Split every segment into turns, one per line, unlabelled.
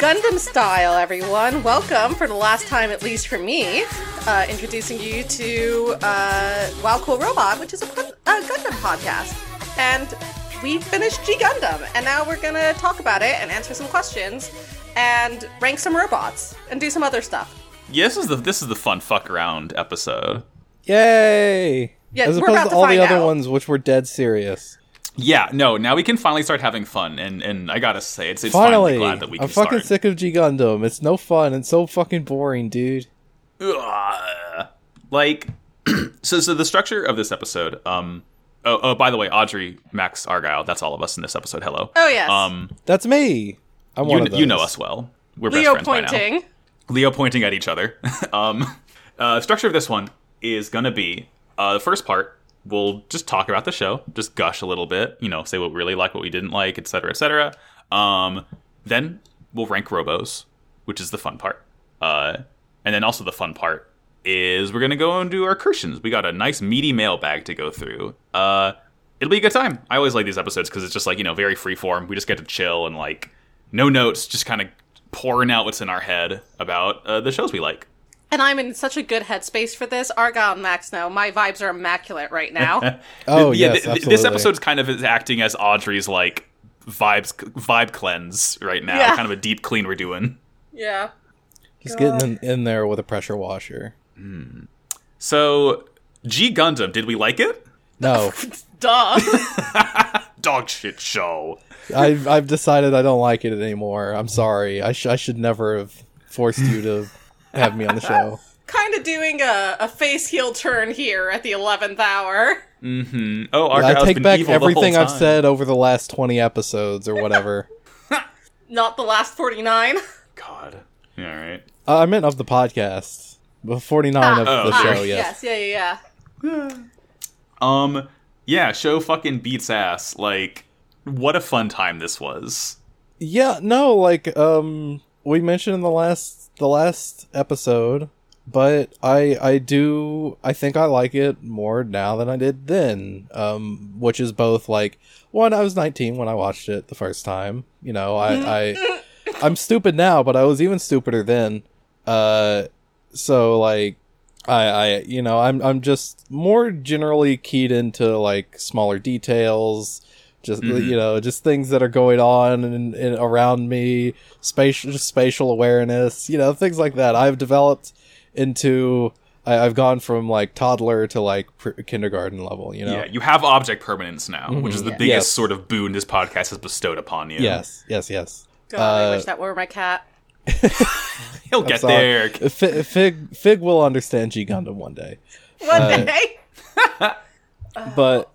Random Style, everyone. Welcome for the last time, at least for me, uh, introducing you to uh, Wow Cool Robot, which is a, Gun- a Gundam podcast. And we finished G Gundam, and now we're gonna talk about it and answer some questions and rank some robots and do some other stuff.
Yeah, this is the this is the fun fuck around episode.
Yay!
Yeah,
As
we're
opposed
about
to,
to
all
find
the other
out.
ones, which were dead serious.
Yeah, no, now we can finally start having fun, and and I gotta say, it's it's
Finally,
finally, glad that we can
I'm fucking
start.
sick of G Gundam. It's no fun. It's so fucking boring, dude.
Ugh. Like, so so the structure of this episode. Um, oh, oh by the way, Audrey, Max, Argyle, that's all of us in this episode. Hello.
Oh, yes.
Um,
That's me. I'm
you,
one of those.
you know us well. We're
Leo
best friends by now.
pointing.
Leo pointing at each other. um, uh, structure of this one is gonna be uh, the first part. We'll just talk about the show, just gush a little bit, you know, say what we really like, what we didn't like, etc., cetera, etc. Cetera. Um, then we'll rank robos, which is the fun part. Uh, and then also the fun part is we're gonna go and do our Kershins. We got a nice meaty mailbag to go through. Uh, it'll be a good time. I always like these episodes because it's just like you know very free form. We just get to chill and like no notes, just kind of pouring out what's in our head about uh, the shows we like.
And I'm in such a good headspace for this. Argyle and Max know my vibes are immaculate right now.
Oh
yeah,
yes,
th- th-
absolutely.
this episode's kind of is acting as Audrey's like vibes vibe cleanse right now.
Yeah.
Kind of a deep clean we're doing.
yeah.
Just getting in, in there with a pressure washer.
So G Gundam, did we like it?
No,
Duh.
Dog shit show.
I've I've decided I don't like it anymore. I'm sorry. I, sh- I should never have forced you to have me on the show.
kind of doing a, a face heel turn here at the 11th hour.
Mm-hmm. Oh, Argyle
I take
been
back
evil the whole
everything I've
time.
said over the last 20 episodes or whatever.
Not the last 49.
God. Yeah, all right.
Uh, I meant of the podcast. The 49 of
Ah,
the
oh,
show,
sure.
yes.
Yeah, yeah, yeah.
Um, yeah, show fucking beats ass. Like, what a fun time this was.
Yeah, no, like um we mentioned in the last the last episode, but I I do I think I like it more now than I did then. Um which is both like one I was 19 when I watched it the first time. You know, I I I'm stupid now, but I was even stupider then. Uh so like I, I you know I'm I'm just more generally keyed into like smaller details, just
Mhm.
you know just things that are going on and, and around me, spatial spatial awareness, you know things like that. I've developed into I, I've gone from like toddler to like pr- kindergarten level, you know. Mm-hmm.
Yeah, you have object permanence now, which is the biggest
Yes.
sort of boon this podcast has bestowed upon you.
Yes, yes, yes.
God,
Uh,
I wish that were my cat.
He'll get
sorry.
there.
Fig, Fig Fig will understand G Gundam one day.
One
uh,
day.
but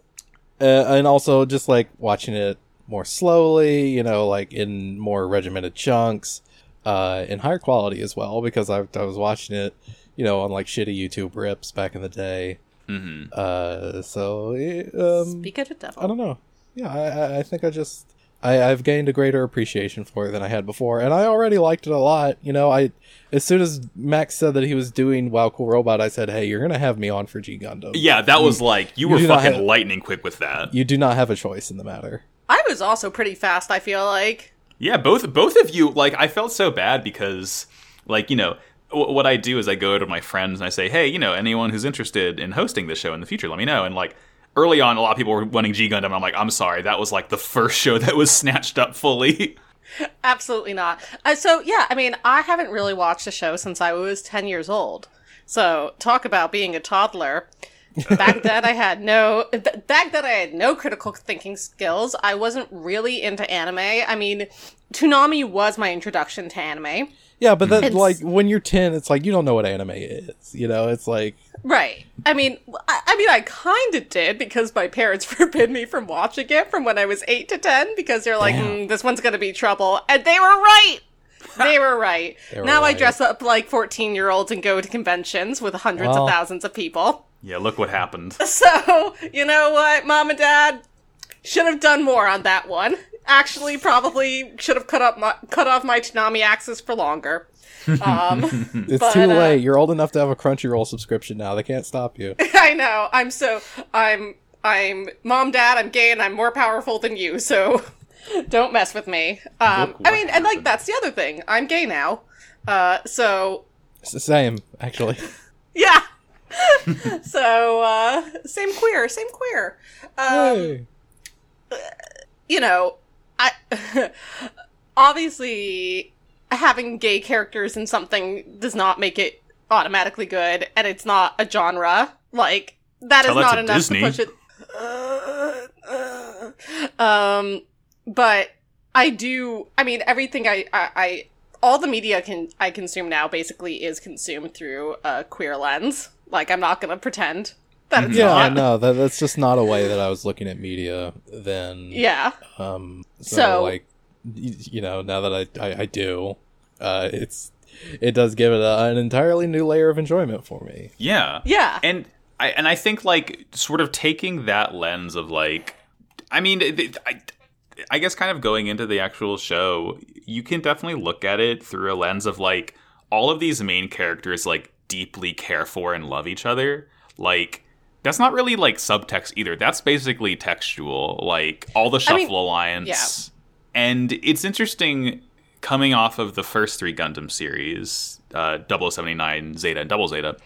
uh, and also just like watching it more slowly you know like in more regimented chunks uh in higher quality as well because i, I was watching it you know on like shitty youtube rips back in the day
hmm
uh so it, um
Speak of the
i
devil.
don't know yeah i I- i think i just I, I've gained a greater appreciation for it than I had before, and I already liked it a lot. You know, I as soon as Max said that he was doing Wow Cool Robot, I said, "Hey, you're gonna have me on for G Gundam.
Yeah, that was like you,
you
were
do not
fucking
have-
lightning quick with that.
you do not have a choice in the matter."
I was also pretty fast, I feel like.
Yeah, both both of you. Like, I felt so bad because, like, you know, w- what I do is I go to my friends and I say, hey, you know, anyone who's interested in hosting this show in the future, let me know. And like. Early on, a lot of people were wanting G Gundam. and I'm like, I'm sorry, that was like the first show that was snatched up fully.
Absolutely not. Uh, so, yeah, I mean, I haven't really watched a show since I was 10 years old. So, talk about being a toddler. back then I had no th- back then I had no critical thinking skills. I wasn't really into anime. I mean, Toonami was my introduction to anime.
Yeah, but that
It's-
like when you're ten, it's like you don't know what anime is. You know, it's like
Right. I mean, I, I mean, I kind of did because my parents forbid me from watching it from when I was eight to ten because they're like,
Damn.
mm, "This one's gonna be trouble," and they were right. They were right.
They were
now I
right.
dress up like fourteen-year-olds and go to conventions with hundreds
Well.
of thousands of people.
Yeah, look what happened.
So you know what, mom and dad should have done more on that one. Actually, probably should have cut up my, cut off my Toonami access for longer. Um,
it's
But,
too
uh,
late. You're old enough to have a Crunchyroll subscription now. They can't stop you.
I know. I'm so I'm I'm mom, dad. I'm gay, and I'm more powerful than you. So Don't mess with me. Um,
Look what
I mean, and like
happened.
that's the other thing. I'm gay now, uh, so
It's the same, actually.
yeah. so uh, same queer, same queer. Um,
Hey.
you know, I obviously having gay characters in something does not make it automatically good, and it's not a genre. Like that is
Tell that
not
to
enough
Disney.
to push it. um, but I do. I mean, everything I, I, I all the media can I consume now basically is consumed through a queer lens. Like I'm not gonna pretend that it's
yeah,
not.
no, that, that's just not a way that I was looking at media then.
Yeah.
Um, so,
So-
like, y- you know, now that I, I, I do, uh, it's it does give it a, an entirely new layer of enjoyment for me.
Yeah.
Yeah.
and I and I think like sort of taking that lens of like, I mean, th- th- I, I guess kind of going into the actual show, you can definitely look at it through a lens of like all of these main characters like deeply care for and love each other. Like that's not really like subtext either. That's basically textual. Like all the
I
shuffle
mean,
alliance, and it's interesting coming off of the first three Gundam series, uh, 0079, Zeta, and Double Zeta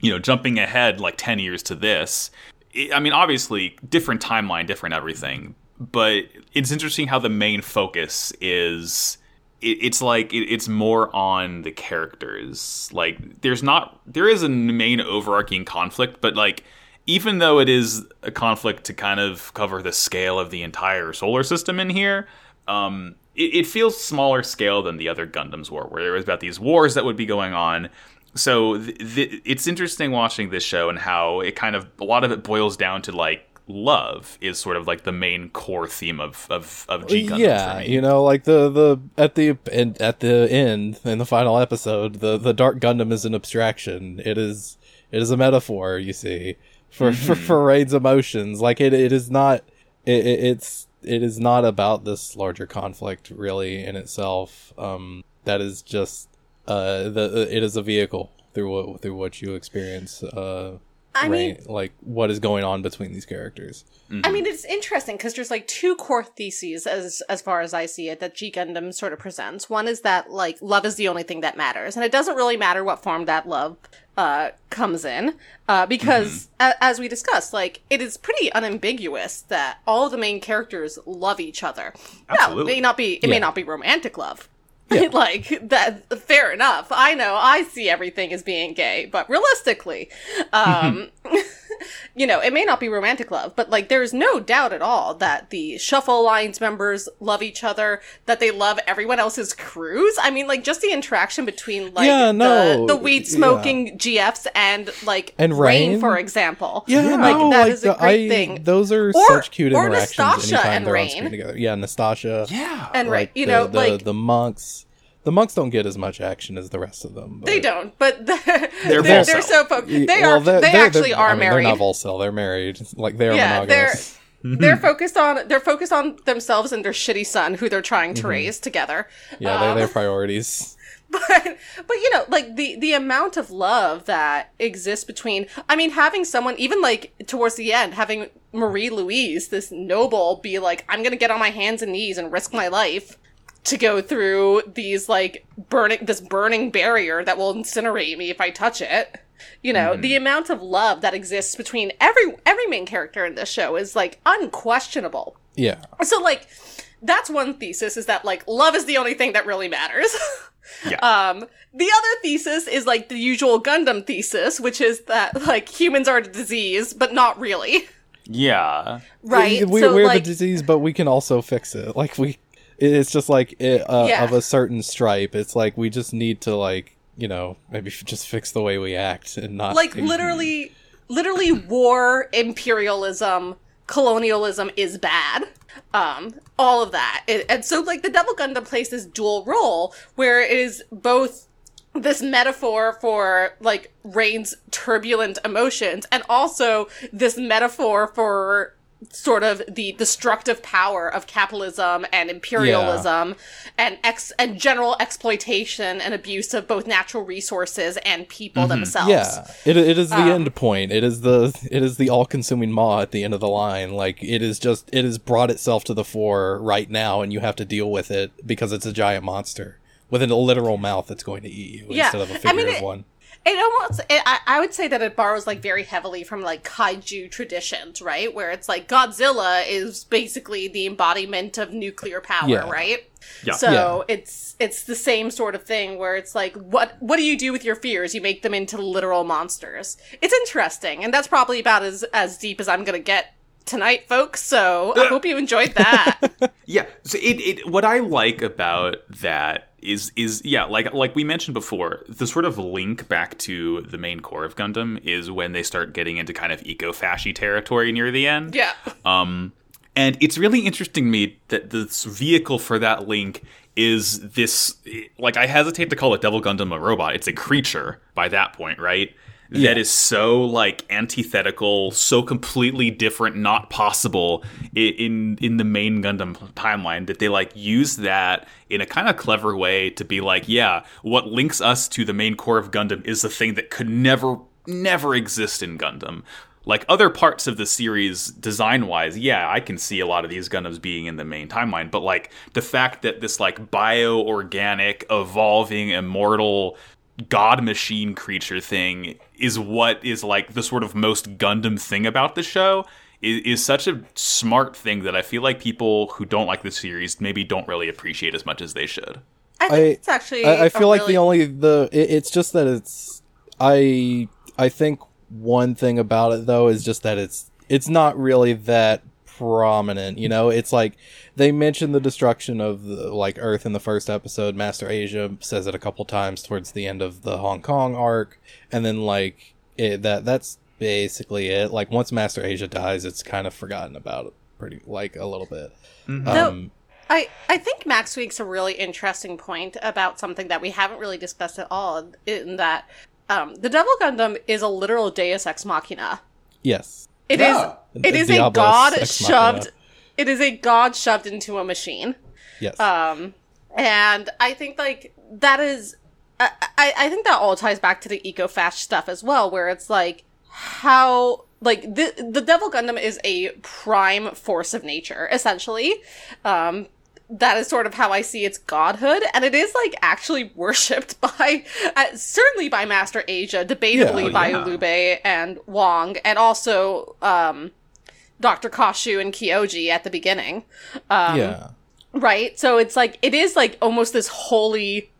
you know, jumping ahead like 10 years to this, it, I mean, obviously, different timeline, different everything, but it's interesting how the main focus is. It, it's like it, it's more on the characters. Like, there's not, there is a main overarching conflict, but like, even though it is a conflict to kind of cover the scale of the entire solar system in here, um, it, it feels smaller scale than the other Gundams were, where there was about these wars that would be going on. So th- th- it's interesting watching this show and how it kind of a lot of it boils down to like love is sort of like the main core theme of of, of G Gundam
Uh, yeah,
for me.
you know, like the the at the end at the end in the final episode, the the Dark Gundam is an abstraction. It is it is a metaphor. You see, for
Mm-hmm.
for, for Raid's emotions, like it it is not it, it, it's it is not about this larger conflict really in itself. Um, that is just uh the it is a vehicle through what through what you experience. Uh,
I mean,
Raid- like what is going on between these characters.
I mean, it's interesting because there's like two core theses as as far as I see it that G Gundam sort of presents. One is that like love is the only thing that matters, and it doesn't really matter what form that love uh, comes in, uh, because a- as we discussed, like it is pretty unambiguous that all the main characters love each other. Now, it
Absolutely.
may not be it may
Yeah.
not be romantic love.
Yeah.
like that fair enough i know i see everything as being gay but realistically um
Mm-hmm.
you know, it may not be romantic love, but like there's no doubt at all that the Shuffle Alliance members love each other, that they love everyone else's crews. I mean, like just the interaction between like
Yeah, no,
the, the weed smoking GFs and like
And Rain.
for example.
Yeah,
like
no,
that
like
is
the-
a great
I-
thing.
Those are
Or-
such cute
or
interactions
Nastasha
anytime
and
they're on
Rain.
screen together. Yeah, Nastasha.
yeah,
and right,
like,
you
the-
know,
the,
like
the monks. The monks don't get as much action as the rest of them. But,
they don't, but they're
They're
they're, they're,
Volcel.
so focused.
Yeah,
They
well,
are they actually
they're-
are
I mean,
married.
They're not Volcel. They're married. Like they're
Yeah, they're-
monogamous.
they're focused on they're focused on themselves and their shitty son who they're trying
Mm-hmm.
to raise together.
yeah, they're
Um,
their priorities.
but but you know like the the amount of love that exists between i mean having someone even like towards the end having marie louise this noble be like i'm gonna get on my hands and knees and risk my life to go through these like burning this burning barrier that will incinerate me if i touch it you know the amount of love that exists between every every main character in this show is like unquestionable
Yeah,
so like that's one thesis is that like love is the only thing that really matters.
Yeah.
Um the other thesis is like the usual Gundam thesis, which is that like humans are a disease, but not really.
yeah.
Right?
We,
so
are
like
the disease, but we can also fix it. Like we, it's just like it, uh,
Yeah.
of a certain stripe. It's like we just need to like you know maybe f- just fix the way we act and not
like literally literally war, imperialism, colonialism is bad. Um, all of that. It, and so like the Devil Gundam plays this dual role where it is both this metaphor for like Rain's turbulent emotions and also this metaphor for sort of the destructive power of capitalism and imperialism and ex and general exploitation and abuse of both natural resources and people themselves.
Mm-hmm.
Um,
Yeah, it, it is the end point. It is the it is the all-consuming maw at the end of the line. Like it is just it has brought itself to the fore right now, and you have to deal with it because it's a giant monster with a literal mouth that's going to eat you
Yeah.
instead of a
I mean,
figurative
it-
one.
It almost, it, I, I would say that it borrows like very heavily from like kaiju traditions, right? Where it's like Godzilla is basically the embodiment of nuclear power,
Yeah.
right?
Yeah.
So it's it's the same sort of thing where it's like what what do you do with your fears? You make them into literal monsters. It's interesting, and that's probably about as as deep as I'm gonna get tonight, folks. So I hope you enjoyed that.
Yeah. So it, it what I like about that is is yeah, like like we mentioned before, the sort of link back to the main core of Gundam is when they start getting into kind of eco fashy territory near the end.
yeah,
Um, and it's really interesting to me that this vehicle for that link is this. Like, I hesitate to call it Devil Gundam a robot. It's a creature by that point, right? That is so like antithetical, so completely different, not possible i- in in the main Gundam timeline. That they like use that in a kind of clever way to be like, yeah, what links us to the main core of Gundam is the thing that could never never exist in Gundam like other parts of the series design wise yeah i can see a lot of these gundams being in the main timeline but like the fact that this like bio-organic evolving immortal god machine creature thing is what is like the sort of most gundam thing about the show is, is such a smart thing that i feel like people who don't like the series maybe don't really appreciate as much as they should
I think it's actually.
I, I
a
feel like
really-
the only the it, it's just that it's I I think one thing about it though is just that it's it's not really that prominent you know it's like they mention the destruction of the, like earth in the first episode master asia says it a couple times towards the end of the hong kong arc and then like it, that that's basically it like once master asia dies it's kind of forgotten about pretty like a little bit
Though-
um
I, I think Max makes a really interesting point about something that we haven't really discussed at all in that um, the Devil Gundam is a literal deus ex machina.
yes
It is
Yeah.
it is a
Diablos
god
ex machina.
shoved it is a god shoved into a machine.
yes
Um, and I think like that is, I, I, I think that all ties back to the eco fash stuff as well, where it's like how like the the Devil Gundam is a prime force of nature essentially. Um, that is sort of how I see its godhood, and it is like actually worshipped by uh, certainly by Master Asia, debatably
Yeah,
by
yeah.
Ulube and Wong, and also um, Doctor Kashu and Kyoji at the beginning. Um,
yeah
Right. So it's like it is like almost this holy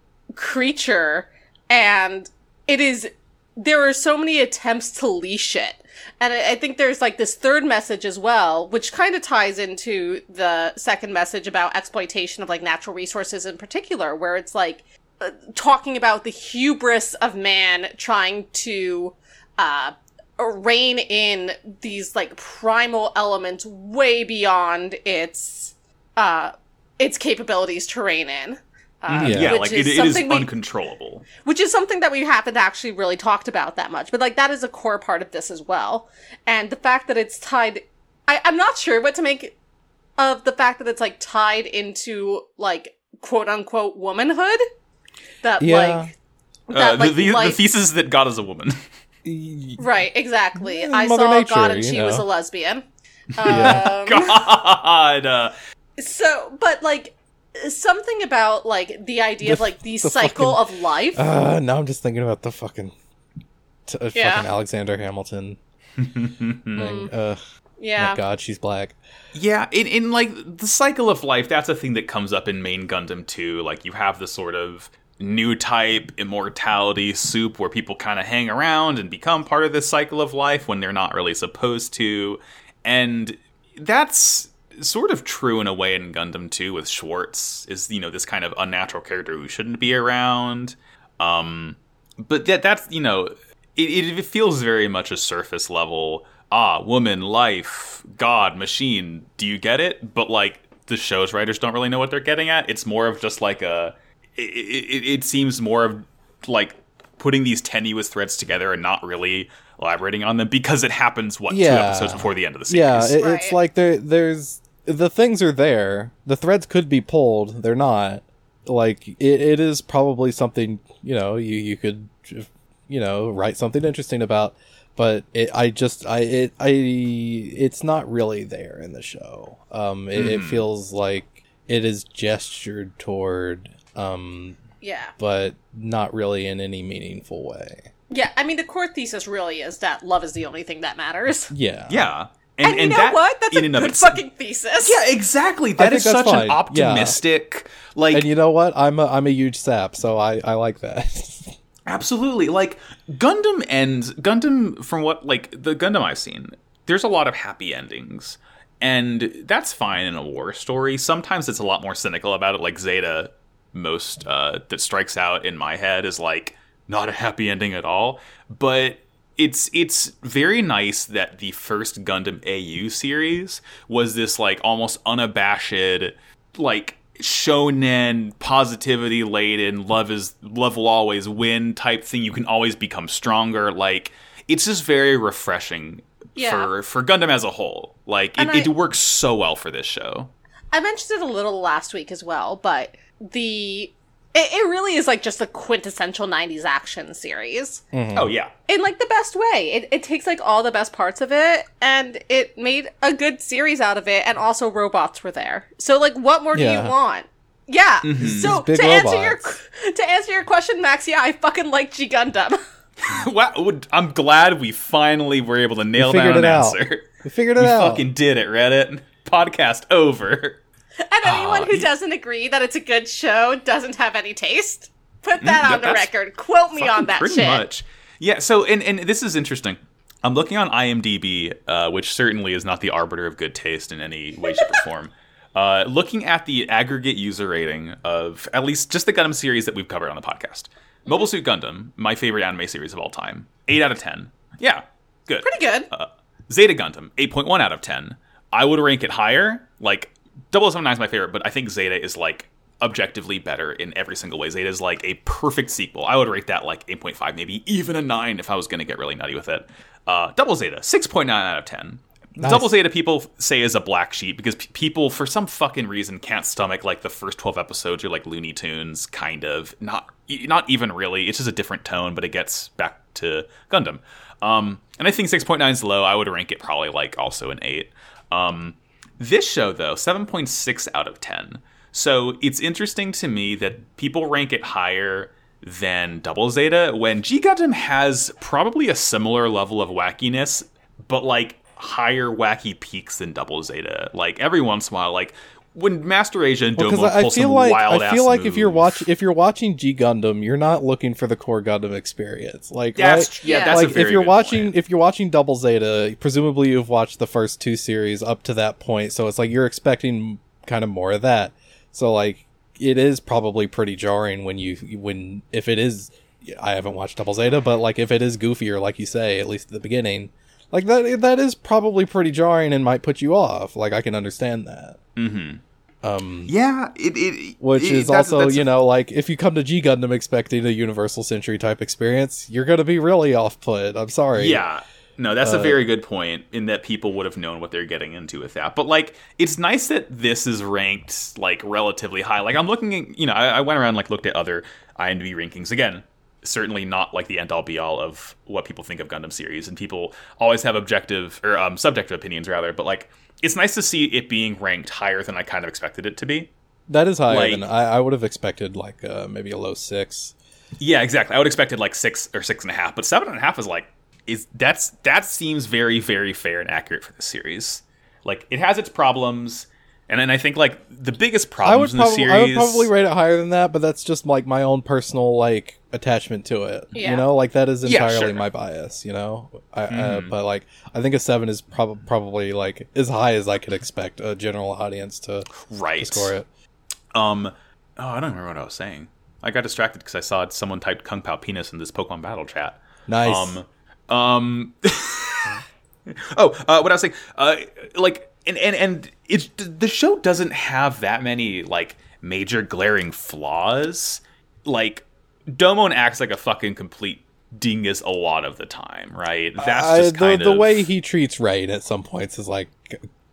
creature and it is there are so many attempts to leash it. And I, I think there's like this third message as well, which kind of ties into the second message about exploitation of like natural resources in particular, where it's like uh, talking about the hubris of man trying to uh, rein in these like primal elements way beyond its uh, its capabilities to rein in. Uh,
Yeah.
yeah
which
like
is
it, it is
something we-
uncontrollable
which is something that we haven't actually really talked about that much but like that is a core part of this as well and the fact that it's tied I, i'm not sure what to make of the fact that it's like tied into like quote unquote womanhood that
Yeah.
like that
Uh,
like
the, the, the
life-
thesis that god is a woman
Y-
right exactly i
Mother
saw god
Nature,
and
you
she was a
know.
lesbian
Yeah.
Um,
god uh,
so but like something about like the idea
The
of like the,
f- the
cycle of life
Uh, now I'm just thinking about the fucking, t- uh,
Yeah.
fucking Alexander Hamilton thing. Uh,
yeah
my God, she's black.
Yeah, in, in like the cycle of life, that's a thing that comes up in main Gundam too. Like you have the sort of new type immortality soup where people kind of hang around and become part of this cycle of life when they're not really supposed to. And that's sort of true in a way in Gundam too with Schwartz is you know this kind of unnatural character who shouldn't be around. Um but that that's you know it, it feels very much a surface level ah woman life god machine do you get it but like the show's writers don't really know what they're getting at it's more of just like a it, it, it seems more of like putting these tenuous threads together and not really elaborating on them because it happens what two
Yeah.
episodes before the end of the series.
Yeah, it, it's
Right.
like there there's the things are there. The threads could be pulled. They're not. Like it, it is probably something you know you you could you know write something interesting about, but it, I just I it I it's not really there in the show. Um, it, it
Mhm.
feels like it is gestured toward, um,
Yeah.
but not really in any meaningful way.
Yeah, I mean, the core thesis really is that love is the only thing that matters.
Yeah.
yeah.
And, you know
that
what? That's a
in and of
good
itself-
fucking thesis.
Yeah, exactly. That
think
is
that's
such
fine.
an
Yeah.
optimistic, like,
And you know what? I'm a I'm a huge sap, so I I like that.
absolutely. Like, Gundam ends. Gundam, from what, like, the Gundam I've seen, there's a lot of happy endings. And that's fine in a war story. Sometimes it's a lot more cynical about it. Like, Zeta, most, uh, that strikes out in my head is like, not a happy ending at all. But it's it's very nice that the first Gundam AU series was this like almost unabashed like shonen positivity laden love is love will always win type thing you can always become stronger like it's just very refreshing
Yeah.
for for Gundam as a whole like it,
And
it
I-
works so well for this show
I mentioned it a little last week as well, but the. It, it really is like just the quintessential 90s action series.
Mm.
oh yeah
in like the best way. It, it takes like all the best parts of it and it made a good series out of it and also robots were there. So like what more do
Yeah.
you want? Yeah. So
Big
to answer
robots.
your to answer your question, Max, yeah, I fucking like G Gundam.
wow would- I'm glad we finally were able to nail down
figured
an
it out.
answer
We figured it
we
out.
fucking did it Reddit podcast over
and anyone who
yeah.
doesn't agree that it's a good show doesn't have any taste. Put that
Mm,
on the
that's
record. Quote me on that
pretty
shit.
much yeah so and and this is interesting i'm looking on imdb uh, which certainly is not the arbiter of good taste in any way shape or form uh, looking at the aggregate user rating of at least just the gundam series that we've covered on the podcast
Mm-hmm.
mobile suit gundam my favorite anime series of all time 8 out of 10 yeah good
Pretty good.
Uh, Zeta Gundam, 8.1 out of 10. I would rank it higher. Like, 079 is my favorite, but I think Zeta is, like, objectively better in every single way. Zeta is, like, a perfect sequel. I would rate that, like, 8.5, maybe even a 9 if I was going to get really nutty with it. Uh, Double Zeta, 6.9 out of 10. Double Zeta people f- say is a black sheep because p- people, for some fucking reason, can't stomach like the first twelve episodes. You're like Looney Tunes, kind of not, e- not even really. It's just a different tone, but it gets back to Gundam. Um, and I think six point nine is low. I would rank it probably like also an eight. Um, this show though, seven point six out of ten. So it's interesting to me that people rank it higher than Double Zeta when G Gundam has probably a similar level of wackiness, but like higher wacky peaks than Double Zeta. Like every once in a while, like when Master Asia and
because
Domo
I, I
pull
feel
some
like
wild
I feel
ass
like if you're
move.
watch if you're watching G Gundam, you're not looking for the core Gundam experience. Like
that's,
right?
yeah,
Yeah.
that's a
like
very
if you're
good
watching
point.
if you're watching Double Zeta, presumably you've watched the first two series up to that point, so it's like you're expecting kind of more of that. So like it is probably pretty jarring when you when if it is I haven't watched Double Zeta, but like if it is goofier, like you say, at least at the beginning, like that that is probably pretty jarring and might put you off. Like I can understand that. Mm-hmm. Um,
yeah, it, it
which
it-
is
that's-
also
that's-
you know like if you come to G Gundam expecting a Universal Century type experience, you're gonna be really off put. I'm sorry.
Yeah. No, that's a very good point in that people would have known what they're getting into with that. But like it's nice that this is ranked like relatively high. Like I'm looking at you know, I, I went around and, like looked at other IMDb rankings. Again, certainly not like the end all be all of what people think of Gundam series and people always have objective or um subjective opinions rather, but like it's nice to see it being ranked higher than I kind of expected it to be.
that is higher
Like-
than I, I would have expected. Like uh, maybe a low six.
Yeah, exactly. I would expect it like six or six and a half, but seven and a half is like is that's that seems very very fair and accurate for this series. Like it has its problems, and then I think like the biggest
I would
problems in the
probably
series.
I would probably rate it higher than that, but that's just like my own personal like attachment to it.
Yeah.
You know, like that is
Yeah,
entirely
sure. Hmm.
my bias. You know, I, uh, but like I think a seven is prob- probably like as high as I could expect a general audience to
right.
score it.
Um, oh, I don't remember what I was saying. I got distracted because I saw someone typed "Kung Pao Penis" in this Pokemon battle chat.
Nice.
Um, um. oh, uh, what I was saying, uh, like, and and and it's the show doesn't have that many like major glaring flaws. Like, Domon acts like a fucking complete dingus a lot of the time, right? That's
I-
just
the,
kind
the
of
way he treats Rain at some points is like,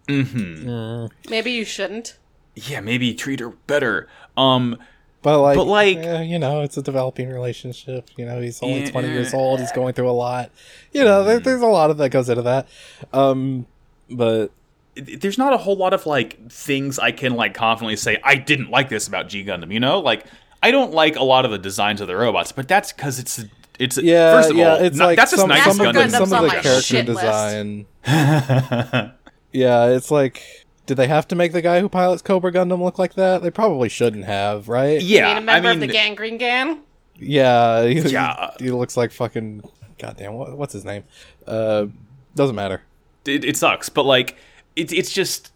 Mhm.
Maybe you shouldn't.
Yeah, maybe treat her better. Um,
but like,
But, like-
eh, you know, it's a developing relationship. You know, he's only
Yeah. Mm.
twenty years old. He's going through a lot. You know, there, there's a lot of that goes into that. Um, but
there's not a whole lot of like things I can like confidently say I didn't like this about G Gundam. You know, like I don't like a lot of the designs of the robots, but that's because it's it's
yeah,
First of
yeah,
all,
it's
not-
like
that's
some,
a nice
That's
some of the,
Gundam.
Gundam's
some of
on
the
my
character
shit list.
design. Yeah, it's like, did they have to make the guy who pilots Cobra Gundam look like that? They probably shouldn't have, right?
yeah,
Need a member
I mean, oh,
of the gangrene gang?
Yeah, he,
Yeah.
He, looks like fucking goddamn. What, what's his name? Uh, doesn't matter.
It, it sucks, but like it, it's just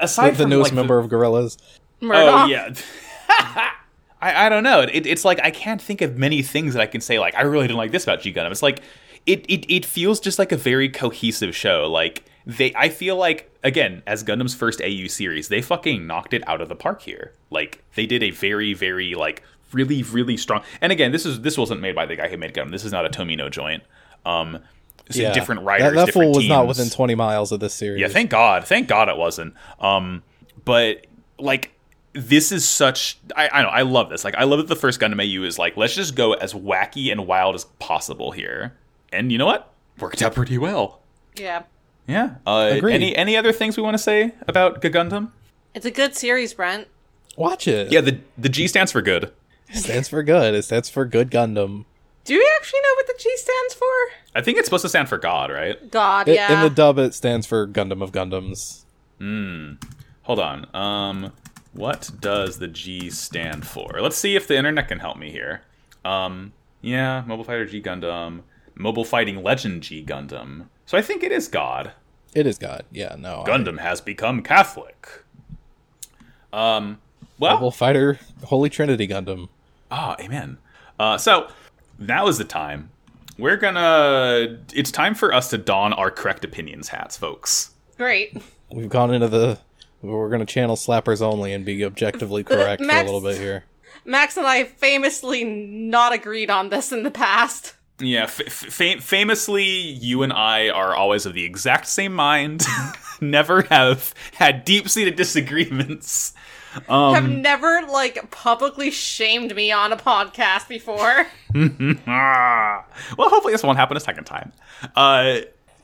aside
The, the
from
newest
like,
member of Gorillas.
Murdoch?
Oh yeah. I, I don't know. It, it's like I can't think of many things that I can say like I really didn't like this about G Gundam. It's like it, it it feels just like a very cohesive show. Like they I feel like again, as Gundam's first AU series, they fucking knocked it out of the park here. Like they did a very, very like really, really strong and again, this is this wasn't made by the guy who made Gundam. This is not a Tomino joint. Um so
Yeah.
different
That-
writers.
That, fool
different
was not
teams.
within twenty miles of this series.
Yeah, thank God. Thank God it wasn't. Um, but like this is such I, I don't know, I love this. Like I love that the first Gundam AU is like, let's just go as wacky and wild as possible here. And you know what? Worked out pretty well.
Yeah.
Yeah. Uh,
Agreed.
any any other things we want to say about Gundam?
It's a good series, Brent.
Watch it.
Yeah, the the G stands for good.
It stands for good. It stands for good Gundam.
Do we actually know what the G stands for?
I think it's supposed to stand for God, right?
God,
It,
yeah.
In the dub, it stands for Gundam of Gundams.
Hold on. Um, what does the G stand for? Let's see if the internet can help me here. Um, yeah, Mobile Fighter G Gundam, Mobile Fighting Legend G Gundam. So I think it is God.
It is God. Yeah, no. I-
Gundam has become Catholic. Um,
Mobile
well,
Fighter Holy Trinity Gundam.
ah, amen. Uh, so now is the time. We're gonna. It's time for us to don our correct opinions hats, folks.
Great.
We've gone into the. We're gonna channel slappers only and be objectively correct for a
Max-
little bit here.
Max and I famously not agreed on this in the past.
Yeah, f- f- fam- famously, you and I are always of the exact same mind. Never have had deep seated disagreements.
Have
Um,
never like publicly shamed me on a podcast before.
Ah. Well, hopefully, this won't happen a second time. Uh,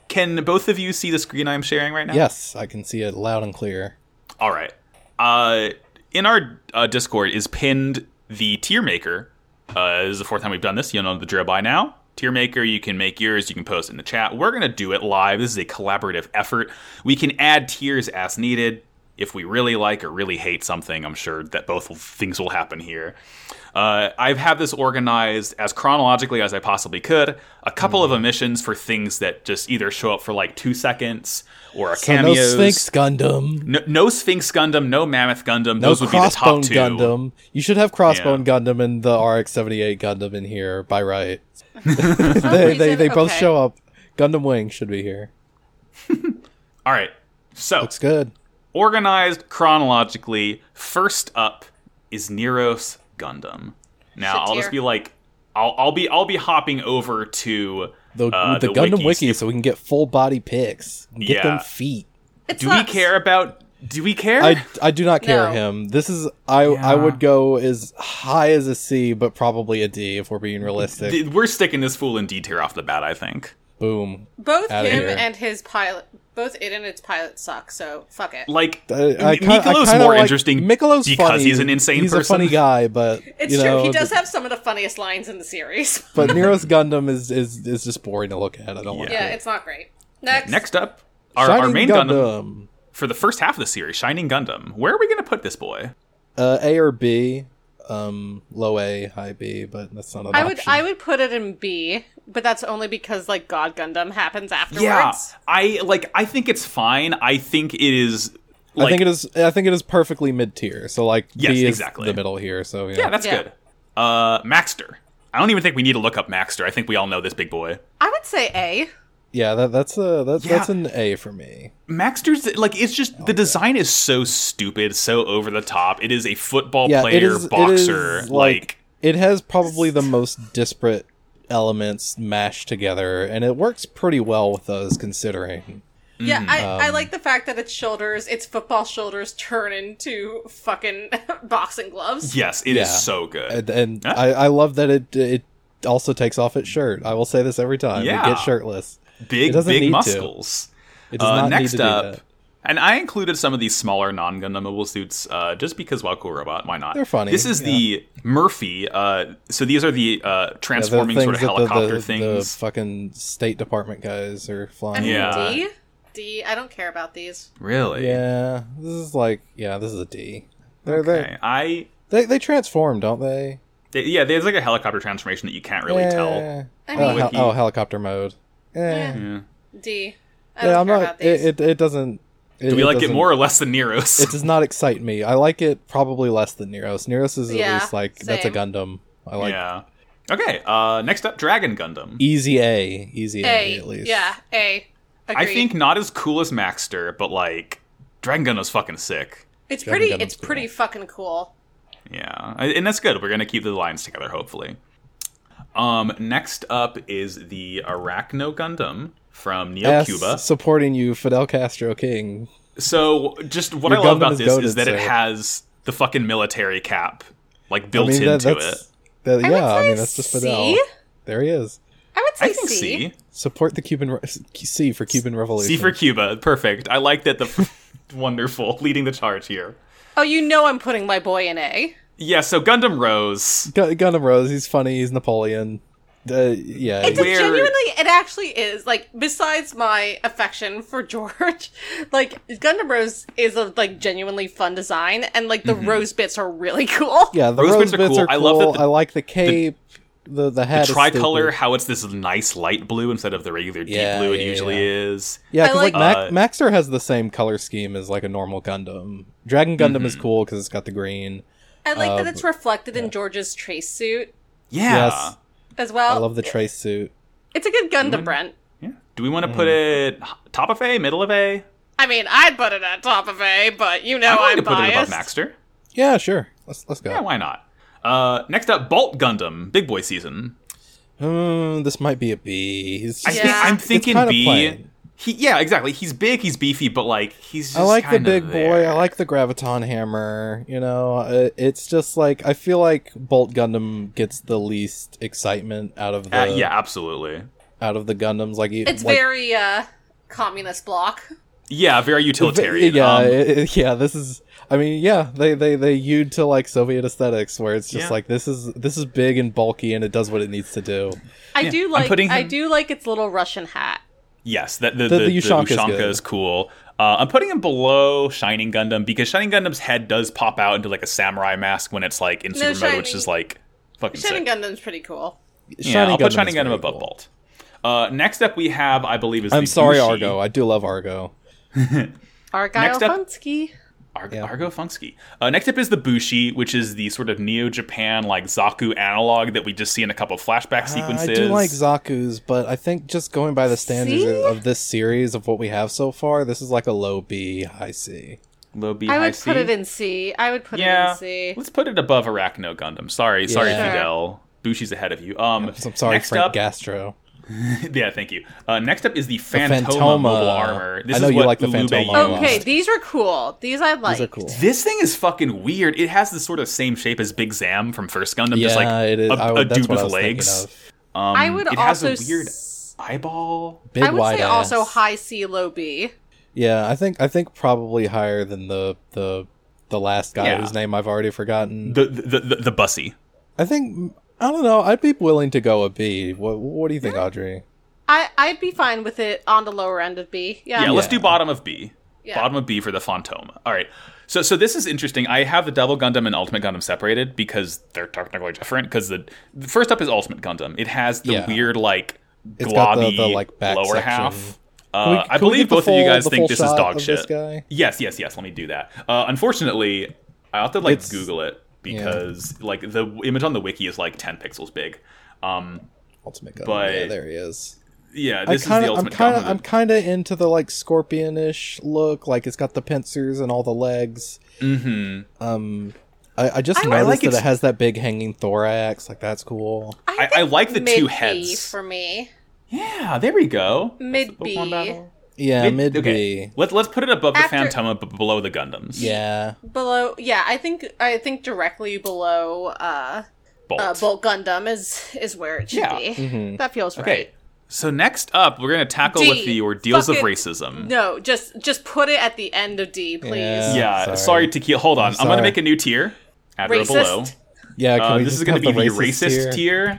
can both of you see the screen I'm sharing right now?
Yes, I can see it loud and clear.
All right. Uh, in our uh, Discord is pinned the tier maker. Uh, this is the fourth time we've done this. You know the drill by now. Tier maker, you can make yours. You can post it in the chat. We're gonna do it live. This is a collaborative effort. We can add tiers as needed if we really like or really hate something. I'm sure that both things will happen here. Uh, I've had this organized as chronologically as I possibly could. A couple of omissions for things that just either show up for like two seconds or a
So no
cameos.
Sphinx Gundam.
No, no Sphinx Gundam, no Mammoth Gundam.
No
Those would be the top
Crossbone
two.
Gundam. You should have Crossbone Gundam and the RX-78 Gundam in here by right. they they,
reason-
they both
Oh, okay.
show up. Gundam Wing should be here.
All right. So,
Looks good.
organized chronologically, first up is Neros Gundam. Now,
Shit
I'll just
tier.
be like I'll I'll be I'll be hopping over to
The,
uh,
with the, Gundam
wikis.
Wiki, so we can get full body pics. Get
Yeah.
them feet.
It
Do we
sucks.
care about do we care?
I, I do not care
No.
him. This is I I
Yeah.
would go as high as a C, but probably a D if we're being realistic.
Th- We're sticking this fool in D tier off the bat, I think.
Boom.
Both
Outta
him
here.
and his pilot, both it and its pilot suck. So fuck it.
Like
I, I
M-
kinda- I
Mikolo's
kinda
more
like-
interesting
Mikolo's
because
funny.
he's an insane
He's
person.
a funny guy, but
it's
you
true.
know,
he does
th-
have some of the funniest lines in the series.
But Nero's Gundam is, is is just boring to look at. I don't like
yeah,
it.
it's not great. Next,
Next up, our, our
Shining
main
Gundam,
Gundam for the first half of the series, Shining Gundam. Where are we going to put this boy?
Uh, A or B, um, low A, high B, but that's not an
I would
option.
I would put it in B, but that's only because like God Gundam happens afterwards.
Yeah, I like. I think it's fine. I think it is. Like,
I think it is. I think it is perfectly mid tier. So like
Yes,
B is
exactly.
the middle here. So yeah,
Yeah, that's
Yeah.
good. Uh, Maxter. I don't even think we need to look up Maxter. I think we all know this big boy.
I would say A.
yeah that, that's a that's
Yeah.
that's an A for me.
Maxter's like it's just the design is so stupid, so over the top. It is a football
Yeah, it
player
is- it is,
boxer. like,
like, it has probably the most disparate elements mashed together, and it works pretty well with those considering.
Yeah, I,
Mm,
I
um,
like the fact that its shoulders, its football shoulders, turn into fucking boxing gloves.
Yes, it is
Yeah.
so good.
And, and I, I love that it it also takes off its shirt. I will say this every time. It
Yeah.
gets shirtless.
big
It doesn't need
big
to.
muscles.
It does
Uh,
not
next
need to
up,
do that.
and I included some of these smaller non Gundam mobile suits uh, just because Wow Cool Robot, why not?
They're funny,
This is
yeah.
the Murphy. Uh, so these are the uh,
Yeah, the
transforming sort of
things that the-
helicopter
the,
things.
The fucking State Department guys are
I
flying.
mean,
Yeah.
D? D, I don't care about these.
really?
Yeah, this is like yeah, this is a D. They're
Okay. I.
they they they transform, don't they?
they- yeah, there's like a helicopter transformation that you can't really
Eh.
tell.
I
oh,
mean,
hel-
Wiki.
oh, helicopter mode. Eh.
Yeah.
Yeah,
Yeah.
D. I don't
I'm
care
not.
about these.
It, it it doesn't. It,
Do we like it
doesn't-
more or less than Nero's?
It does not excite me. I like it probably less than Neros. Neros is at
Yeah,
least like that's
same.
a Gundam. I like
yeah. Okay. Uh, next up, Dragon Gundam.
easy A, easy A,
a.
at least.
Yeah, A. Agreed.
I think not as cool as Maxter, but like Dragon Gundam's fucking sick.
it's
Dragon
pretty.
Gundam's
It's
cool.
pretty fucking cool.
Yeah, and that's good. We're gonna keep the lines together, hopefully. Um, next up is the Arachno Gundam from Neo
S
Cuba.
supporting you, Fidel Castro King.
So, just what
Your
I love
Gundam
about
is
this
goaded,
is that it
sir.
has the fucking military cap like built
I mean, that,
into it.
that's, that-
I would
yeah, I,
say
mean that's just
C.
Fidel. There he is.
I would say
I think C.
Support the Cuban Re- C for Cuban Revolution.
C for Cuba. Perfect. I like that. The wonderful leading the charge here.
Oh, you know I'm putting my boy in A.
Yeah. So Gundam Rose.
Gun- Gundam Rose. He's funny. He's Napoleon. Uh, yeah.
It's a
he-
Where-
genuinely, it actually is. Like, besides my affection for George, like Gundam Rose is a like genuinely fun design, and like the
Mm-hmm.
rose bits are really cool.
yeah. The
Rose
rose
bits are cool. I love that the-
I like the cape. The the, hat.
The tricolor,
Is stupid.
how it's this nice light blue instead of the regular deep
Yeah,
blue it
yeah,
usually
yeah.
is.
yeah,
I
because like,
like-
Uh,
Mac- Maxer has the same color scheme as like a normal Gundam. Dragon Gundam
Mm-hmm.
is cool because it's got the green.
I like that
Uh,
it's reflected in George's trace suit
Yeah.
Yes.
as
I
well.
love the trace suit.
it's a good
Mm-hmm.
Gundam, Brent.
Yeah. Do we
Hmm.
want to put it top of A, middle of A?
I mean, I'd put it at top of A, but you know
I'm
I'm,
willing to put it above
biased.
Maxter.
Yeah, sure. Let's let's go.
Yeah, why not? Uh, next up, Bolt Gundam, Big Boy season.
Hmm, this might be a B. He's
I
just-
Yeah.
think I'm
It's
thinking
kinda
B.
plain.
He, yeah, exactly. He's big, he's beefy, but like he's. Just
I like the
kinda
big boy.
there.
I like the graviton hammer. You know, uh, it's just like I feel like Bolt Gundam gets the least excitement out of the
Uh, yeah, absolutely.
out of the Gundams. Like e-,
It's
like,
very uh communist block.
Yeah, very utilitarian.
Yeah,
um,
it- it- yeah. This is. I mean, yeah. They they they hewed to like Soviet aesthetics, where it's just
Yeah.
like this is this is big and bulky, and it does what it needs to do.
I
Yeah,
do
I'm
like
putting
I
him-
do like its little Russian hat.
yes, that the,
The-
the,
the
the
Ushanka's
Ushanka
good.
is cool. Uh, I'm putting him below Shining Gundam because Shining Gundam's head does pop out into like a samurai mask when it's like in
No,
super mode, which
Shining-
is like fucking sick.
Shining Gundam's pretty cool.
Yeah, I'll put
is
Shining Gundam
very
above
cool.
Bolt. Uh, next up, we have, I believe, is
I'm
the
sorry,
Bushi-
Argo. I do love Argo.
Argyle
Next up-
Funsky.
Ar-
Yeah.
Argo Funksky. Uh, next up is the Bushi, which is the sort of Neo Japan like Zaku analog that we just see in a couple flashback
Uh,
sequences.
I do like Zaku's, but I think just going by the standards
See?
of this series of what we have so far, this is like a low B, high C.
Low B,
I
high
would
C.
put it in C. I would put it
Yeah,
in C.
let's put it above Arachno Gundam. Sorry, sorry,
Yeah.
Sure.
Fidel. Bushi's ahead of you. Um,
So I'm sorry,
next
Frank
up,
Gastro.
yeah, thank you. Uh, next up is the Phantoma,
Phantoma.
mobile armor. This
I know
is
you
what
like the
Ulube
Phantoma a lot.
Okay,
used.
these are cool. These I like.
These are cool.
This thing is fucking weird. It has the sort of same shape as Big Zam from First Gundam, just like
it is.
a,
I would-
a
that's
dude
what
with
I was thinking
legs.
of.
Um,
I would
it
also
has a weird
s-
eyeball.
Big
I would
wide
say also
ass.
high C, low B.
Yeah, I think I think probably higher than the the the last guy
Yeah.
whose name I've already forgotten.
The the the, the bussy.
I think I don't know. I'd be willing to go a B. What What do you think, Audrey?
I I'd be fine with it on the lower end of B. Yeah.
Yeah, let's
Yeah.
do bottom of B.
Yeah.
Bottom of B for the Fontoma. All right. So so this is interesting. I have the Double Gundam and Ultimate Gundam separated because they're technically different. Because the, the first up is Ultimate Gundam. It has the
Yeah.
weird like
It's got the-
globby
the, like, back
lower
section.
half.
Can we-
Uh,
can
I
we
believe
get the
both of you
full-
guys
the
think
full
this is
shot
dog
of
shit.
this guy?
Yes, yes, yes. Let me do that. Uh, unfortunately, I will have to like
It's-
Google it because like the image on the wiki is like ten pixels big. Um,
Ultimate Gun.
But-
yeah, there he is.
yeah,
I
this
kind
is the
of, I'm
Ultimate
kind of,
Gundam.
I'm kind of into the like scorpion-ish look. Like it's got the pincers and all the legs.
Mhm.
Um, I, I just
I
noticed
like
that
it's-
it has that big hanging thorax. Like that's cool.
I- I like the
mid
two
B
heads.
for me.
Yeah, there we go.
Mid B.
Pokemon battle.
Yeah, mid B.
okay. Let's let's put it above
After-
the Phantom, but below the Gundams.
Yeah.
below yeah i think i think directly below uh
Bolt.
uh bolt gundam is is where it should
Yeah.
be
Mhm.
that feels
Okay. So next up, we're gonna tackle
D.
with the ordeals of
Fucking- right
racism.
no just just put it at the end of d please
Yeah.
Yeah,
Oh, Sorry.
sorry, Tequila. Hold on, I'm,
sorry.
gonna make a new tier. After or
Racist?
below,
Yeah. Can
uh,
we
this
just
is gonna
have
be the
racist,
racist tier.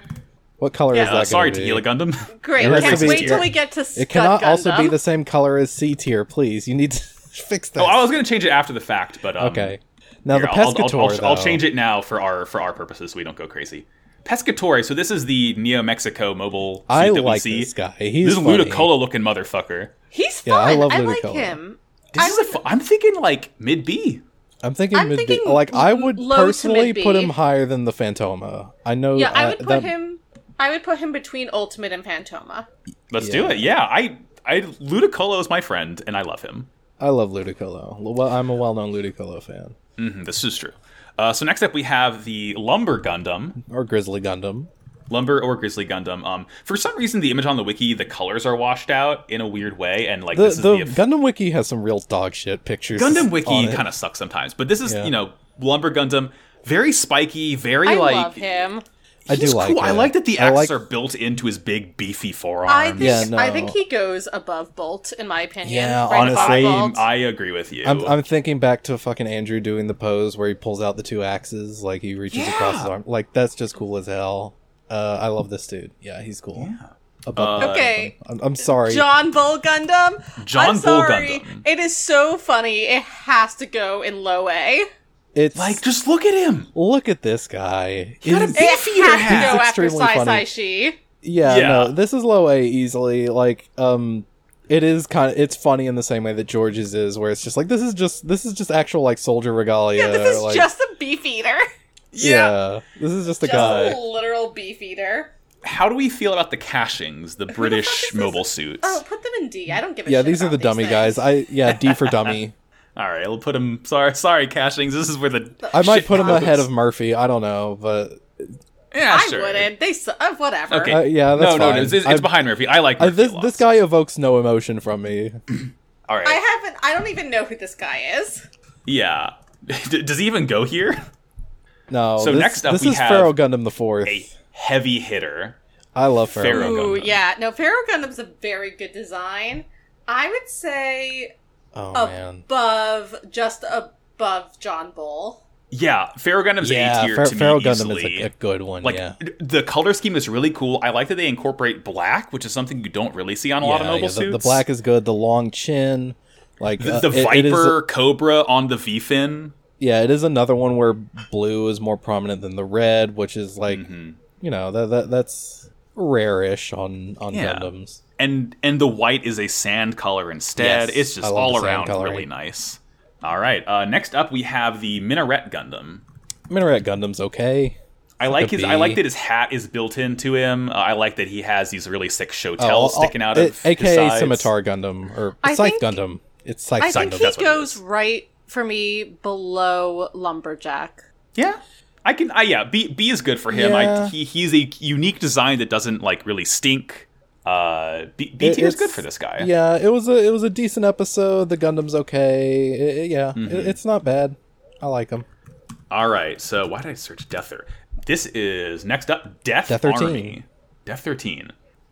What color
Yeah,
is
Uh,
that? gonna
sorry,
be?
Tequila Gundam.
great
It has
can't
to be- e-
wait till we get to
It cannot
Scud
also be
Gundam.
the same color as C tier. Please, you need to fix that.
Oh, I was gonna change it after the fact, but um,
okay. Now the
Here, I'll-
pescator.
I'll, I'll, I'll
though.
change it now for our for our purposes, so we don't go crazy. Pescatore. So this is the Neo Mexico mobile. Suit
I
that we
like
see.
this guy.
This
He's
is
funny.
Ludicolo looking motherfucker.
he's fun
Yeah, I
i,
love
like
Ludicolo.
him
This
I
is a fu- I'm thinking like mid B.
I'm thinking,
I'm
mid B.
thinking
like I
l-
would
low to
personally
mid B.
put him higher than the Phantoma. I know.
yeah i
uh,
would put
that-
him i would put him between ultimate and pantoma
Let's
Yeah.
do it. Yeah, I I Ludicolo is my friend, and I love him.
I love Ludicolo. Well, I'm a well-known Ludicolo fan
Mhm, this is true. Uh, so next up we have the Lumber Gundam,
or Grizzly Gundam.
Lumber or Grizzly Gundam. Um, for some reason, the image on the wiki, the colors are washed out in a weird way, and like
The,
this is
the
the
Gundam Wiki has some real dog shit pictures.
Gundam Wiki
of.
kind of sucks sometimes, but this is
Yeah.
you know Lumber Gundam, very spiky, very
i
like.
love him
I do
he's
like.
cool. I
it.
like that the
I
axes
like-
are built into his big beefy forearms.
I think
Yeah, no.
I think he goes above Bolt in my opinion.
Yeah,
right above
honestly,
Bolt.
I agree with you.
I'm, I'm thinking back to fucking Andrew doing the pose where he pulls out the two axes, like he reaches across his
Yeah.
arm. Like that's just cool as hell. Uh, I love this dude. Yeah, he's cool. Above-
Uh,
okay,
I'm, I'm sorry.
John Bull Gundam.
John
I'm
Bull
sorry.
Gundam.
It is so funny. It has to go in low A.
it's
like, just look at him.
look at this guy.
got a
He's-
big-
It
Beefy or half?
has to go
He's
after
extremely
Sai Sai
funny.
Shi.
yeah,
Yeah.
no, this is low A easily. Like, um, it is kind of it's funny in the same way that George's is, where it's just like this is just this is just actual like soldier regalia.
This is
like,
just a beef eater.
yeah. This is just a
Just
guy.
a literal beef eater.
How do we feel about the cashings, the British mobile suits?
Oh, put them in D. I don't give a
Yeah,
shit.
these are
about
the dummy
things.
guys. I yeah, D for dummy.
All right, we'll put him. Sorry, sorry, cashings. This is where the
I might
shit
put him
happens.
ahead of Murphy. I don't know, but
Yeah,
I
sure.
wouldn't. They su- uh, whatever.
Okay.
uh, yeah,
no,
that's
no,
fine.
no, it's, it's
I-
behind Murphy. I like
I,
Murphy
this
a lot.
this guy evokes no emotion from me.
All right.
I haven't. I don't even know who this guy is.
yeah. D- Does he even go here?
No.
So
this,
next up
this
we
is
have
Pharaoh Gundam the Fourth.
A heavy hitter.
I love Pharaoh.
Pharaoh. Gundam.
Ooh, yeah. No, Pharaoh Gundam's a very good design. I would say
Oh man.
above, just above John Bull.
Yeah, Pharaoh Gundam's
Yeah,
A tier
Phar-
to me
Pharaoh Gundam
easily.
is a, a good one.
like
yeah.
the color scheme is really cool. I like that they incorporate black, which is something you don't really see on a lot of
Yeah,
mobile
yeah, the,
suits.
the black is good. The long chin, like
the,
uh,
the
it- it is-
Viper Cobra on the V fin.
yeah, it is another one where blue is more prominent than the red, which is like
Mm-hmm.
you know that, that that's rare-ish on on
Yeah.
Gundams.
and and the white is a sand color instead.
Yes,
it's
I
just
love the
all
sand
around
coloring.
really nice. All right, uh, next up we have the Minaret Gundam.
Minaret Gundam's okay.
I like
a
his. I like
bee.
that his hat is built into him. Uh, I like that he has these really sick showtels
Oh, I'll-
sticking out
it-
of his
aka
sides.
Scimitar Gundam or
I
Scythe
think-
Gundam. It's Scythe
I
Gundam.
think he
that's what it
goes right for me below lumberjack.
Yeah, I can. Uh, yeah, B B is good for him. I,
Yeah.
he he's a unique design that doesn't like really stink. Uh, B, B
It-
tier is
it's-
good for this guy.
Yeah, it was a it was a decent episode. The Gundam's okay. I- I- yeah,
Mm-hmm.
it, it's not bad. I like him.
All right. So why did I search Deather? This is next up Death,
Death 13.
Army. Death 13.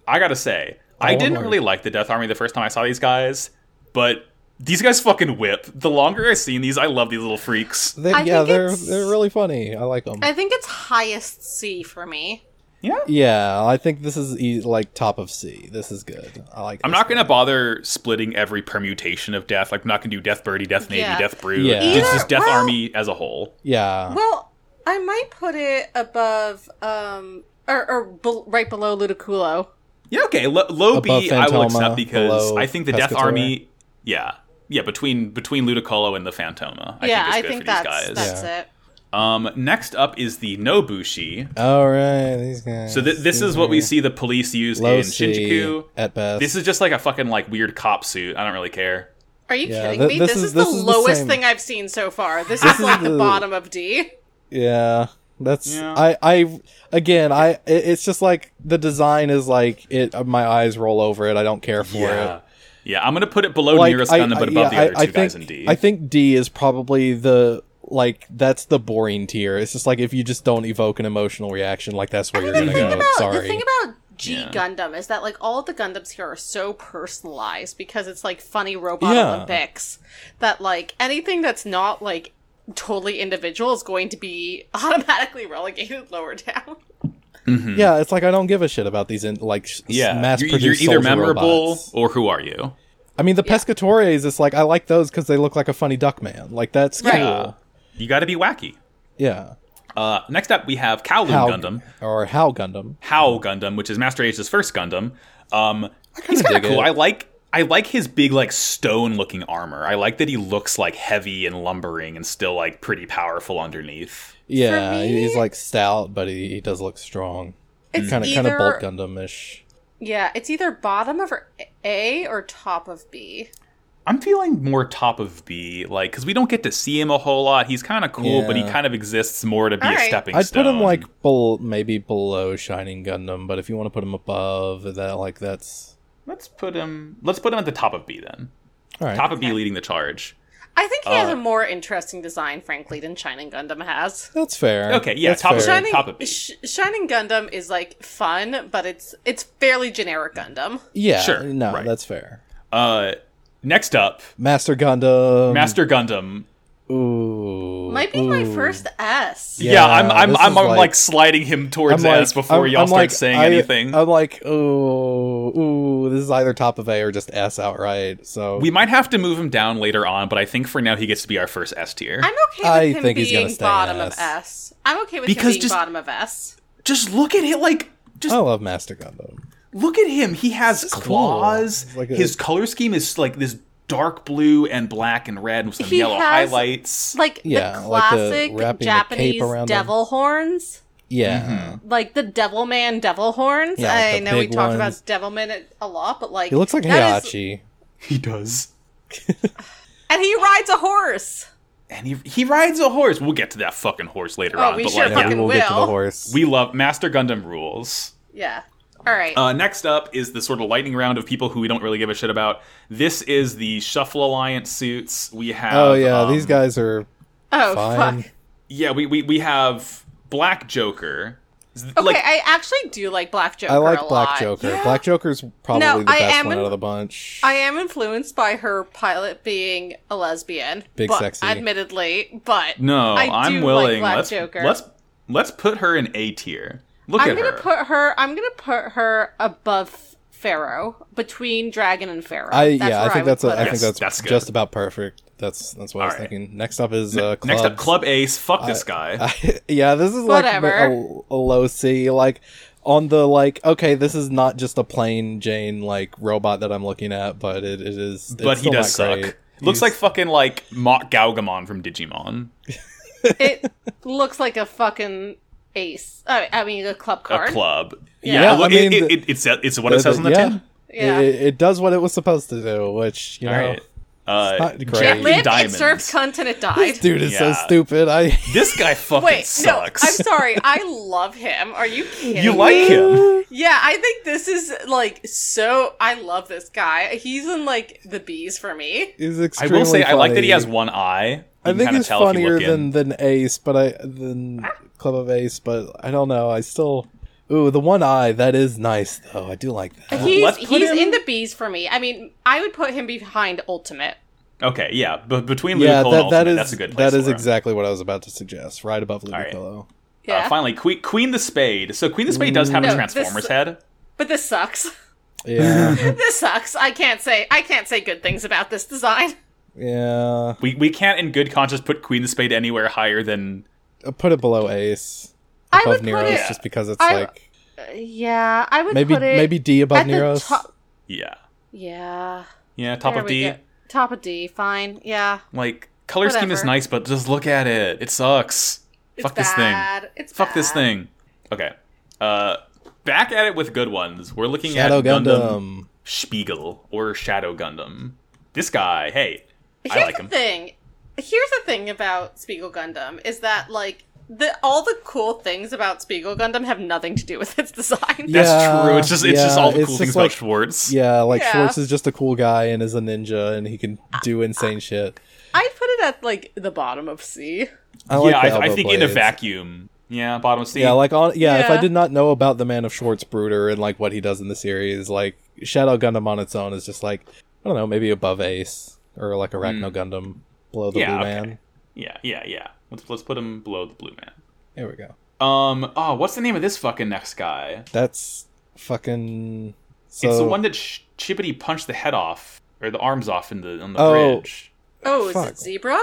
I got to say, I
one
didn't
word.
really like the Death Army the first time I saw these guys, but these guys fucking whip. The longer I've seen these, I love these little freaks.
They,
I
yeah,
think
they're
it's-
they're really funny. I like them.
I think it's highest C for me.
Yeah.
yeah, I think this is e- like top of C. This is good. I like.
I'm
this.
not going to bother splitting every permutation of death. Like, I'm not going to do Death Birdie, Death Navy,
Yeah.
Death Brood.
Yeah.
It's
Either-
just Death
well-
Army as a whole.
Yeah,
Well, I might put it above um or, or bel right below Ludiculo.
Yeah, okay. Lo- low B,
Above
I will
Phantoma,
accept because
below
I think the Death
Pescatore.
Army. Yeah. Yeah, between between Ludicolo and the Phantoma. I
yeah,
think it's
I
good
think
for these
that's
guys.
that's it.
Um, next up is the Nobushi.
all right. These guys.
So th- this is what we see the police use
Low
in
C
Shinjuku.
at best.
This is just like a fucking like weird cop suit. I don't really care.
Are you
Yeah,
kidding
th-
me?
this
This,
is-
is,
this
the
is the
lowest
same.
thing I've seen so far. This, is,
is
like the
the-
bottom of D.
Yeah, that's
Yeah.
I I again I it- it's just like the design is like it. uh, My eyes roll over it. I don't care for it.
Yeah, I'm gonna put it below
Like
Nearest
I,
Gundam, but
I-
above
yeah,
the other
I, I
two
think
guys in D.
I think D is probably the like that's the boring tier. It's just like if you just don't evoke an emotional reaction, like that's where you're
the
gonna
thing
go.
about
Sorry.
the thing about G
Yeah.
Gundam is that like all the Gundams here are so personalized because it's like funny robot
Yeah.
Olympics that like anything that's not like totally individual is going to be automatically relegated lower down.
yeah, it's like I don't give a shit about these in, like
Mm-hmm. yeah,
mass
you're,
produced
you're either memorable
robots.
or who are you?
I mean, the Pescatores. It's like I like those because they look like a funny duck man. Like that's
Right.
cool.
You got to be wacky.
Yeah.
Uh, next up, we have Kowloon
How
Gundam,
or How Gundam.
How Gundam, which is Master Age's first Gundam. Um, he's kind of
dig
cool.
it.
I like I like his big like stone looking armor. I like that he looks like heavy and lumbering and still like pretty powerful underneath.
Yeah,
For
he- he's
me-
like stout, but he, he does look strong.
It's
Kind of kind
Mm-hmm. either
of Bolt Gundam ish.
yeah, it's either bottom of A or top of B.
I'm feeling more top of B, like because we don't get to see him a whole lot. He's kind of cool, but he
Yeah.
kind of exists more to be a
Alright.
stepping
I'd
stone.
put him like bel- maybe below Shining Gundam, but if you want to put him above that, like that's
let's put him let's put him at the top of B then.
all right.
Top of B leading the charge.
I think he has
Uh,
a more interesting design, frankly, than Shining Gundam has.
That's fair.
Okay, yeah,
That's
top of
fair.
Shining-
Shining,
Uh, top of B.
Sh- Shining Gundam is like fun, but it's it's fairly generic Gundam.
Yeah,
Sure,
No,
right.
that's fair.
Uh, next up,
Master Gundam.
Master Gundam.
Ooh.
Might be my
ooh.
first S.
Yeah,
Yeah,
I'm I'm
this
I'm,
is
I'm like,
like-
sliding him towards S before
I'm-
y'all
I'm
start
like-
saying
I-
anything.
I'm like, ooh, ooh, this is either top of A or just S outright. So
we might have to move him down later on, but I think for now he gets to be our first S tier.
I'm okay with
I
him
think he's
being
gonna stay
bottom
in
of
S.
S. I'm okay with
Because
him being
just-
bottom of S.
Just look at it, like just
I love Master Gundam.
look at him. He has
Oh. cool.
claws.
It's like a-
His color scheme is like this dark blue and black and red with some
He
yellow
has-
highlights.
Like
Yeah,
the
like the
classic
wrapping the
Japanese
cape around
devil horns,
Yeah.
Mm-hmm.
like the Devil Man devil horns.
Yeah, like
I
the
know we
big
talked about
ones.
Devil Man a lot, but like
He looks like
that is-
Heihachi.
he does.
and he rides a horse.
And he, he rides a horse. We'll get to that fucking horse later
Oh,
on.
we
but
sure
like,
Yeah,
fucking
we will get to the
will.
horse.
we love Master Gundam rules.
Yeah. All right.
Uh, next up is the sort of lightning round of people who we don't really give a shit about. This is the Shuffle Alliance suits. We have.
oh yeah,
um,
these guys are
oh
fine.
fuck.
Yeah, we, we, we have Black Joker. Z-
Okay,
like,
I actually do like Black Joker.
I like
a
Black
lot.
Joker. Black Joker's probably
No,
the
I
best
am
one
in-
out of the bunch.
I am influenced by her pilot being a lesbian.
Big
but,
sexy.
Admittedly, but
no,
I do
am willing.
Like Black
let's,
Joker.
let's let's put her in A tier. Look
I'm
at
gonna
her.
put her. I'm gonna put her above Pharaoh, between Dragon and Pharaoh.
I
That's
yeah, I
where
think
would
that's a,
put her.
I think
Yes,
that's,
that's good.
just about perfect. That's that's what I was
Alright.
thinking. Next up is uh, clubs.
Next up, Club Ace. Fuck this guy.
yeah, this is like
Whatever.
a, a low C. Like on the like, okay, this is not just a plain Jane like robot that I'm looking at, but it, it is. it's
but he
still
does
not
suck.
great.
Looks
He's-
like fucking like Mach Gaugamon from Digimon.
It looks like a fucking ace. Oh, I, I mean, a club
A
card.
club.
Yeah.
Yeah,
Yeah,
look,
I
it,
mean,
it,
the-
it- it's, it's what it says on the
yeah.
tin.
Yeah.
It, it does what it was supposed to do, which you
All
know,
right. Uh,
not
Jack
great.
It lived.
Diamonds.
It served cunt and it died.
this dude is so
Yeah.
stupid. I
This guy fucking
Wait,
sucks.
no. I'm sorry. I love him. Are you kidding?
You
me?
like him?
Yeah, I think this is like so. I love this guy. He's in like the bees for me.
is
I
extremely.
will say I like that he
funny.
has one eye.
I
You can
think
kinda
he's
tell if you
funnier
look in.
than than Ace, but I than Club of Ace, but I don't know. I still ooh the one eye that is nice though. I do like that.
He's
let's put
he's
him-
in the bees for me. I mean, I would put him behind Ultimate.
Uh, Okay, yeah, but between
yeah,
Ludicolo
that,
and
that
Ultimate,
is
that's a good place.
that is
for him.
exactly what I was about to suggest. Right above
right.
Ludicolo.
Uh,
Yeah,
finally, Queen, Queen the Spade. So Queen the Spade does have a
No,
Transformers
this-
head.
but this sucks.
Yeah,
this sucks. I can't say I can't say good things about this design.
yeah.
We we can't in good conscience put Queen the Spade anywhere higher than
I'll put it below Ace,
I
above
would
Nero's,
put it.
just because it's
I-
like
yeah, I would
maybe
put it
maybe D above
at
Nero's.
the top.
yeah,
Yeah,
yeah, top
there
of
we
D.
go. Top of D. Fine. Yeah,
Like color scheme is
Whatever.
nice, but just look at it. It sucks.
it's
Fuck this thing.
bad. It's
Fuck this
bad.
thing. Okay, uh, back at it with good ones. We're looking
Shadow
at Gundam,
Gundam.
Spiegel or Shadow Gundam. This guy, hey,
Here's
I like
the
him.
thing. Here's the thing about Spiegel Gundam is that like the all the cool things about Spiegel Gundam have nothing to do with its design.
Yeah.
That's true. It's just it's just
yeah,
all the
it's
cool
just
things
like-
about Schwartz.
Yeah, like
Yeah.
Schwartz is just a cool guy and is a ninja and he can do insane shit.
I'd put it at like the bottom of C.
I
yeah,
like the
I, I
elbow
think in a
blades.
vacuum. Yeah, bottom seat.
Yeah, like on yeah, if I
Yeah.
did not know about the Man of Schwartz Bruder and like what he does in the series, like Shadow Gundam on its own is just like I don't know, maybe above Ace or like Arachno Gundam below the
Hmm. Yeah,
Blue
okay.
Man.
yeah, yeah, yeah. Let's let's put him below the blue man.
There we go.
Um. Oh, what's the name of this fucking next guy?
That's fucking. So,
it's the one that Sh- Chippity punched the head off or the arms off in the on the
Oh.
bridge.
Oh, is
Fuck.
it Zebra?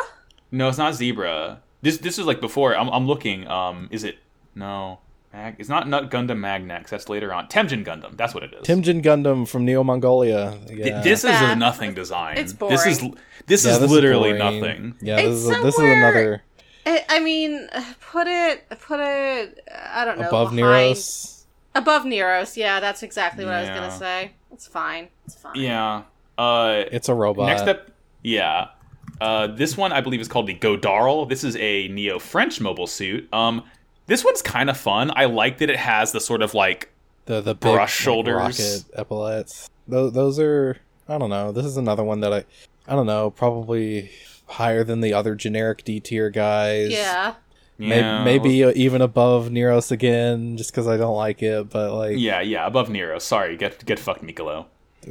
No, it's not zebra. This this is like before. I'm I'm looking. Um, is it no? Mag- it's not Nut Gundam Magnax. That's later on. Temjin Gundam. That's what it is.
Timjin Gundam from Neo Mongolia.
Th-
Yeah.
This is
Nah,
a nothing design.
it's
This is
boring.
this
Yeah,
is
this
literally
boring.
nothing.
Yeah, this
It's
is, a, this is
somewhere-
another
I, I mean, put it, put it. I don't know.
above
behind-
Neros.
Above Neros. Yeah, that's exactly what I was
Yeah.
gonna say. It's fine. It's fine.
Yeah. Uh,
It's a robot.
next up, yeah. Uh, this one I believe is called the Godarl. This is a Neo French mobile suit. Um, this one's kind of fun. I like that it has the sort of like
the the big,
brush
like,
shoulders.
rocket epaulets. Those, those are I don't know. This is another one that I I don't know. Probably higher than the other generic D tier guys.
Yeah.
May-
yeah,
Maybe even above Neros again, just because I don't like it. But like,
yeah, yeah, above Nero. Sorry, get get fucked, Mikolo.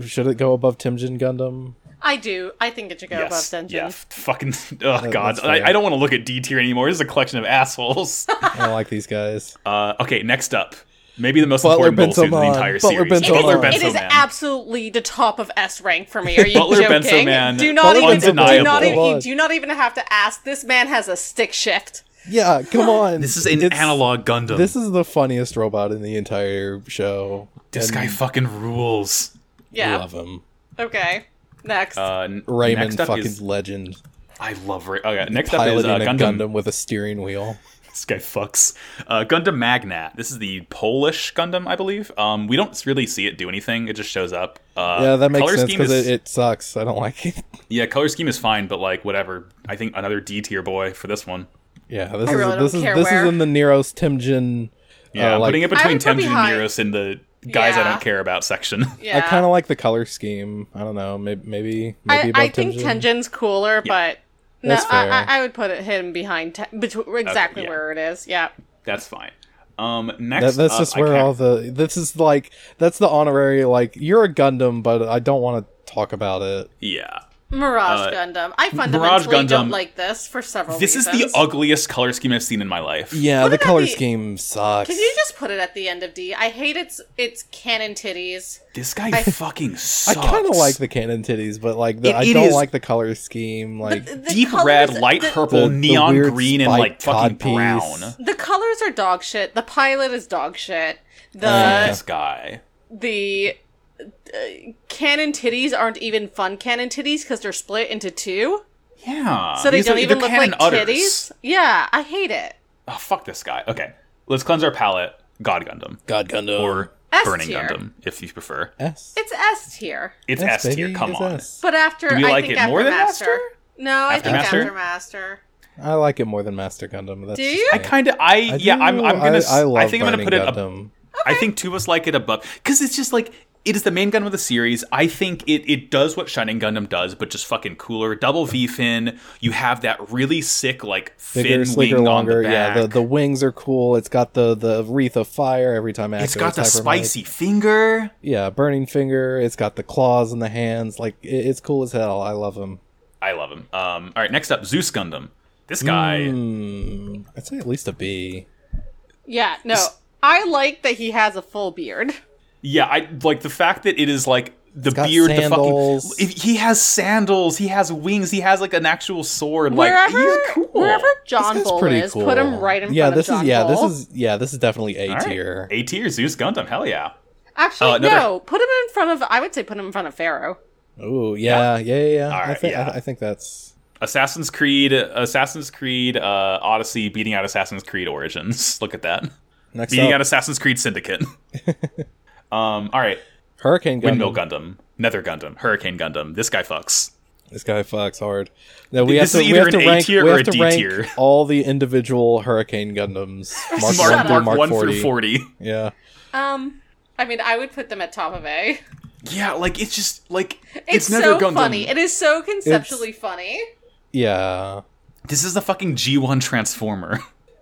should it go above Timjin Gundam?
I do. I think it should go above Denjin.
Yeah, f- fucking. Oh
That-
god,
that's
I,
fair.
I don't want to look at D tier anymore. This is a collection of assholes.
I don't like these guys.
uh, okay, next up, maybe the most
Butler
important mobile suit in the
Bensoman.
entire
Butler
series.
Bensoman.
Butler
it is, it is
Bensoman.
absolutely the top of S rank for me. Are you
Butler
joking?
Benso man,
do not even, do
undeniable.
not even,
Come on.
you do not even have to ask. This man has a stick shift.
Yeah, come on.
This is an
It's-
analog Gundam.
This
This,
is the funniest robot in the entire show. And
guy fucking rules.
Yeah.
love him.
Okay. Next.
Uh, n-
Raymond,
next up
fucking
is
legend.
I love Ray. Okay, next up is
Piloting
uh,
a
Gundam.
Gundam with a steering wheel.
This guy fucks. Uh, Gundam Magnat. This is the Polish Gundam, I believe. Um, we don't really see it do anything. It just shows up. Uh,
yeah, that makes
color
sense
scheme
because
is-
it, it sucks. I don't like it.
Yeah, color scheme is fine, but like whatever. I think another D tier boy for this one.
Yeah, this
I
is
really
this
don't
is
care
this is
where.
in the Neros Timjin.
Yeah,
uh,
I'm
like,
putting it
I
between
would put
Temjin
behind-
and Neros in the guys I
Yeah.
don't care about section.
yeah.
I kind of like the color scheme. I don't know. Maybe maybe maybe
I,
about
I think
Timjin.
Tenjin's cooler, but no,
That's
I,
fair.
I, I would put it him behind te- betw- exactly
yeah.
where it is. Yeah.
That's fine. Um, next,
That, that's
up,
just
I
where
can't-
all the this is like that's the honorary like you're a Gundam, but I don't want to talk about it.
yeah. Uh,
Mirage Gundam. I fundamentally
Gundam-
don't like this for several
This is
reasons.
the ugliest color scheme I've seen in my life.
Yeah,
Put
the
it at
color
the-
scheme sucks.
Can you just put it at the end of D? I hate its its cannon titties.
This guy fucking
I
sucks.
kind of like the cannon titties, but like the,
It-
I
it
don't
is-
like the color scheme. Like
The
deep
colours-
red, light
the-
purple,
The- the
neon
weird
green, and
spiked
like fucking
codpiece.
brown.
The colors are dog shit. The pilot is dog shit. The
Yeah.
This guy.
the uh, cannon titties aren't even fun cannon titties because they're split into two,
Yeah.
so they
These
don't
are-
even
they're
look like
canon udders.
titties. Yeah, I hate it.
Oh, fuck this guy. Okay, let's cleanse our palette. God Gundam
God Gundam
or
S
Burning
tier.
Gundam, if you prefer.
S.
It's S tier,
It's
Yes,
S tier.
baby,
Come
it's
on.
S.
but after
Do
I
you like
think
it
after
more than
Master.
Master?
No, I
After
think
Master?
after Master.
I like it more than Master Gundam. That's
Do
just
you?
me.
I kind of. I, yeah. I'm.
do.
I'm gonna. s-
I, I, love
think I'm gonna
Burning
put it. Up,
Gundam.
I think two of us like it above because it's just like it is the main gun of the series. I think it it does what Shining Gundam does, but just fucking cooler. Double V fin. You have that really sick like
bigger,
fin
sleeker,
wing
longer.
on the back.
Yeah, the, the wings are cool. It's got the the wreath of fire every time.
it's got the
activates hyper might.
spicy finger.
Yeah, burning finger. It's got the claws and the hands. Like it, it's cool as hell. I love him.
I love him. Um, all right, next up, Zeus Gundam. This guy,
Mm, I'd say at least a B.
Yeah, no, I like that he has a full beard.
yeah, I like the fact that it is like the
got
beard, the
sandals.
fucking. If- He has sandals. He has wings. He has like an actual sword.
wherever,
like he's cool.
wherever John
This guy's
Bull
pretty
is, put him
cool.
right in
yeah,
front
this
of John
is yeah,
Bull.
this is yeah, this is definitely A
All right.
tier.
A tier Zeus Gundam. Hell yeah.
Actually,
Oh, another-
no. Put him in front of. I would say put him in front of Pharaoh.
Ooh, yeah, yeah, yeah. yeah. I
right,
think
yeah.
I, I think that's
Assassin's Creed, Assassin's Creed uh, Odyssey beating out Assassin's Creed Origins. Look at that.
next
Beating out
up.
Assassin's Creed Syndicate. um, all right,
Hurricane Gundam.
Windmill Gundam, Nether Gundam, Hurricane Gundam. This guy fucks.
This guy fucks hard. No, we have
This
to,
is
we
either
have to
an A
rank, we
tier or
have
a
to
D
rank
tier.
all the individual Hurricane Gundams. Mark,
Shut
one,
up.
through
Mark
Mark
1
40.
through 40.
Yeah.
Um, I mean, I would put them at top of A.
Yeah, like it's just like
It's,
it's, never
so
Gundam.
funny. It is so conceptually funny.
Yeah.
This is the fucking G1 Transformer.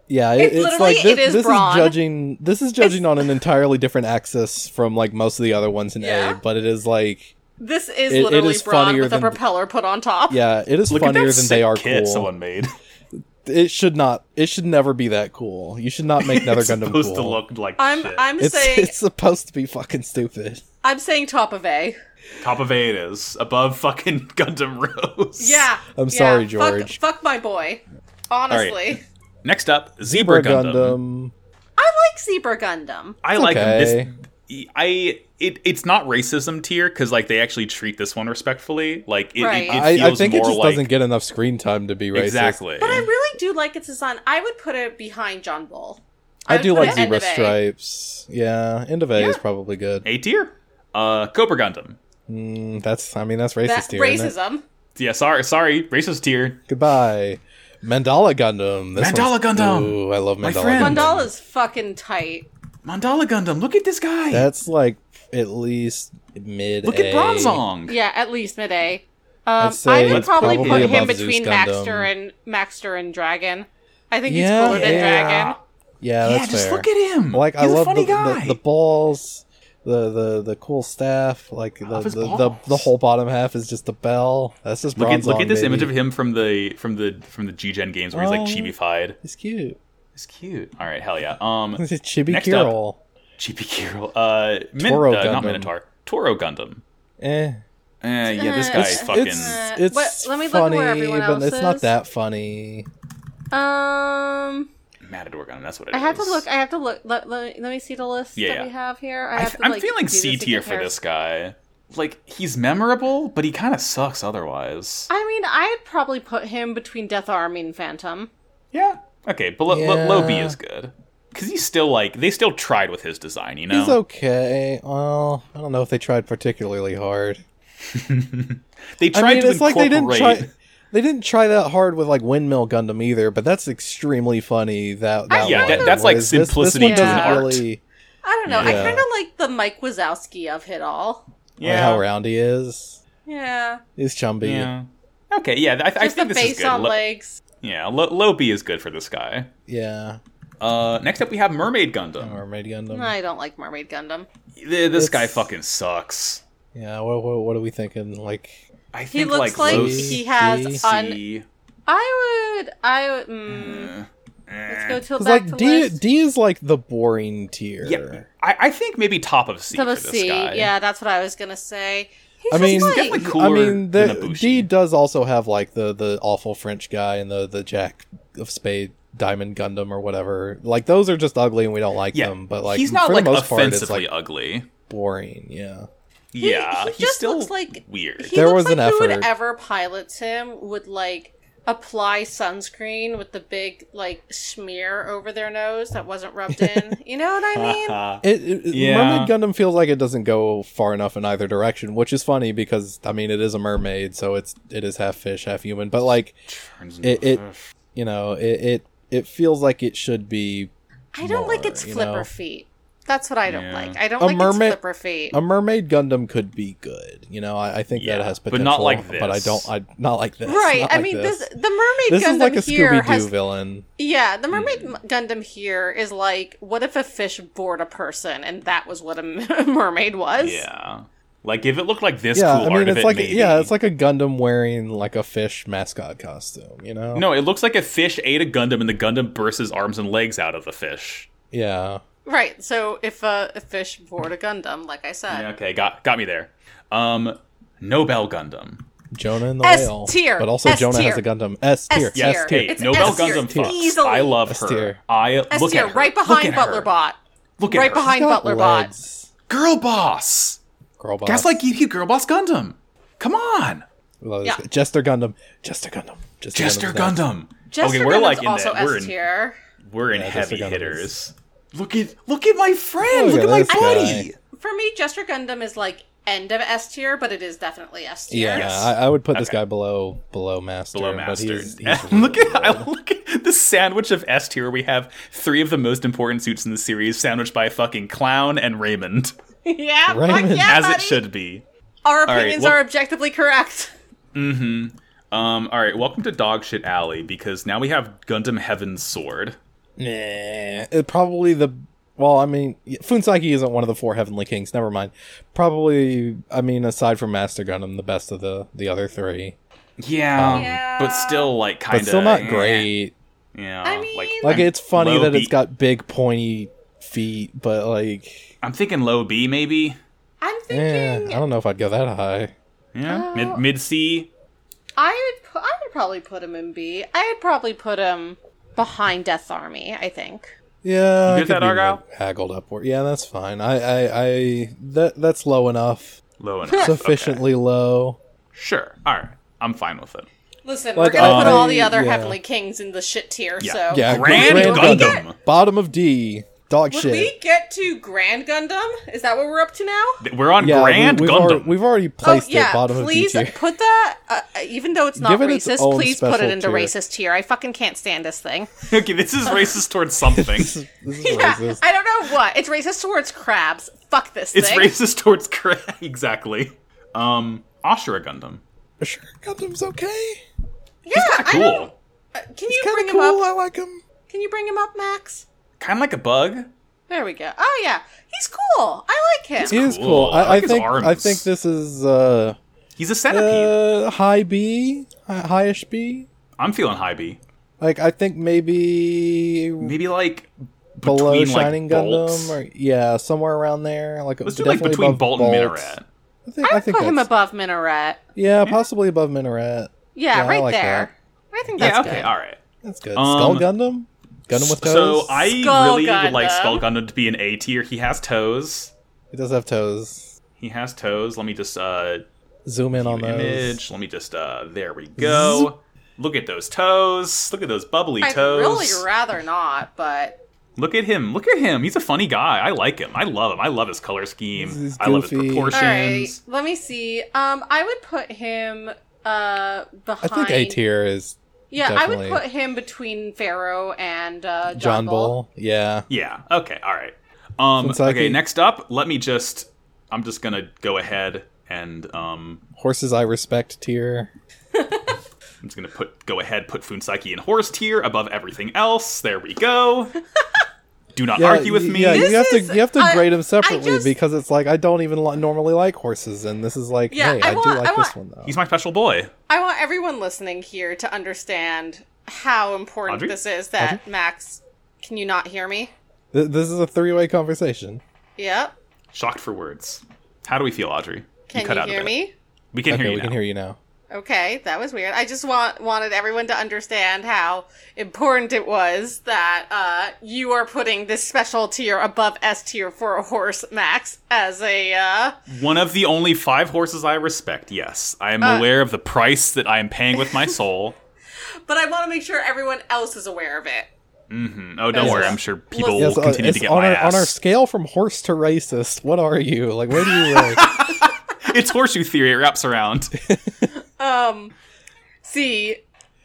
Yeah, it-
It's
it's,
literally-
like thi-
it is
this, is
brawn.
judging this is judging on an entirely different axis from like most of the other ones in
Yeah.
A, but it is like
This is
It- it
literally
is
Braun
funnier
with a
than-
propeller put on top.
yeah, it is
Look at
funnier
that
than
sick
they are
kit
cool.
someone made.
It should not it should never be that cool. You should not make another
it's
Gundam
supposed
cool.
to look like
I'm
shit.
I'm
it's
saying
it's supposed to be fucking stupid.
I'm saying top of A.
Top of A it is. Above fucking Gundam Rose.
Yeah.
I'm
yeah.
sorry,
Fuck-
George.
Fuck, my boy. Honestly,
Next up, Zebra Gundam.
I like Zebra Gundam.
I like
okay.
him. This, I it it's not racism tier because like they actually treat this one respectfully. Like it, it-
Right.
it, feels
I, I think
more
it just
like
doesn't get enough screen time to be racist.
exactly.
But I really do like its design. I would put it behind John Bull.
I,
would
do
put
like
it end
zebra
of A.
stripes. Yeah, end of A is probably good.
A tier. Uh, Cobra Gundam.
Mm, that's I mean that's racist
That
here. isn't it?
racism.
Yeah, sorry, sorry, racist tier.
Goodbye. Mandala Gundam. This
Mandala
one's-
Gundam!
Ooh, I love Mandala.
My friend.
Gundam.
Mandala's fucking tight.
Mandala Gundam. Look at this guy.
That's like at least mid.
Look at Bronzong.
Yeah, at least mid A.
I'd
Um, I
say
would probably,
probably
put him
above Zeus
between
Gundam.
Maxter and Maxter and Dragon. I think
Yeah,
he's cooler than
yeah.
Dragon.
Yeah,
Yeah,
that's
just
fair.
look at him.
like
He's
I
a
love
funny
the,
guy.
The, the balls, the, the the cool staff. Like the
love
the,
his
the
balls.
the whole bottom half is just a bell. That's just
look at look
Bronzong,
at this image of
baby.
him from the from the from the G Gen games where he's like
Oh.
chibified.
It's cute.
It's cute. All right, hell yeah. Um,
It's a chibi
Next up.
Carol.
chibi Kirill. Uh, Min-
Toro
uh, not
Gundam.
Minotaur. Toro Gundam.
Eh.
Eh, yeah, this
Uh,
guy
it's-
fucking.
Uh,
It's it's
what- let me look
funny,
where everyone
but
else
it's not
is.
that funny.
Um,
Matador Gundam. That's what it is.
I have to look. I have to look. Let, let, me- let me see the list
Yeah,
that we
yeah.
have here. I
I
have to,
am
like,
feeling
do this
C
in
tier for
comparison.
this guy. Like he's memorable, but he kind of sucks otherwise.
I mean, I'd probably put him between Death Army and Phantom.
Yeah. Okay, but lo- lo- low B
Yeah.
is good because he's still like they still tried with his design. You know,
He's okay. Well, I don't know if they tried particularly hard.
they
I
tried
mean,
to
it's like they didn't
incorporate-
try. They didn't try that hard with like windmill Gundam either, but that's extremely funny. That, that
Yeah,
one.
that- that's like
Whereas this- this
simplicity
one
to an
doesn't
art.
Really,
I don't know. I
Yeah.
kind of like the Mike Wazowski of it all.
yeah, like how round he is.
Yeah,
He's chumby. Yeah.
Yeah. Okay, yeah, I, I
just
think
the
this is
face
good.
on
Lo-
legs.
yeah, lo- low B is good for this guy. Uh, next up, we have Mermaid Gundam.
Mermaid Gundam.
I don't like Mermaid Gundam.
Th- This
Oh, It's-
guy fucking sucks.
Yeah. What, what what are we thinking? Like,
I think
He looks like,
low
C,
he has
D.
on.
C.
I would. I would. Mm,
Uh,
let's
eh.
go to
'cause,
back
like
to
D
list.
D is like the boring tier.
Yeah, I, I think maybe top of C
Some
for
of
this
C.
guy.
Yeah, that's what I was gonna say. He's
I
just
mean,
like-
definitely cool.
I
cooler
mean,
than
the,
Ibushi.
D does also have like the the awful French guy and the the Jack of Spade Diamond Gundam or whatever. Like those are just ugly and we don't like
yeah.
them. Um, But like
he's not
for
like
the most part, it's
offensively
like
ugly.
boring. Yeah,
yeah,
he
he's
just
still
looks like-
weird.
He
There
looks
was
like
an effort.
Whoever pilots him would like apply sunscreen with the big like smear over their nose that wasn't rubbed in. you know what I mean?
it, it- it-
Yeah.
Mermaid Gundam feels like it doesn't go far enough in either direction, which is funny because I mean it is a mermaid, so it's it is half fish, half human. But like
Turns into
it,
a
it
fish.
you know it it, it feels like it should be
I don't like its
More, you
flipper
know.
feet. That's what I don't
Yeah.
like. I don't
A
like
mermaid-
its flipper feet.
a mermaid Gundam could be good. You know, I, I think
Yeah,
that has
but
potential,
not like
But I
this.
don't. I not like this.
right.
Not
I
like
mean
this.
this the mermaid
This
Gundam
is like a
here
Scooby Doo
has
villain. Hmm.
Yeah, the mermaid Gundam here is like what if a fish bored a person and that was what a mermaid was?
Yeah, like if it looked like this
Yeah,
cool
I
art
mean
of
it's
it,
like
maybe.
yeah, it's like a Gundam wearing like a fish mascot costume. You know?
No, it looks like a fish ate a Gundam and the Gundam bursts his arms and legs out of the fish.
Yeah.
Right. So if uh, a fish bored a Gundam, like I said,
Yeah, okay, got got me there. Um, Nobel Gundam.
Jonah and the
S
whale.
tier.
But also
S
Jonah has a
tier.
Gundam. S tier.
S tier.
S tier.
Hey,
It's
Nobel
S tier.
Gundam fucks.
Easily.
I love
S
her.
tier.
I
S
look
tier,
at her.
right
Look
behind
at her.
Butler Bot.
Look at
right
her.
behind Butler Bot.
Girl Boss.
Girl boss.
Gaslight GQ Girl Boss Gundam. Come on.
Love this
Yeah.
guy. Jester Gundam. Jester Gundam. Jester,
Jester
Gundam's next.
Gundam.
Jester
okay, we're like
Gundam's
in
also
that. We're
S
in,
tier.
we're in
Yeah, Jester
heavy
Gundam
hitters. Look at look at my friend. Look,
Look at
at my
this
buddy.
guy.
For me, Jester Gundam is like end of S tier, but it is definitely S tier.
Yeah,
Yes.
I, I would put this
Okay.
guy below below master.
below
but
mastered.
he's- he's
And look at
really
I
good.
look at the sandwich of S tier. We have three of the most important suits in the series, sandwiched by fucking clown and Raymond,
yeah, fuck
Raymond.
yeah,
as it
buddy.
should be.
Our
right,
opinions
well-
are objectively correct.
Um, all right, welcome to Dog Shit Alley because now we have Gundam Heaven's Sword.
Nah, it, probably the. Well, I mean, Funsaki isn't one of the four Heavenly Kings. Never mind. Probably, I mean, aside from Master Gundam, the best of the the other three,
Yeah,
Yeah.
but still like
but
kind of
still not great.
Yeah,
I mean-
like,
Like,
I'm-
it's funny
low
that
B-
it's got big pointy feet, but like,
I'm thinking low B maybe.
I'm
eh,
thinking
I don't know if I'd go that high.
Yeah,
Oh.
mid mid C.
I would pu- I would probably put him in B. I would probably put him behind Death Army. I think.
Yeah, I
get
could
that,
be,
Argyle?
like, haggled upward. Yeah, that's fine. I, I, I that that's low enough,
Low enough. Okay.
sufficiently low.
Sure. All right. I'm fine with it.
Listen,
Like,
we're gonna put
I-
all the other
yeah.
Heavenly Kings in the shit tier.
Yeah.
So
Yeah,
Grand
Gundam.
bottom of D, dog
would
shit.
we get to Grand Gundam? Is that what we're up to now?
Th- We're on Grand
we, have
Gundam.
Already, we've already placed
oh yeah,
it bottom
please
of D tier.
put that. Uh, even though it's not
Give it its
racist,
own
please put
special
it into
tier.
racist tier. I fucking can't stand this thing.
okay, this is racist towards something.
This is- this is
Yeah,
racist.
I don't know what it's racist towards crabs. Fuck this
It's
thing.
racist towards Korea. exactly. Um, Ashura Gundam.
Sure, Gundam's okay.
yeah, I don't-
Cool.
uh, Can you
He's
bring
kind of
him
cool.
up?
I like him.
Can you bring him up, Max?
Kind of like a bug.
There we go. Oh yeah, he's cool. I like him.
He is
cool.
cool.
I
I, I
like his
think. I
arms.
think this is uh,
He's a centipede.
uh high B, hi- highish B.
I'm feeling high B.
Like I think maybe
Maybe like between
below
like
Shining
Bolts.
Gundam or yeah, somewhere around there. Like
Let's do like between Bolt
Bolt
and Minaret.
I think.
I
I,
would
think
put him
that's-
above Minaret.
Yeah, possibly above Minaret.
Yeah,
Yeah, I
right
like
there. I think that's
Yeah. Okay.
good.
All right.
That's good.
Um,
Skull Gundam. Gundam with toes.
So I
Skull
really would like
Gundam.
Skull Gundam to be an A tier. He has toes.
It does have toes.
He has toes. Let me just uh
Zoom in on those.
image. Let me just uh there we go. Look at those toes. Look at those bubbly
I'd
toes.
really rather not, but
Look at him. Look at him. He's a funny guy. I like him. I love him. I love his color scheme.
He's
I love his
goofy.
all right.
proportions.
Let me see. Um, I would put him uh behind.
I think A tier is
Yeah, I
definitely.
would put him between Pharaoh and uh, John,
John
Bull.
Bull. Yeah.
Yeah. Okay. All right. Um
Sensaki.
okay, next up, let me just I'm just going to go ahead and um
Horses I respect tier.
I'm just going to put go ahead put Funsaki in horse tier above everything else. There we go. Do not argue with
y-
me.
Yeah, you have
is-
to you have to
I-
grade them
I
separately
just-
because it's like I don't even li- normally like horses, and this is like,
Yeah,
hey,
I
I,
want-
do like
I
this
want-
one though.
He's my special boy.
I want everyone listening here to understand how important
Audrey?
this is. That Max, can you not hear me?
Th- this is a three way conversation.
Yep.
Shocked for words. How do we feel, Audrey?
Can you,
cut out a
hear
bit.
me?
We can
okay,
hear you
we
now.
can hear you now.
Okay, that was weird. I just want wanted everyone to understand how important it was that uh, you are putting this special tier above S tier for a horse, Max, as a uh,
One of the only five horses I respect, yes. I
Uh.
am aware of the price that I am paying with my soul.
But I want to make sure everyone else is aware of it.
Mm, oh, don't
Yes.
worry. I'm sure people
Yes,
will
uh,
continue to
it's
get
on
my
our,
ass.
on our scale from horse to racist. What are you like? Where do you rank?
it's horseshoe theory. It wraps around.
Um, see,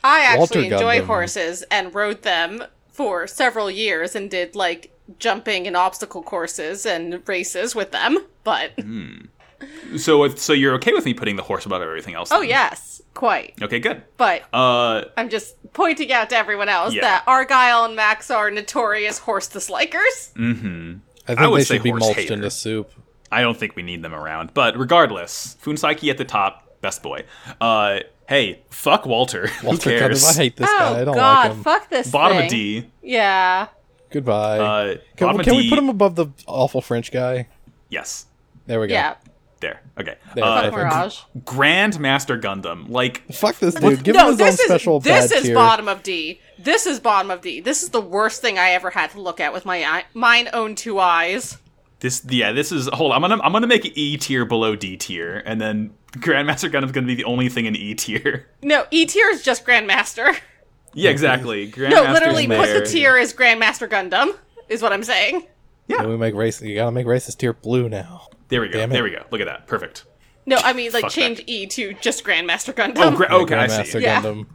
I
Walter
actually enjoy
Gundam.
horses and rode them for several years and did like jumping and obstacle courses and races with them. But
Mm-hmm. so, if- so you're okay with me putting the horse above everything else?
oh
then?
yes, quite.
Okay, good.
But
Uh,
I'm just pointing out to everyone else
Yeah.
that Argyle and Max are notorious horse dislikers.
Mm.
I think
would
they
say
should be
horse
mulched
hater.
into soup.
I don't think we need them around. But regardless, Funsaiki at the top, best boy. Uh, hey, fuck Walter.
Walter
Who cares?
Gundam, I hate this guy. I
Oh
don't
God,
like him.
fuck this
Bottom
thing.
of D.
Yeah.
Goodbye.
Uh,
can
bottom
we,
of
can
D-
we put him above the awful French guy?
Yes.
There we go.
Yeah.
There. Okay.
There,
Uh,
Fuck
perfect.
Mirage.
Grand Master Gundam. Like,
Fuck this dude. Give
no,
him his
this
own special
is, this
bad
is
tier.
bottom of D. This is bottom of D. This is the worst thing I ever had to look at with my eye, mine own two eyes.
This yeah, this is hold on. I'm gonna I'm gonna make it E tier below D tier, and then Grandmaster Gundam's gonna be the only thing in E tier.
No, E tier is just Grandmaster.
Yeah, exactly. Grandmaster's
No, literally, put
there.
the tier as Grandmaster Gundam is what I'm saying.
Can we make race. You gotta make racist tier blue now.
There we go.
Damn it.
There we go. Look at that. Perfect.
No, I mean like
Fuck
change E to just Grandmaster Gundam.
Oh, gra- okay. I
Grandmaster
see.
Yeah.
Gundam.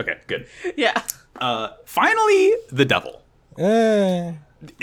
Okay, good.
yeah.
Uh, finally, the devil.
Eh,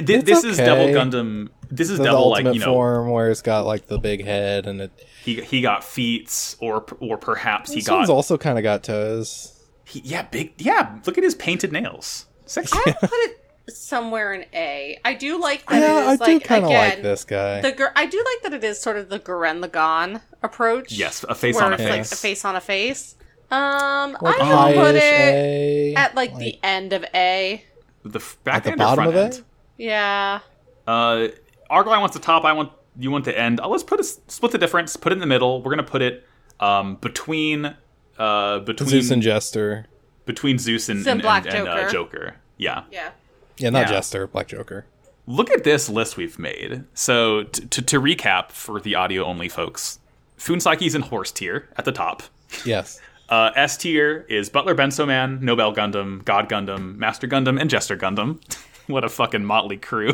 Th- this is Devil
okay.
Gundam. This is
the, the
Devil, like
ultimate
you know,
form where it's got like the big head and it.
he he got feet, or or perhaps he
This
got
one's also kind of got toes.
he, yeah big yeah. Look at his painted nails. Sexy.
I would put it somewhere in A. I do like that
Yeah,
it
I
is
do
like
kind of
again
like this guy.
the gr- I do like that it is sort of the Gurren Lagann approach.
yes, a face
where
on a
it's
face.
like a face on a face. Um, I
like
would put it
high-ish A,
at like, the end of A.
The f- back
At the
end or
bottom
front
of
end.
it?
Yeah.
Uh, our guy wants the top. I want you want the end. Uh, let's put a s- split the difference. Put it in the middle. We're gonna put it um between uh between
Zeus and Jester.
between Zeus and
Zeus and
and,
Black
and, and, uh,
Joker.
Joker. Yeah.
Yeah.
Yeah, not
Yeah.
Jester, Black Joker.
Look at this list we've made. So t- to to recap for the audio only folks, Funsaki's in horse tier at the top.
Yes.
Uh, S tier is Butler Bensoman, Nobel Gundam, God Gundam, Master Gundam, and Jester Gundam. what a fucking motley crew.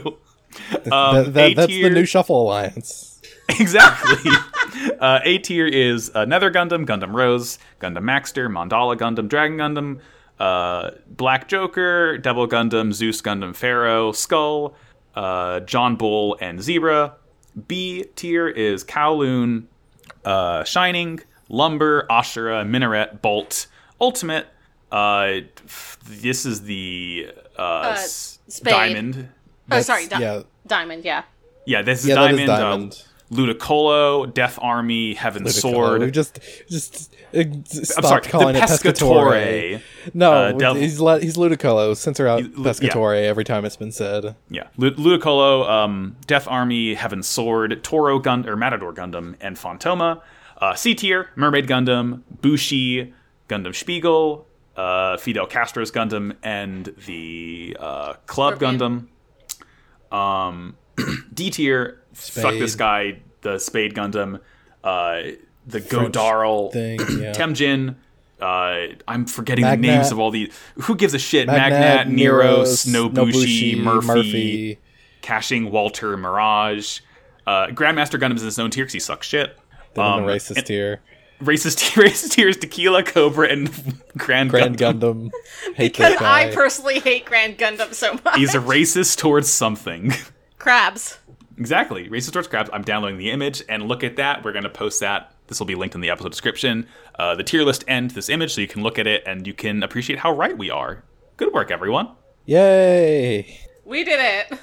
Um,
That- that- that's the
A-tier-
new Shuffle Alliance.
Exactly. uh, a tier is uh, Nether Gundam, Gundam Rose, Gundam Maxter, Mandala Gundam, Dragon Gundam, uh, Black Joker, Devil Gundam, Zeus Gundam, Pharaoh, Skull, uh, John Bull, and Zebra. B tier is Kowloon, uh, Shining, Lumber, Ashura, Minaret, Bolt, Ultimate. Uh, f- this is the uh, s-
Spade.
Diamond.
Oh,
That's-
sorry. Di-
yeah.
Diamond. Yeah.
Yeah, this is
Yeah, that is
Diamond. uh,
Diamond.
Ludicolo, Death Army, Heaven Sword.
We just just uh,
I'm
stopped
sorry,
calling
the
it Pescatore.
Pescatore.
No,
Uh, Devil-
he's le- he's Ludicolo. Censor out
lu- yeah.
Pescatore every time it's been said.
Yeah, Lu- Ludicolo, um, Death Army, Heaven Sword, Toro Gun or Matador Gundam, and Fantoma. Uh, C tier: Mermaid Gundam, Bushi, Gundam Spiegel, uh, Fidel Castro's Gundam, and the uh, Club
Scorpion.
Gundam. Um, D tier: Fuck
Spade.
this guy, the Spade Gundam, uh, the Godarl
thing, yeah.
Temjin. Uh, I'm forgetting
Magnat.
the names of all these. Who gives a shit? Magnat,
Magnat,
Neros,
Neros,
Nobushi,
Nobushi,
Murphy,
Murphy.
Caching, Walter, Mirage. Uh, Grandmaster Gundam's in his own tier because he sucks shit.
Then
Um,
the racist here.
Racist, racist tier is Tequila, Cobra, and Grand,
Grand
Gundam.
Gundam. Hate
Because
this guy.
I personally hate Grand Gundam so much.
He's a racist towards something.
Crabs.
exactly. Racist towards crabs. I'm downloading the image, and look at that. We're going to post that. This will be linked in the episode description. Uh, the tier list and this image, so you can look at it and you can appreciate how right we are. Good work, everyone.
Yay!
We did it.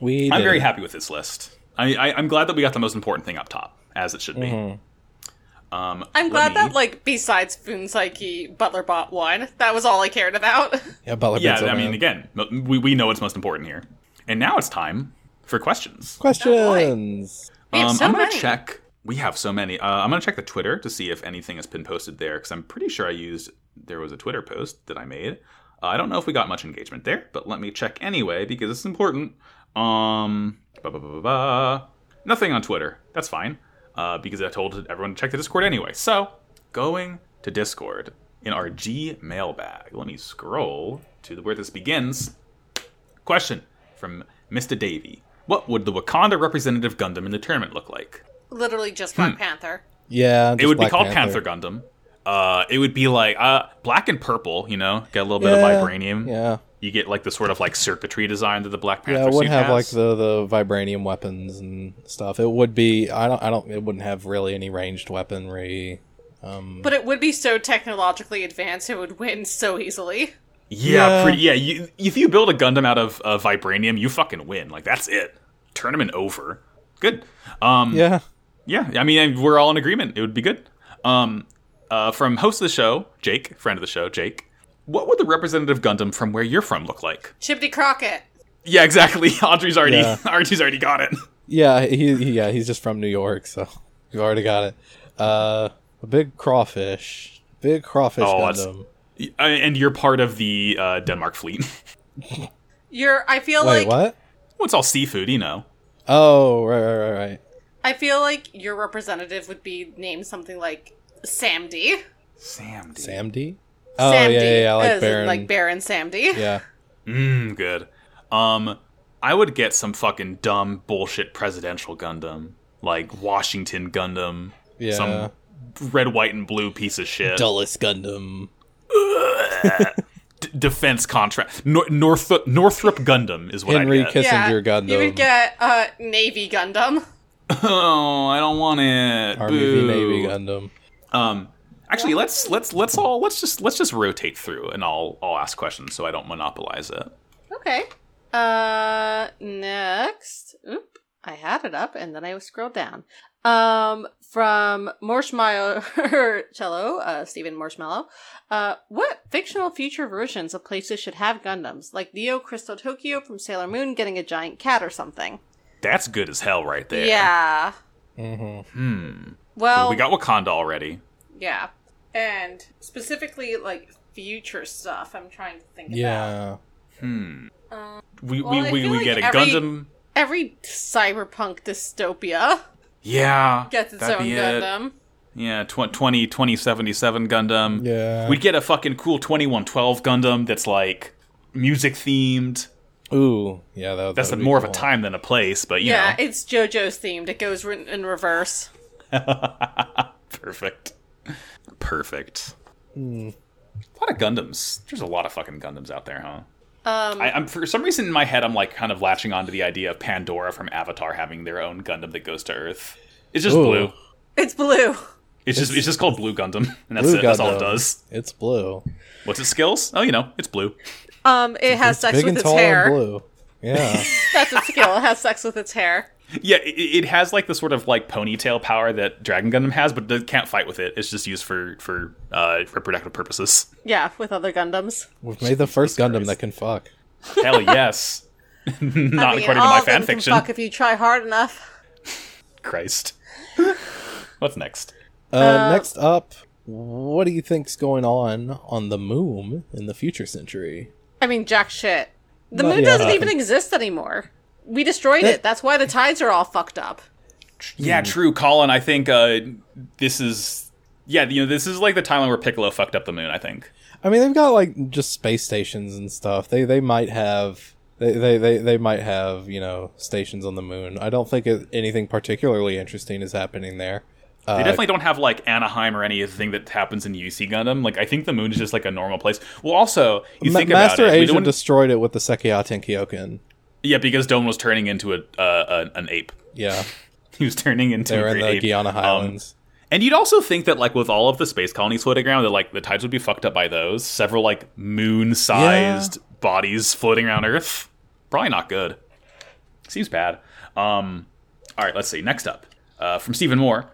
We.
I'm
did
very
it.
happy with this list. I, I, I'm glad that we got the most important thing up top, as it should be.
Mm-hmm.
Um,
I'm
let
glad
me-
that like besides Boon Psyche, Butler bought one. That was all I cared about.
Yeah, Butler
Yeah,
Benzo
I mean,
Man.
again, we, we know what's most important here. And now it's time for questions.
questions.
We have
um,
so
I'm gonna
many.
check. We have so many. Uh, I'm going to check the Twitter to see if anything has been posted there, because I'm pretty sure I used there was a Twitter post that I made. Uh, I don't know if we got much engagement there, but let me check anyway because it's important. Um, ba ba ba ba ba. Nothing on Twitter. That's fine, uh, because I told everyone to check the Discord anyway. So going to Discord in our Gmail bag. Let me scroll to where this begins. Question from Mr. Davey. What would the Wakanda representative Gundam in the tournament look like?
Literally just Black Panther.
Yeah,
it
just
would be
Black
called Panther, Gundam. Uh, it would be like uh, black and purple, you know, get a little bit
Yeah,
of vibranium.
Yeah,
You get like the sort of like circuitry design that the Black Panther
yeah. It would
suit
have like
has.
the the vibranium weapons and stuff. It would be. I don't. I don't. It wouldn't have really any ranged weaponry.
But it would be so technologically advanced it would win so easily.
yeah,
Yeah.
pretty yeah. You, if you build a Gundam out of uh, vibranium, you fucking win. Like that's it. Tournament over. Good. Um,
Yeah.
Yeah, I mean, we're all in agreement. It would be good. Um, uh, from host of the show, Jake, friend of the show, Jake, what would the representative Gundam from where you're from look like?
Chibney Crockett.
Yeah, exactly. Audrey's already
Yeah.
Audrey's already got it.
Yeah, he, he- yeah, he's just from New York, so you already got it. Uh, a big crawfish, big crawfish
Oh, that's-
Gundam.
Uh, And you're part of the uh, Denmark fleet.
You're I feel
Wait,
like
what?
well, it's all seafood, you know.
Oh, right, right, right, right.
I feel like your representative would be named something like Samdi.
Sam. dude.
Sam D. Oh yeah, yeah, yeah,
as
like
in,
Baron.
like Baron Samdi.
yeah,
Mm, good. Um, I would get some fucking dumb bullshit presidential Gundam. like Washington Gundam,
Yeah.
some red, white, and blue piece of shit.
Dulles Gundam.
D- defense contract. Nor- Northrop, Northrop Gundam is what
Henry
I get.
Kiss- Kissinger Gundam.
You would get uh, Navy Gundam.
oh, I don't want it.
Army v
Boo.
Navy Gundam.
Um, actually, let's let's let's all let's just let's just rotate through, and I'll I'll ask questions so I don't monopolize it.
Okay. Uh, next. Oop. I had it up and then I scrolled down. Um, from Marshmallow Cello, uh, Stephen Marshmallow. Uh, what fictional future versions of places should have Gundams? Like Neo Crystal Tokyo from Sailor Moon getting a giant cat or something.
That's good as hell, right there.
Yeah. Hmm.
Mm-hmm.
Well,
we got Wakanda already.
yeah. And specifically, like, future stuff, I'm trying to think about.
Yeah.
We
Well, I
we, we,
feel
we
like
get a
every-
Gundam.
Every cyberpunk dystopia
Yeah,
gets its
that'd
own
be it.
Gundam.
Yeah, tw- 20, 2077 Gundam.
Yeah.
We'd get a fucking cool 2112 Gundam that's like music themed.
Ooh. Yeah. That,
That's
that'd be
more of a
cool.
time than a place, but you
Yeah,
know.
it's JoJo's themed. It goes re- in reverse.
Perfect. Perfect.
Hmm.
A lot of Gundams. There's a lot of fucking Gundams out there, huh?
Um,
I, I'm for some reason in my head I'm like kind of latching onto the idea of Pandora from Avatar having their own Gundam that goes to Earth. It's just
Ooh.
blue.
it's blue.
It's, just it's just called Blue Gundam, and that's
Blue
it. That's all
Gundam.
it does.
It's blue.
What's its skills? Oh, you know, it's blue.
Um, it has sex
Big
with
and
its
tall and
hair.
blue. Yeah.
That's its skill. It has sex with its hair.
Yeah, it, it has like the sort of like ponytail power that Dragon Gundam has, but it can't fight with it. It's just used for for uh, reproductive purposes.
Yeah, with other Gundams.
We've made the first Gundam
Christ.
that can fuck.
Hell yes,
I
not
mean,
according to
all
my
of them
fan
can
fiction.
Fuck if you try hard enough.
Christ. What's next?
Uh, next up, what do you think's going on on the moon in the future century?
I mean, jack shit. The
Not
moon
yet.
doesn't even exist anymore. We destroyed it. That's why the tides are all fucked up.
Yeah, true, Colin. I think uh, this is yeah, you know, this is like the timeline where Piccolo fucked up the moon. I think.
I mean, they've got like just space stations and stuff. They they might have they they they, they might have you know stations on the moon. I don't think it, anything particularly interesting is happening there.
They
Uh,
definitely don't have like Anaheim or anything that happens in UC Gundam. Like I think the moon is just like a normal place. Well, also you
Ma-
think
Master
about it, we
Asia
don't-
destroyed it with the Sekiya Tenkyoken.
yeah, because Dome was turning into a uh, an, an ape.
Yeah,
He was turning into
they're
a
in
great
the
ape.
Guiana
Um,
Highlands.
and you'd also think that like with all of the space colonies floating around, that like the tides would be fucked up by those several like moon-sized bodies floating around Earth. Probably not good. Seems bad. Um, all right, let's see. Next up, uh, from Stephen Moore.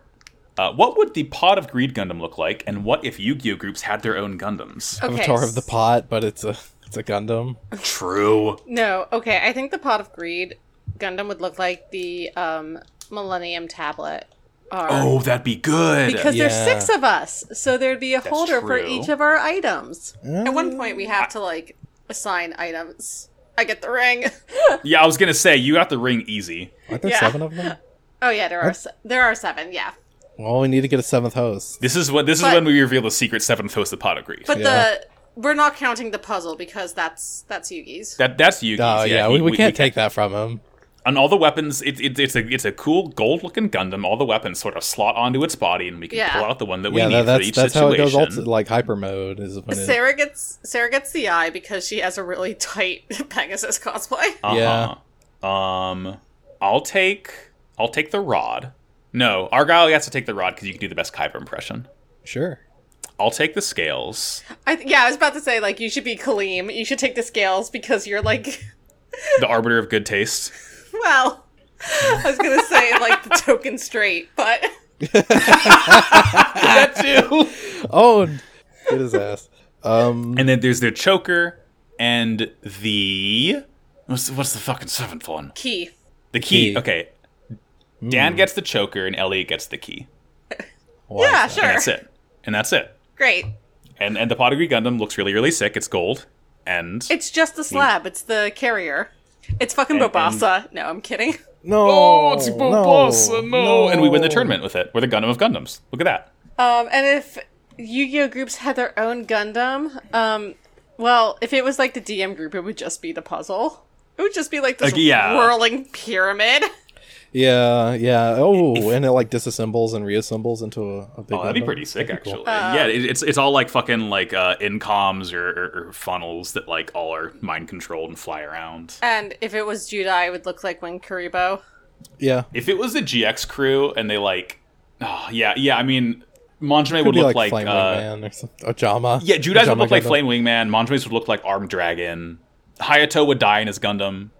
Uh, what would the Pod of Greed Gundam look like, and what if Yu-Gi-Oh groups had their own Gundams?
Okay.
Avatar of the Pot, but it's a it's a Gundam.
True.
No, okay. I think the Pot of Greed Gundam would look like the um, Millennium Tablet. Or
Oh, that'd be good.
because
Yeah.
there's six of us, so there'd be a holder for
true.
each of our items. At one point, we have to like assign items. I get the ring.
yeah, I was gonna say you got the ring easy.
Aren't there
Yeah.
seven of them?
oh yeah, there are se- there are seven. Yeah,
Well, we need to get a seventh host.
This is what this is
But-
when we reveal the secret seventh host of Pot of Greed.
but
Yeah.
the we're not counting the puzzle because that's that's Yugi's.
That that's Yugi's.
Oh yeah,
he-
we, we can't take that from him.
And all the weapons, it, it, it's a it's a cool gold looking Gundam. All the weapons sort of slot onto its body, and we can
Yeah.
pull out the one that we
Yeah,
need
that,
for
that's
each
that's how it
situation.
goes. Also, like hyper mode is when it,
Sarah gets Sarah gets the eye because she has a really tight Pegasus cosplay.
Uh-huh. Um, I'll take I'll take the rod. No, Argyle has to take the rod because you can do the best Kyber impression.
sure.
I'll take the scales.
I th- yeah, I was about to say like you should be Kaleem. You should take the scales because you're like
the arbiter of good taste.
well. I was gonna say like the token straight, but
that too.
Oh, get his ass. Um,
And then there's their choker and the what's what's the fucking seventh one?
key.
The key.
Key. Hmm.
Okay. Dan gets the choker and Elliot gets the key.
why is
yeah,
that?
sure.
And that's it. And that's it.
Great.
And and the Pottery Gundam looks really really sick. It's gold. And
It's just the slab. It's the carrier. It's fucking
And-
Bobasa. no, I'm kidding.
Oh, No,
Oh,
Bulbasaur, And we win the tournament with it. We're the Gundam of Gundams. Look at that.
Um, and if Yu-Gi-Oh groups had their own Gundam, um, well, if it was like the DM group, it would just be the puzzle. It would just be like this
Like, yeah.
whirling pyramid.
Yeah, yeah. Oh, and it like disassembles and reassembles into a, a big.
Oh, that'd be
weapon.
pretty sick,
That'd be cool.
actually. yeah, it, it's it's all like fucking like uh, incoms or, or, or funnels that like all are mind controlled and fly around.
And if it was Judai, it would look like Wing Kuribo.
Yeah,
If it was the GX crew and they like, oh yeah, yeah. I mean, Manjume
could
would
be
look
like,
like,
Flame
uh,
Man or something. Or Jama.
yeah, Judai's would
Jama
look like
Gundam.
Flame Wingman. Manjume's would look like Armed Dragon. Hayato would die in his Gundam,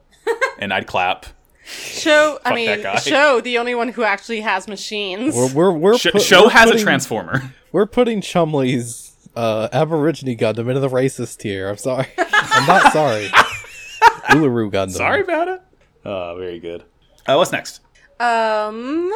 and I'd clap.
Show, I
that
mean,
guy.
show the only one who actually has machines.
We're we're, we're
Sh-
put-
Show
we're
has
putting-
a transformer.
We're putting Chumley's uh, Aborigine Gundam into the racist tier. I'm sorry. I'm not sorry. Uluru Gundam.
Sorry about it. Uh, very good. Uh, what's next?
Um,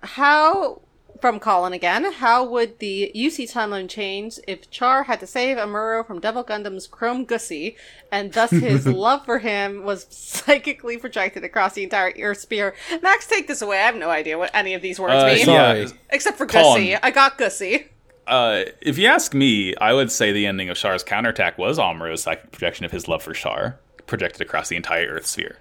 how from Colin again? How would the UC timeline change if Char had to save Amuro from Devil Gundam's Chrome Gussie, and thus his love for him was psychically projected across the entire Earth Sphere? Max, take this away. I have no idea what any of these words
Uh,
mean,
sorry.
except for
Colin.
Gussie. I got Gussie.
Uh, if you ask me, I would say the ending of Shar's counterattack was Amuro's psychic projection of his love for Shar, projected across the entire Earth sphere.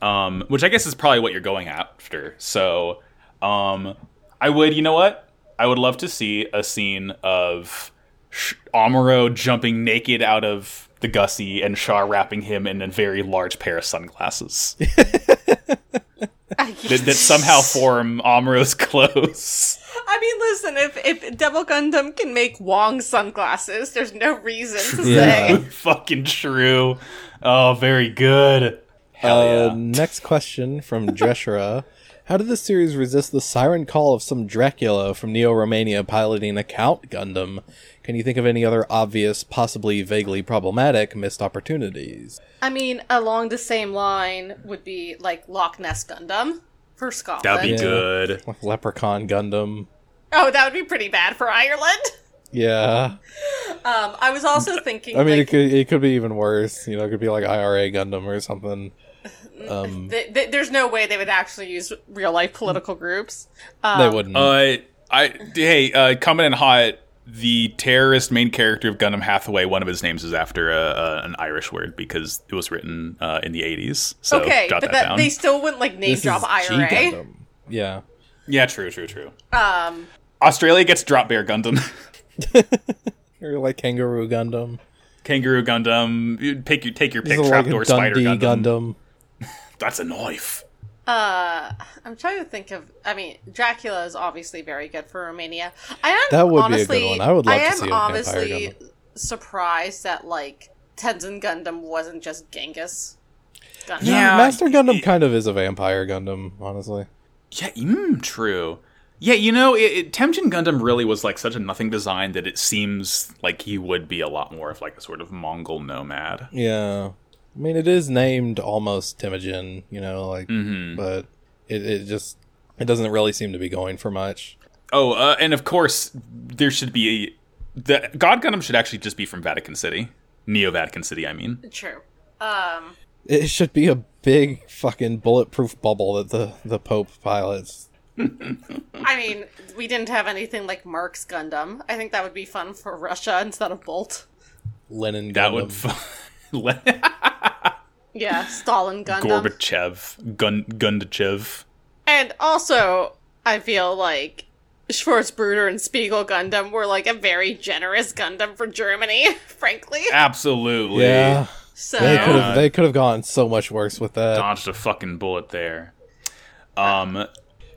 Um, which I guess is probably what you're going after. So, um, I would, you know what? I would love to see a scene of Sh- Amuro jumping naked out of the Gussie and Shar wrapping him in a very large pair of sunglasses that, that somehow form Amuro's clothes.
I mean, listen, if if Devil Gundam can make Wong sunglasses, there's no reason to
Yeah.
say.
Fucking true. Oh, very good. Um, Hell
Uh,
yeah.
Next question from Dreshera. How did the series resist the siren call of some Dracula from Neo Romania piloting a Count Gundam? Can you think of any other obvious, possibly vaguely problematic missed opportunities?
I mean, along the same line would be like Loch Ness Gundam for Scotland.
That'd be
Yeah.
good.
Like Leprechaun Gundam.
oh, that would be pretty bad for Ireland.
Yeah,
Um, I was also thinking.
I mean it
like,
could it could be even worse. You know, it could be like IRA Gundam or something. Um,
th- th- there's no way they would actually use real life political groups. Um,
they wouldn't.
Uh, I hey, uh, coming in hot. The terrorist main character of Gundam Hathaway. One of his names is after a, a, an Irish word because it was written uh, in the eighties. So
okay,
jot
but
that,
that,
down.
they still wouldn't like name
This
drop
is G
IRA.
Gundam. Yeah.
Yeah, true, true, true.
Um,
Australia gets Drop Bear Gundam,
Or like Kangaroo Gundam.
Kangaroo Gundam. You Pick your take your
These
pick.
are like
Trapdoor
a
Spider
Dundee
Gundam.
Gundam.
That's a knife.
uh, I'm trying to think of. I mean, Dracula is obviously very good for Romania. I am
That would be a good
honestly,
one. I would love to
am
see a vampire
obviously surprised that like Tenzin Gundam wasn't just Genghis. Gundam.
Yeah,
Master Gundam
it-
kind of is a vampire Gundam, honestly.
Yeah, mm, true. Yeah, you know, it, it, Temujin Gundam really was like such a nothing design that it seems like he would be a lot more of like a sort of Mongol nomad.
Yeah. I mean, it is named almost Temujin, you know, like,
Mm-hmm.
but it, it just it doesn't really seem to be going for much.
Oh, uh, and of course, there should be the God Gundam should actually just be from Vatican City, Neo Vatican City. I mean,
True. Um,
It should be a big fucking bulletproof bubble that the the Pope pilots.
I mean, we didn't have anything like Mark's Gundam. I think that would be fun for Russia instead of Bolt.
Lenin Gundam.
that would f- Le-
Yeah, Stalin Gundam.
Gorbachev, Gun Gundachev.
And also, I feel like Schwarzbruder and Spiegel Gundam were like a very generous Gundam for Germany, frankly.
Absolutely,
yeah,
So
they could
Yeah.
have they could have gone so much worse with that.
dodged a fucking bullet there. Um,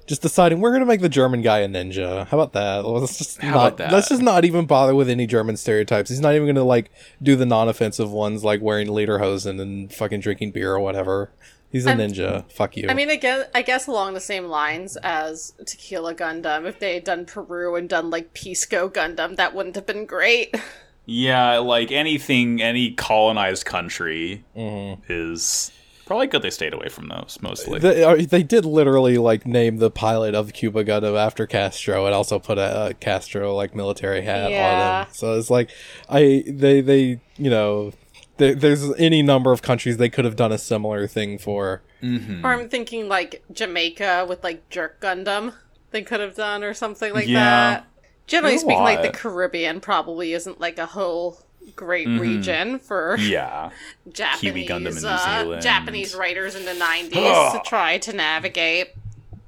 just deciding we're gonna make the German guy a ninja. How about that? Let's just
How
not
about that?
let's just not even bother with any German stereotypes. He's not even gonna like do the non-offensive ones like wearing lederhosen and fucking drinking beer or whatever. He's a
I'm-
ninja. Fuck you.
I mean, I guess, I guess along the same lines as Tequila Gundam, if they had done Peru and done like Pisco Gundam, that wouldn't have been great.
Yeah, like anything, any colonized country
Mm-hmm.
Mhm.
is probably good they stayed away from those mostly.
They, uh, they did literally like name the pilot of Cuba Gundam after Castro and also put a, uh Castro like military hat
Yeah.
on him. So it's like I they they you know there there's any number of countries they could have done a similar thing for.
hmm
Or I'm thinking like Jamaica with like Jerk Gundam they could have done or something like
Yeah.
that. Generally
There's a
speaking, like
lot.
the Caribbean probably isn't like a whole great
Mhm.
region for
Yeah. Mm-hmm. Kiwi
Japanese
Gundam in New
uh,
Zealand. Ah.
Japanese writers in the nineties to
Ugh.
try to navigate.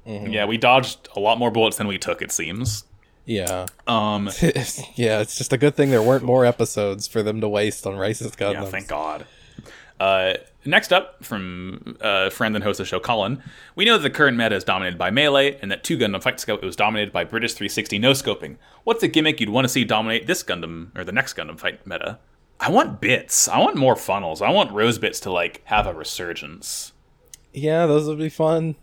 Mm-hmm.
Mhm.
Yeah, we dodged a lot more bullets than we took, it seems.
Yeah.
Um,
yeah, it's just a good thing there weren't more episodes for them to waste on racist Gundams.
yeah, thank God. Uh, next up, from uh, friend and host of the show, Colin, we know that the current meta is dominated by melee, and that two Gundam Fight Scout was dominated by British 360 no scoping. What's a gimmick you'd want to see dominate this Gundam or the next Gundam fight meta? I want bits. I want more funnels. I want Rose Bits to like have a resurgence.
Yeah, those would be fun.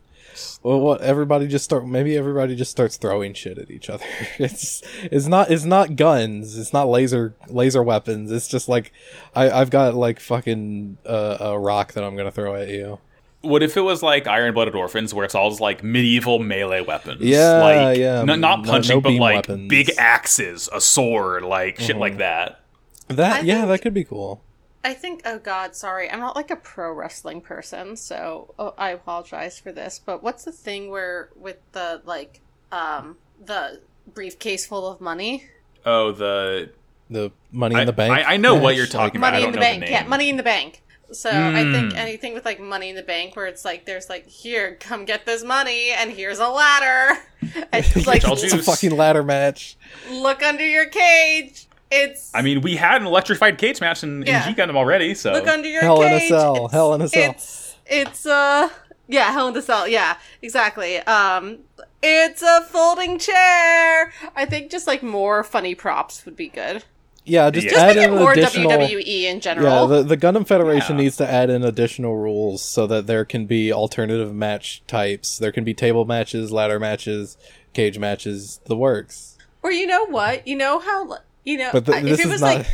Well, what everybody just start? Maybe everybody just starts throwing shit at each other. It's it's not it's not guns. It's not laser laser weapons. It's just like I I've got like fucking uh, a rock that I'm gonna throw at you.
What if it was like Iron Blooded Orphans, where it's all just like medieval melee weapons?
Yeah,
like,
yeah,
n-
no-
not punching,
no
but
beam
like
weapons. Mm-hmm.
big axes, a sword, like shit like that.
That
I
yeah,
think-
that could be cool.
I think, oh God, sorry, I'm not like a pro wrestling person, so oh, I apologize for this. But what's the thing where with the like, um, the briefcase full of money,
Oh, the
The money
I-
in the bank.
I- I know what you're
Like,
talking about. I
money
don't
in the
know the
bank,
name.
yeah, money in the bank. So I think
Mm.
anything with like money in the bank, where it's like there's like here, come get this money, and here's a ladder, and just, like
I'll
It's a
juice.
fucking ladder match.
look under your cage. It's
I mean, we had an electrified cage match in,
Yeah.
in G Gundam already, so
look under your
Hell in a
cage.
cell,
It's-
hell in a cell.
It's it's uh yeah, hell in a cell. Yeah, exactly. Um, it's a folding chair. I think just like more funny props would be good.
Yeah, just
Just
Just
add
make it
in an
more E.
additional.
WWE in
Yeah,
general.
the, the Gundam Federation
Yeah.
needs to add in additional rules so that there can be alternative match types. There can be table matches, ladder matches, cage matches, the works.
or you know what? You know how li- you know
But th-
I-
this
if it
is
was
not.
like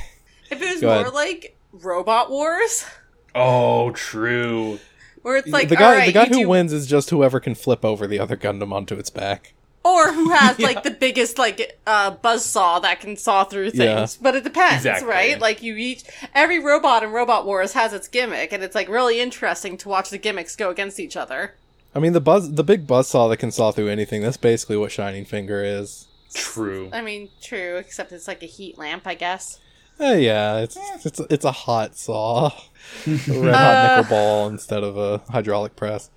if it was
Go
more
ahead.
like Robot Wars,
oh, true.
where it's like
the guy,
all right,
the guy
you
who
do-
wins is just whoever can flip over the other Gundam onto its back.
or who has like the biggest like uh buzzsaw that can saw through
Yeah.
things. But it depends,
Exactly.
right? Like you each every robot in Robot Wars has its gimmick and it's like really interesting to watch the gimmicks go against each other.
I mean, the buzz, the big buzzsaw that can saw through anything. That's basically what Shining Finger is.
True.
I mean, true, except it's like a heat lamp, I guess.
Eh, yeah, it's it's it's a hot saw, a
Uh,
red hot nickel ball instead of a hydraulic press.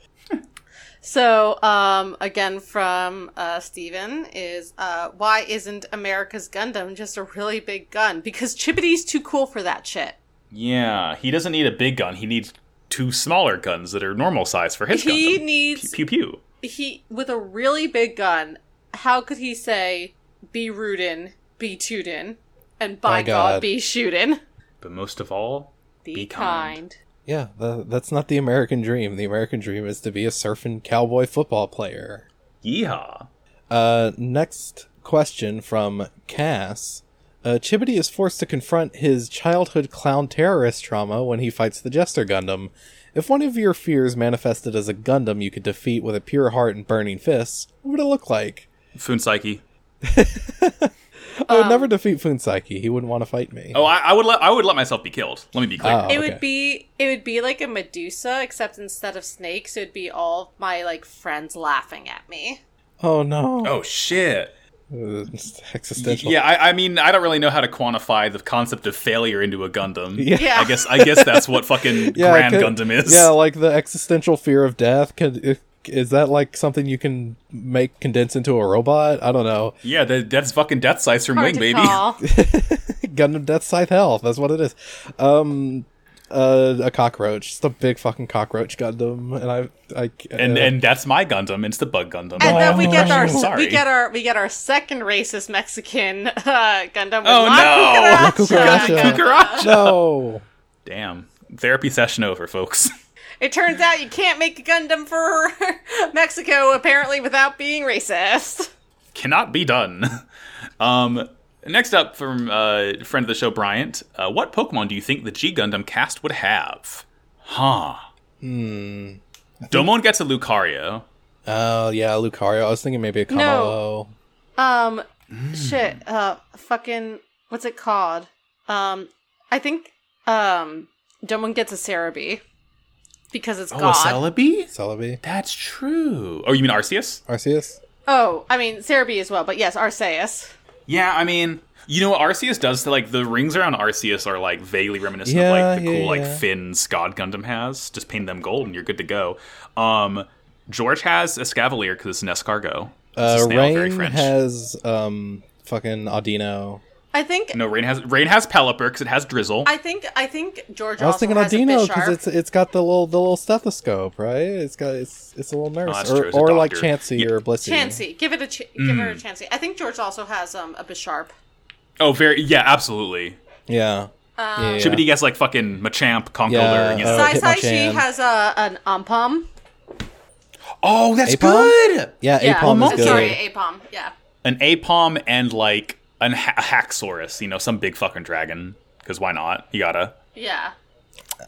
So, um, again from uh, Steven is uh, why isn't America's Gundam just a really big gun? Because Chibity's too cool for that shit.
Yeah, he doesn't need a big gun. He needs two smaller guns that are normal size for his
He
Gundam.
needs
pew pew.
he with a really big gun, how could he say be rootin', be tootin', and by
My
God.
God.
be shootin'?
But most of all,
Be,
Be
kind.
kind.
Yeah, tha that's not the American dream. The American dream is to be a surfing cowboy football player.
yeehaw.
Uh, next question from Cass. Uh, Chibity is forced to confront his childhood clown terrorist trauma when he fights the Jester Gundam. If one of your fears manifested as a Gundam you could defeat with a pure heart and burning fists, what would it look like?
Funsaiki.
I would
Um,
never defeat Funsaiki. He wouldn't want to fight me.
Oh, I, I would let I would let myself be killed. Let me be clear.
Oh,
It
okay.
would be it would be like a Medusa, except instead of snakes, it would be all of my like friends laughing at me.
Oh, no.
oh shit.
Uh, it's existential.
Yeah, I, I mean, I don't really know how to quantify the concept of failure into a Gundam.
Yeah.
Yeah.
I guess I guess that's what fucking Grand
could-
Gundam is.
Yeah, like the existential fear of death. Could if, is that like something you can make condense into a robot? I don't know.
yeah, that, that's fucking Death Size from
Hard
Wing,
to
baby.
call.
Gundam Death Scythe Hell. That's what it is. Um, uh, a cockroach. Just a big fucking cockroach Gundam. And I, I
And
uh,
and that's my Gundam. It's the Bug Gundam.
And then we get our
Sorry.
we get our we get our second racist Mexican uh, Gundam. With
Oh,
La
no!
Cucaracha.
La Cucaracha. no.
Damn. Therapy session over, folks.
It turns out you can't make a Gundam for Mexico apparently without being racist.
Cannot be done. Um, next up from uh, friend of the show Bryant, uh, what Pokemon do you think the G Gundam cast would have? Huh. Hmm. Domon gets a Lucario.
Oh yeah, Lucario. I was thinking maybe a Kamalo.
Um,
Mm.
shit. Uh, fucking. What's it called? Um, I think um, Domon gets a Cerebi because
Oh,
it's God.
Celebi?
Celebi,
That's true. Oh, you mean Arceus?
Arceus.
oh, I mean Cerebi as well, but yes, Arceus.
Yeah, I mean, You know what Arceus does? To, like the rings around Arceus are like vaguely reminiscent
Yeah,
of like the
yeah,
cool like
yeah.
fins God Gundam has. Just paint them gold and you're good to go. Um, George has a Scavalier because it's an escargot. It's a
Uh,
snail, very
Rain
French.
has um fucking Audino.
I think
no, Rain has Rain has Pelipper because it has Drizzle.
I think I think George.
I was
also
thinking
has a
Audino
fish
because
arm.
it's it's got the little the little stethoscope, right? It's got it's it's a little nurse
that's true,
or,
it's a
or like
doctor.
Chansey Mm.
Yeah.
or Blissey.
Chansey, give it a ch- give her a Chansey. I think George also has um a Bisharp.
oh, very yeah, absolutely.
Um,
Yeah. yeah, yeah.
Chibbity gets like fucking Machamp, Conkeldurr.
Yeah,
you know.
uh,
Sai Sai, she
Hitmonchan.
has a an Umpum.
oh, that's
Apom?
good.
Yeah,
Yeah,
Apom
I'm
is good.
sorry, Apom. Yeah,
An Apom and like an ha- a Haxorus. You know, some big fucking dragon. Because why not? You gotta.
yeah.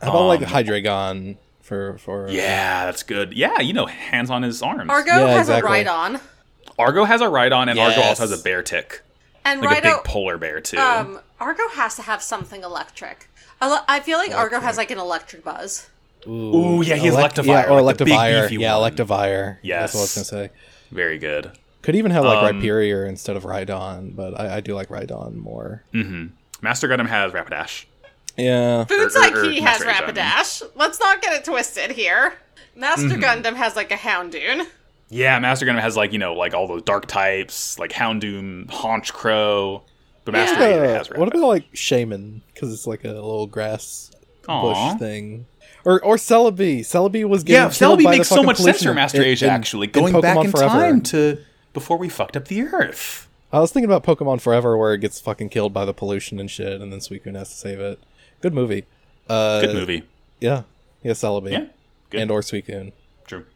How about like
Um,
Hydreigon for for
Yeah, that's good. Yeah, you know, hands on his arms.
Argo
Yeah,
has
exactly.
a Rhydon,
Argo has a ride on, and Argo
Yes.
also has a bear tick,
and
like a
Rhydon.
big polar bear too.
um, Argo has to have something electric. I, lo- I feel like Argo has like an electric buzz.
Ooh, yeah, he has
Elect-
Electivire,
yeah, or
like the big
Electivire.
beefy
yeah,
one.
Electivire.
Yes.
that's what I was gonna say.
Very good.
Could even have like
Um,
Rhyperior instead of Rhydon, but I, I do like Rhydon more.
Mm-hmm. Master Gundam has Rapidash.
Yeah,
Food
er, er,
Psyche has
Master Agent.
Rapidash. Let's not get it twisted here. Master
Mm-hmm.
Gundam has like a Houndoon.
Yeah, Master Gundam has like you know like all those dark types, like Houndoom, Honch Crow, but Master
Yeah.
Raiden
Uh,
has Rapidash.
what about like Shaman? Because it's like a little grass
Aw.
bush thing. Or or Celebi. Celebi was getting
yeah,
killed
Celebi
by the
makes so
fucking
much sense for
policeman
Master
in-
Asia.
in-
actually,
in
going back
Pokemon
in
Forever.
time to before we fucked up the Earth.
I was thinking about Pokemon Forever, where it gets fucking killed by the pollution and shit, and then Suicune has to save it. Good movie. Uh,
Good movie.
Yeah, yeah, Celebi.
Yeah, good.
and or Suicune.
True.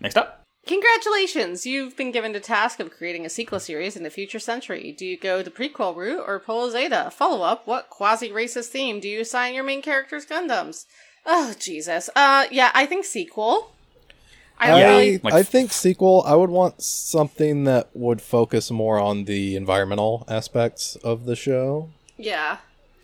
Next up.
Congratulations! You've been given the task of creating a sequel series in the future century. Do you go the prequel route or Polo Zeta? Follow up, what quasi racist theme do you assign your main character's Gundams? Oh, Jesus. Uh, yeah, I think sequel. I
Yeah.
really.
like-
I think sequel. I would want something that would focus more on the environmental aspects of the show,
Yeah.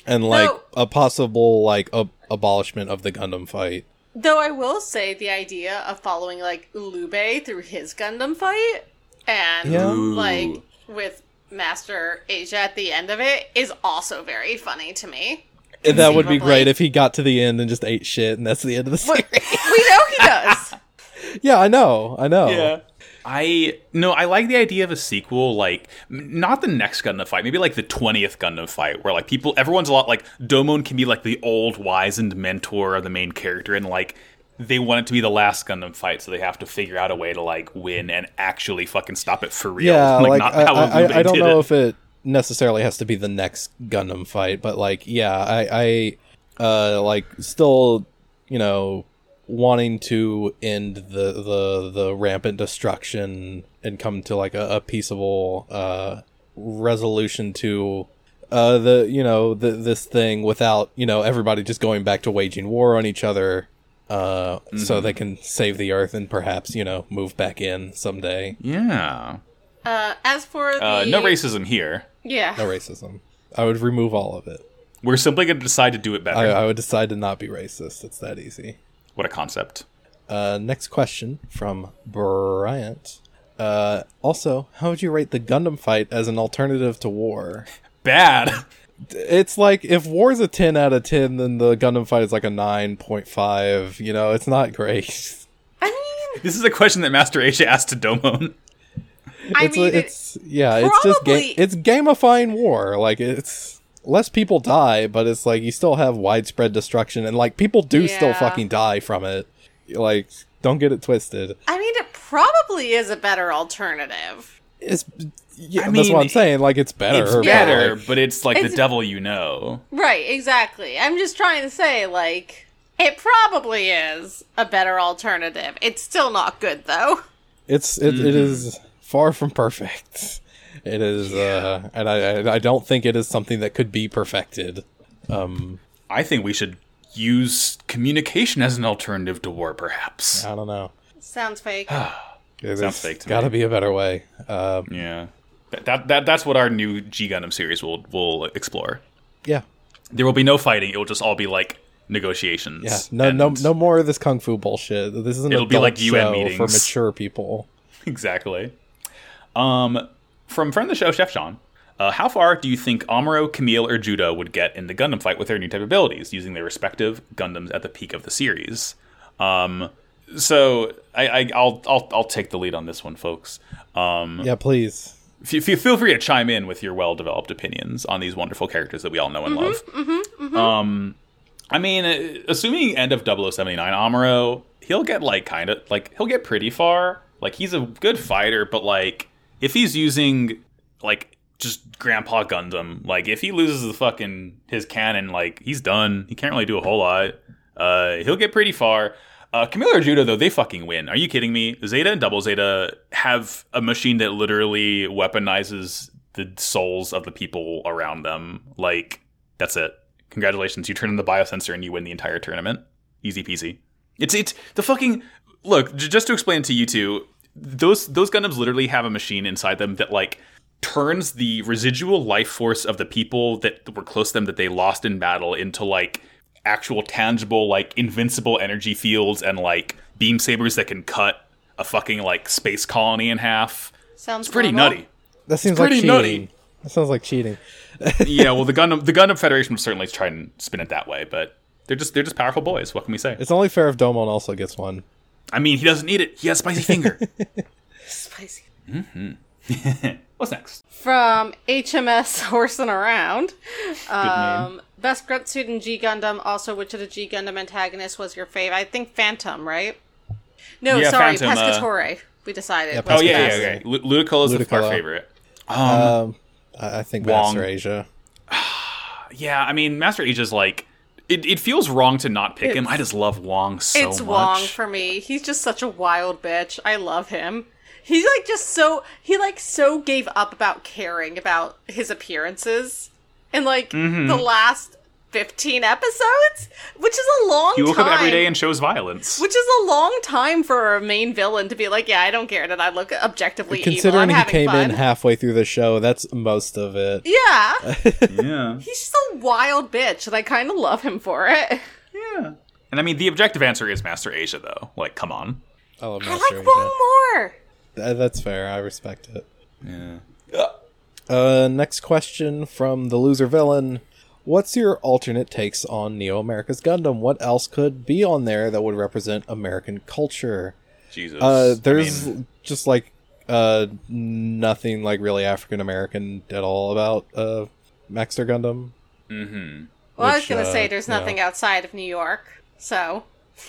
and like
No.
a possible like ab- abolishment of the Gundam fight.
Though I will say the idea of following, like, Ulube through his Gundam fight and,
Yeah.
Ooh.
like, with Master Asia at the end of it is also very funny to me.
That would
Conceivably.
be great if he got to the end and just ate shit, and that's the end of the
But
series.
we know he does.
yeah, I know, I know.
I no, I like the idea of a sequel, like m- not the next Gundam fight, maybe like the twentieth Gundam fight, where like people, everyone's a lot like Domon can be like the old, wizened mentor of the main character, and like they want it to be the last Gundam fight, so they have to figure out a way to like win and actually fucking stop it for real.
Yeah, like, I,
how
I,
Ulube
I, I don't
did
know
it.
if it necessarily has to be the next Gundam fight, but like, yeah, I, I uh, like still, you know, wanting to end the the the rampant destruction and come to like a, a peaceable uh, resolution to. Uh, the you know the, this thing without you know everybody just going back to waging war on each other, uh,
Mm-hmm.
so they can save the earth and perhaps you know move back in someday.
Yeah,
Uh, as for the
uh, no racism here.
yeah,
No racism. I would remove all of it.
We're simply going to decide to do it better.
I, uh, I would decide to not be racist. It's that easy.
what a concept.
Uh, next question from Bryant. Uh, also, how would you rate the Gundam fight as an alternative to war?
Bad.
It's like if war's a 10 out of 10, then the Gundam fight is like a 9.5. You know, it's not great.
I mean,
this is a question that Master Asia asked to Domon.
I
it's, a-
mean, it-
it's yeah, it's just
probably-
ga- it's gamifying war. Like it's less people die, but it's like you still have widespread destruction, and like people do still
Yeah.
fucking die from it. Like, don't get it twisted.
I mean, it probably is a better alternative.
It's yeah,
I
that's what
mean,
I'm saying. Like, it's better.
It's
but,
better,
like,
but it's like the
It's-
devil you know.
Right, exactly. I'm just trying to say, like, it probably is a better alternative. It's still not good, though.
it's it,
Mm-hmm.
it is far from perfect. It is, uh, and I and I don't think it is something that could be perfected.
I think we should use communication as an alternative to war, perhaps.
I don't know.
Sounds fake.
There's
fake to me.
Gotta be a better way. Uh,
Yeah. That, that, that that's what our new G Gundam series will will explore.
yeah,
There will be no fighting. It will just all be like negotiations.
Yeah, no,
and-
no, no more of this kung fu bullshit. This is an
It'll
adult
be like UN
show for
meetings.
mature people.
Exactly. Um, from friend of the show, Chef Sean. Uh, how far do you think Amuro, Camille, or Judo would get in the Gundam fight with their new type abilities, using their respective Gundams at the peak of the series? Um, so I, I, I'll, I'll I'll take the lead on this one, folks. Um,
Yeah, please.
f- f- feel free to chime in with your well developed opinions on these wonderful characters that we all know and love. Um, I mean, uh, assuming end of 0079 Amuro, he'll get like kind of like he'll get pretty far. Like he's a good fighter, but like if he's using like just Grandpa Gundam, like if he loses the fucking his cannon, like he's done. He can't really do a whole lot. Uh, he'll get pretty far. Uh, Camilla or Judo though, they fucking win. Are you kidding me? Zeta and Double Zeta have a machine that literally weaponizes the souls of the people around them. Like that's it. Congratulations, you turn in the biosensor and you win the entire tournament. Easy peasy. It's it's the fucking look. J- just to explain to you two, those those Gundams literally have a machine inside them that like turns the residual life force of the people that were close to them that they lost in battle into like actual tangible like invincible energy fields and like beam sabers that can cut a fucking like space colony in half.
Sounds
It's pretty
normal.
nutty.
That seems like
pretty
cheating.
nutty.
That sounds like cheating.
yeah, well, the Gundam the Gundam Federation would certainly try and spin it that way, but they're just they're just powerful boys. What can we say?
It's only fair if Domon also gets one.
I mean, he doesn't need it. He has spicy finger.
Spicy.
What's next?
From HMS Horsing Around.
Good
Um, best grunt suit in G Gundam. Also, which of the G Gundam antagonists was your fave? I think Phantom, right? No,
Yeah,
sorry,
Phantom, uh,
Pescatore. we decided.
Yeah,
name. Oh
was
yeah,
best.
yeah, okay. Lu- Ludicolo's is our
Ludicolo.
favorite.
Um, I, I think
Wong.
Master Asia.
Yeah, I mean, Master Asia's like it, it feels wrong to not pick him. I just love Wong so
it's
much.
Wong for me. He's just such a wild bitch. I love him. He's like just so he like so gave up about caring about his appearances in like
Mm-hmm.
the last fifteen episodes, which is a long
he woke
time.
up every day and shows violence.
which is a long time for a main villain to be like, yeah, I don't care that I look objectively evil. I'm
Considering he
having
came
fun.
in halfway through the show, that's most of it.
yeah,
yeah,
he's just a wild bitch, and I kind of love him for it.
yeah. And I mean, the objective answer is Master Asia, though. Like, come on.
I love
I
Oh, Master
like
Asia.
Wong more.
Th- That's fair. I respect it.
Yeah.
Uh, next question from the loser villain. What's your alternate takes on Neo America's Gundam? What else could be on there that would represent American culture?
Jesus.
Uh,
I
there's
mean,
just like uh nothing like really African American at all about uh Maxter Gundam.
Well, I was
which,
going to
uh,
say there's
yeah.
nothing outside of New York, so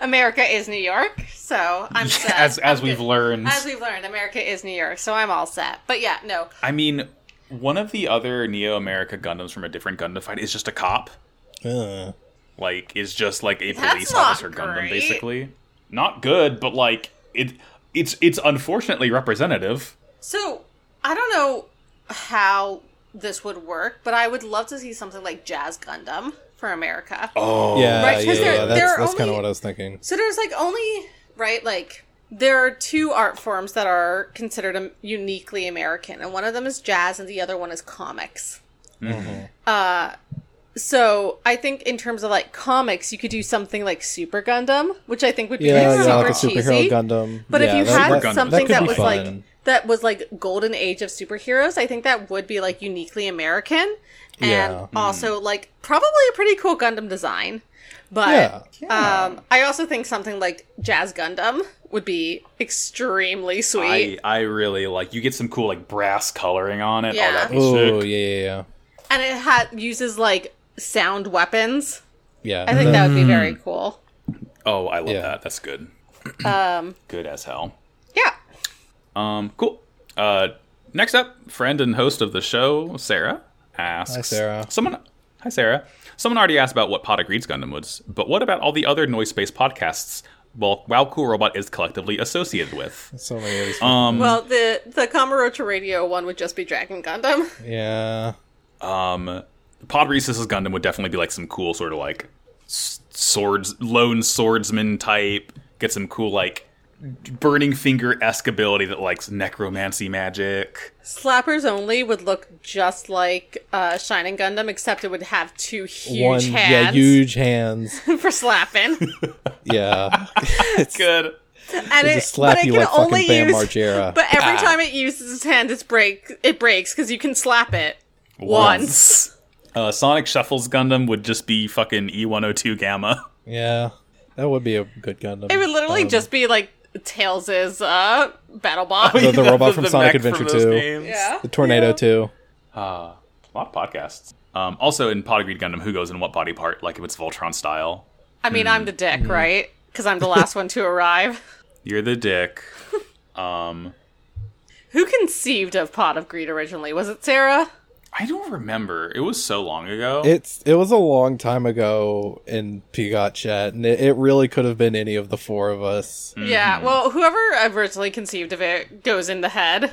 America is New York. So I'm set.
as as
I'm
we've
good.
learned,
as we've learned, America is New York, so I'm all set. But yeah, no,
I mean, one of the other Neo America Gundams from a different Gundam fight is just a cop.
Uh,
Like, is just like a
That's
police
not
officer Gundam,
great.
basically. Not good, but like it, it's it's unfortunately representative.
So I don't know how this would work, but I would love to see something like Jazz Gundam for America.
Oh,
yeah,
Right, 'cause
yeah,
there- there
yeah,
are
that's, that's kind
only-
of what I was thinking.
So there's like only right like there are two art forms that are considered um, uniquely American, and one of them is jazz, and the other one is comics. Uh, so I think in terms of like comics, you could do something like Super Gundam, which I think would be
Yeah,
like
yeah,
super
like a superhero
cheesy.
Gundam.
But
Yeah,
if you
that-
had
Super Gundam.
something
could
that,
be
was like
fun.
that was like golden age of superheroes, I think that would be like uniquely American and
Yeah.
also like probably a pretty cool Gundam design.
Yeah.
But um I also think something like Jazz Gundam would be extremely
I
sweet.
I really like. You get some cool like brass coloring on it.
Yeah.
Oh, that'd be
Oh
sick.
yeah, yeah, yeah.
And it ha- uses like sound weapons.
Yeah,
I think that
Mm-hmm.
would be very cool.
Oh, I love
Yeah.
that. That's good.
Um
Good as hell.
yeah.
Um, cool. Uh, next up, friend and host of the show, Sarah asks.
Hi, Sarah.
Someone. Hi, Sarah. Someone already asked about what Pod Agrees Gundam was, but what about all the other noise space podcasts? Well, Wow Cool Robot is collectively associated with.
so many of these.
Um,
Well, the the Kamarocha Radio one would just be Dragon Gundam.
yeah,
um, Pod Rhesus's Gundam would definitely be like some cool sort of like s- swords, lone swordsman type. Get some cool like burning finger esque ability that likes necromancy magic.
Slappers only would look just like uh, Shining Gundam, except it would have two huge
one yeah,
hands
huge hands.
for slapping.
Yeah,
Good.
and
They
it,
just slap
but
you
it can
like fucking
only
Bam
use.
Margera. Ah.
But every
Pow.
time it uses its hand, it's break. It breaks because you can slap it
Once.
once.
Uh, Sonic Shuffles Gundam would just be fucking E E102 Gamma.
Yeah, that would be a good Gundam.
It would literally
Um, Oh,
just be like Tails' uh, battle bot.
The- the robot from Sonic
mech
Adventure
those
2.
games.
Yeah.
the Tornado too.
Uh, a lot of podcasts. Um, also in Potagreed Gundam, who goes in what body part? Like if it's Voltron style.
I mean, I'm the dick,
Mm-hmm.
right? Because I'm the last one to arrive.
You're the dick. Um,
Who conceived of Pot of Greed originally? Was it Sarah?
I don't remember. It was so long ago.
It's it was a long time ago in Peacock chat, and it, it really could have been any of the four of us.
Mm.
Yeah. Well, whoever originally conceived of it goes in the head.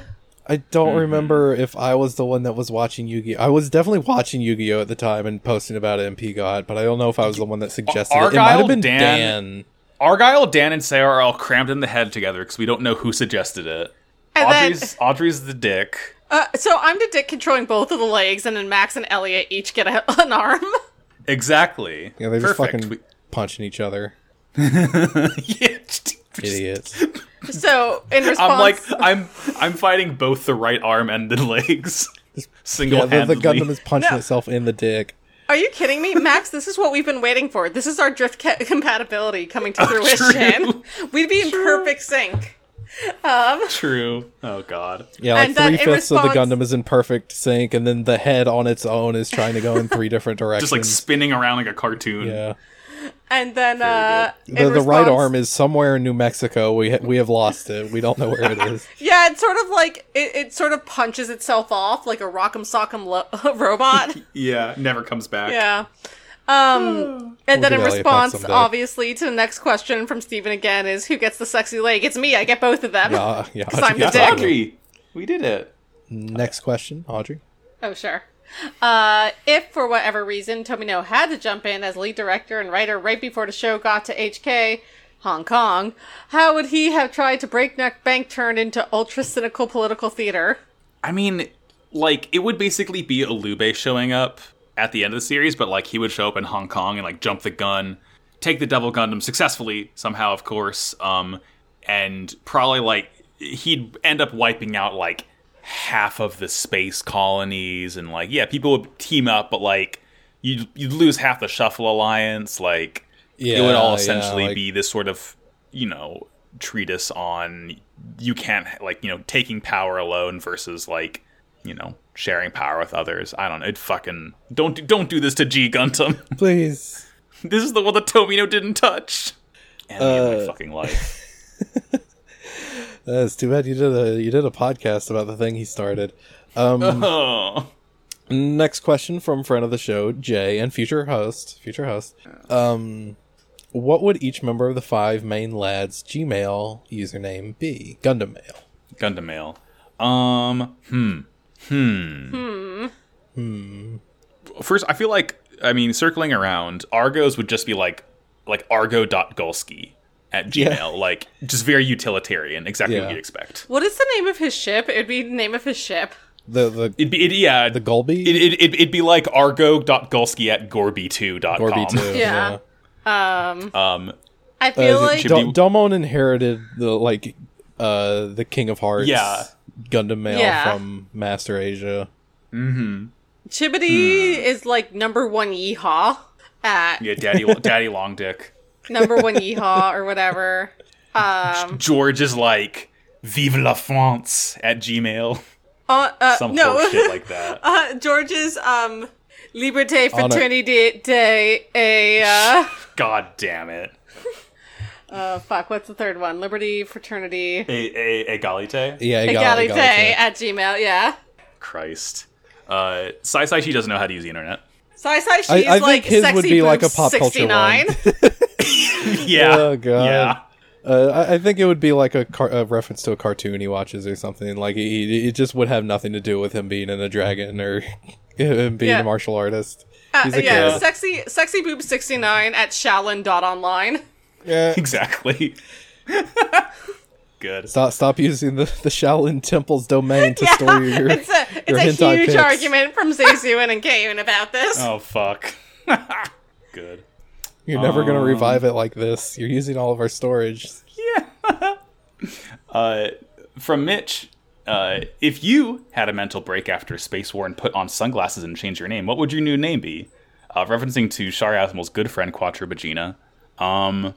I don't
Mm-hmm.
remember if I was the one that was watching Yu Gi. I was definitely watching Yu Gi Oh at the time and posting about it in Peacock, but I don't know if I was the one that suggested it. It might
Argyle,
have been
Dan-
Dan.
Argyle, Dan, and Sarah are all crammed in the head together because we don't know who suggested it.
And then-
Audrey's Audrey's the dick.
Uh, so I'm the dick controlling both of the legs, and then Max and Elliot each get a, an arm.
Exactly.
Yeah, they're just
Perfect.
fucking
We-
punching each other.
yeah.
Idiots.
So in response,
I'm like I'm I'm fighting both the right arm and the legs. Single
yeah, the, the
handedly.
Gundam is punching
No.
itself in the dick.
are you kidding me, Max? This is what we've been waiting for. This is our drift ca- compatibility coming
Oh,
to fruition. We'd be in perfect sync. Um,
True. Oh god.
Yeah, like
And then
three
in
fifths of the
response-
Gundam is in perfect sync, and then the head on its own is trying to go in three different directions.
Just like spinning around like a cartoon.
yeah,
and then uh, in
the, the right
response-
arm is somewhere in New Mexico. We ha- we have lost it. We don't know where it is.
Yeah, it's sort of like it, it sort of punches itself off like a rock'em sock'em lo- robot.
Yeah, never comes back.
Yeah. Um, and then
get
in
Hmm. Elliot back
response,
someday.
obviously, to the next question from Steven again is who gets the sexy leg? It's me. I get both of them.
Yeah, yeah.
'Cause I'm the
yeah.
dick.
Audrey, we did it.
Next question, Audrey.
Oh, sure. Uh, if for whatever reason Tomino had to jump in as lead director and writer right before the show got to HK, Hong Kong, how would he have tried to breakneck bank turn into ultra cynical political theater?
I mean, like it would basically be Alube showing up at the end of the series, but like he would show up in Hong Kong and like jump the gun, take the Devil Gundam successfully somehow, of course, um, and probably like he'd end up wiping out like half of the space colonies and like yeah, people would team up, but like you'd you'd lose half the Shuffle Alliance, like it would all
Yeah,
essentially
yeah, like-
be this sort of you know treatise on you can't like you know taking power alone versus like you know sharing power with others i don't know it fucking don't do- don't do this to g gundam
Please.
this is the one that tomino didn't touch and my
Uh,
fucking life
Uh, it's too bad you did a you did a podcast about the thing he started. Um,
oh
next question from friend of the show Jay and future host future host. Um, what would each member of the five main lads Gmail username be? Gundam mail.
gundam male um hmm hmm hmm first i feel like i mean circling around argos would just be like like argo.golski at gmail
Yeah.
like just very utilitarian exactly
Yeah.
what you'd expect
What is the name of his ship? It would be the name of his ship.
The the
It'd be, it, yeah,
the Golby.
it, it, it, it'd be like argo.golski at gorby2.com.
Gorby too.
Yeah. Um,
Um,
I feel
Uh,
like
should
Dom-
be-
Domon inherited the like uh the King of Hearts
Yeah.
Gundam mail
Yeah.
from Master Asia.
Chibity
Hmm.
is like number one yeehaw at
yeah, daddy, daddy long dick.
number one yeehaw or whatever. Um,
George is like, vive la France at gmail.
uh, uh,
Some
no,
whole shit like that.
uh, George's um, Liberté
Honor-
Fraternité Day a uh,
God damn it.
uh, fuck. What's the third one? Liberty Fraternity
A, a, egalite?
Yeah, Egal-
Egalite
Egalite.
at Gmail. Yeah.
Christ. Uh, Sai Sai, she doesn't know how to use the internet.
So I say she's
I think
like
his
sexy
would be like
boobs
a pop culture
69.
Yeah.
Oh, God.
Yeah.
Uh, I, I think it would be like a, car- a reference to a cartoon he watches or something. Like he, he- it just would have nothing to do with him being in a dragon or him being
Yeah.
a martial artist.
Uh,
He's a
yeah,
kid.
sexy sexy boob 69 at shallon.online.
Yeah.
Exactly. Good.
Stop, stop using the, the Shaolin Temple's domain to store your.
It's a
your
it's a
hentai
huge
pics.
argument from Zazuan and Kayun about this.
Oh, fuck. Good. Um,
You're never going to revive it like this. You're using all of our storage.
Yeah. Uh, from Mitch, uh, if you had a mental break after Space War and put on sunglasses and changed your name, what would your new name be? Uh, referencing to Shar Asmal's good friend Quattrobagina. Um,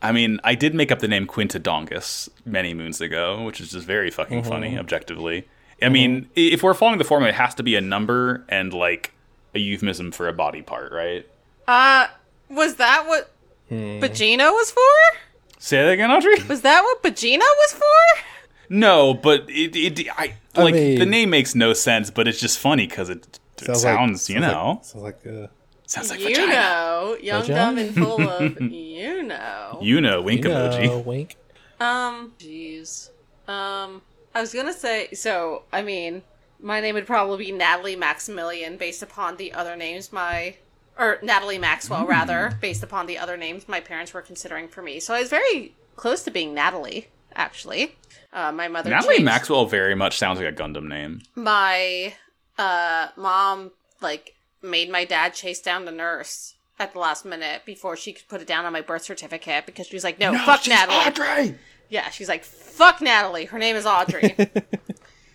I mean, I did make up the name Quintadongus many moons ago, which is just very fucking
Mm-hmm.
funny, objectively. I mean, i- if we're following the formula, it has to be a number and like a euphemism for a body part, right?
Uh, was that what
Hmm.
Bagino was for?
Say that again, Audrey.
Was that what Bagino was for?
No, but it, it I like
mean-
the name makes no sense, but it's just funny because it, it sounds, you know,
sounds like uh,
sounds like
you
vagina.
know, young,
Vagina?
dumb, and full of you know.
You know, wink
you know,
emoji.
wink.
Um, jeez. Um, I was gonna say. So, I mean, my name would probably be Natalie Maximilian, based upon the other names my, or Natalie Maxwell rather, based upon the other names my parents were considering for me. So I was very close to being Natalie, actually. Uh, my mother
Natalie
changed-
Maxwell very much sounds like a Gundam name.
my uh mom like made my dad chase down the nurse at the last minute before she could put it down on my birth certificate because she was like, "No, Oh, fuck Natalie."
Audrey.
Yeah, she's like, "Fuck Natalie." Her name is Audrey.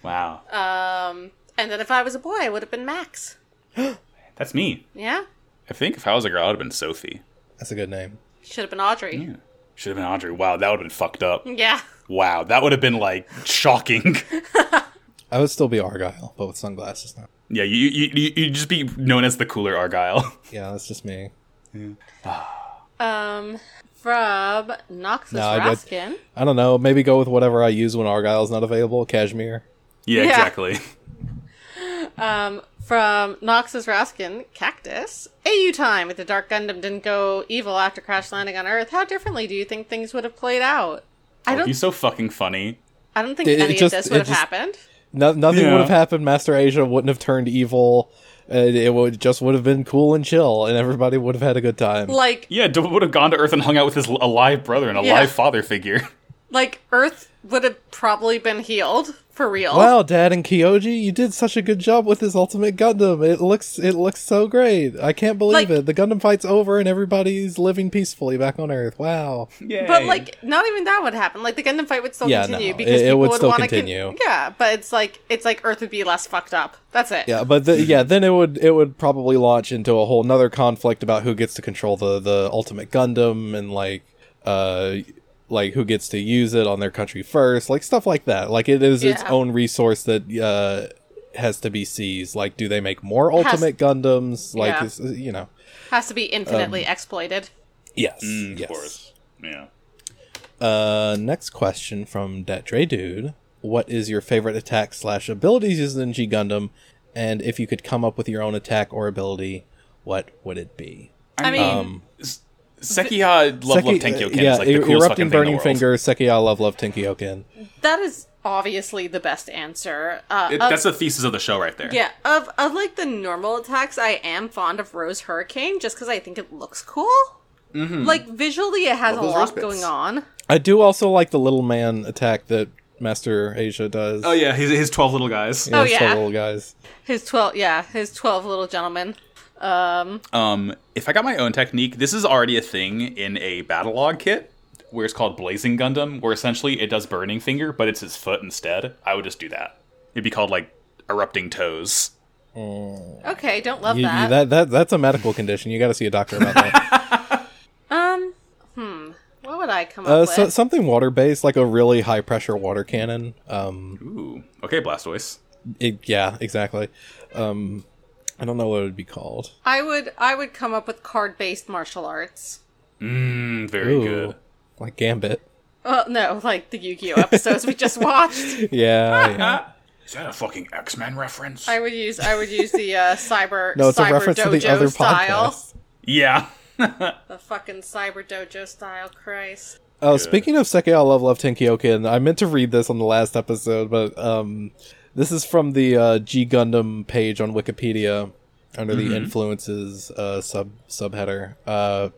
Wow,
um, and then if I was a boy, I would have been Max.
that's me.
Yeah,
I think if I was a girl, I'd have been Sophie.
That's a good name.
should have been Audrey.
Yeah. Should have been Audrey. Wow, that would have been fucked up.
Yeah.
Wow, that would have been like shocking.
I would still be Argyle, but with sunglasses now.
yeah, you you you you'd just be known as the cooler Argyle.
Yeah, that's just me.
Um, from Noxus
No, I- I-
Raskin.
I don't know. Maybe go with whatever I use when Argyle's not available. Cashmere.
yeah,
Yeah.
exactly.
Um, from Noxus Raskin, Cactus. AU time. If the Dark Gundam didn't go evil after crash landing on Earth, how differently do you think things would have played out? I
He's
don't.
so fucking funny.
I don't think
It- it
any
just-
of this
it
would have
just-
happened.
No, nothing
Yeah.
would have happened. Master Asia wouldn't have turned evil. And it would just would have been cool and chill, and everybody would have had a good time.
Like,
Yeah, Dova would have gone to Earth and hung out with his l- alive brother and a
Yeah.
live father figure.
like Earth would have probably been healed for real.
Wow, Dad and Kyoji, you did such a good job with this Ultimate Gundam. It looks it looks so great. I can't
Like-
believe it. The Gundam fight's over and everybody's living peacefully back on Earth. Wow.
Yeah,
But like, not even that would happen. Like the Gundam fight would still
Yeah,
continue
no,
because
it- it
people
would still
want to
continue.
yeah, but it's like it's like Earth would be less fucked up. That's it.
Yeah, but the, yeah, then it would it would probably launch into a whole nother conflict about who gets to control the the Ultimate Gundam and like uh like who gets to use it on their country first, like stuff like that. Like it is its
Yeah.
own resource that uh has to be seized. Like, do they make more
Has-
Ultimate Gundams? Like,
Yeah.
is, you know,
Has to be infinitely
Um,
exploited.
yes,
Mm,
yes.
of course. Yeah.
Uh, next question from Detre Dude. What is your favorite attack slash abilities used in G Gundam? And if you could come up with your own attack or ability, what would it be?
I mean,
um,
S- Sekiha uh, love love
Seki-
Tenkyoken
yeah,
is like the
er-
coolest
erupting
fucking thing in the
burning
world.
finger, Sekiya love love Tenkyoken.
that is obviously the best answer. Uh,
It-
of-
that's the thesis of the show right there.
Yeah, of of like the normal attacks, I am fond of Rose Hurricane just because I think it looks cool. Like visually, it has a
Love those rose
lot
bits.
going on.
I do also like the little man attack that Master Asia does.
Oh yeah, his his twelve little guys.
Oh,
it's the
yeah.
little guys.
His twelve, yeah, his twelve little gentlemen. Um,
Um, if I got my own technique, this is already a thing in a battle log kit where it's called Blazing Gundam, where essentially it does burning finger, but it's his foot instead. I would just do that. It'd be called like erupting toes.
okay, don't love
You- you-
that.
that that that's a medical condition. You got to see a doctor about that.
Um, hmm, what would I come
Uh,
up
so,
with?
something water based, like a really high pressure water cannon. Um,
Ooh. Okay, Blastoise.
it, yeah, exactly. Um, I don't know what it would be called.
I would I would come up with card based martial arts.
Mm, very
Ooh,
good.
Like gambit.
Well, no, like the Yu Gi Oh episodes we just watched.
Yeah. yeah.
Is that a fucking X Men reference?
I would use I would use the uh, cyber
No, it's a
cyber
reference to
dojo
the other
style.
podcast.
yeah.
The fucking cyber dojo style, Christ.
Oh, speaking of Sekai, I love love Tenkyoken. I meant to read this on the last episode, but um, this is from the uh, G Gundam page on Wikipedia under the influences uh, sub subheader. Uh,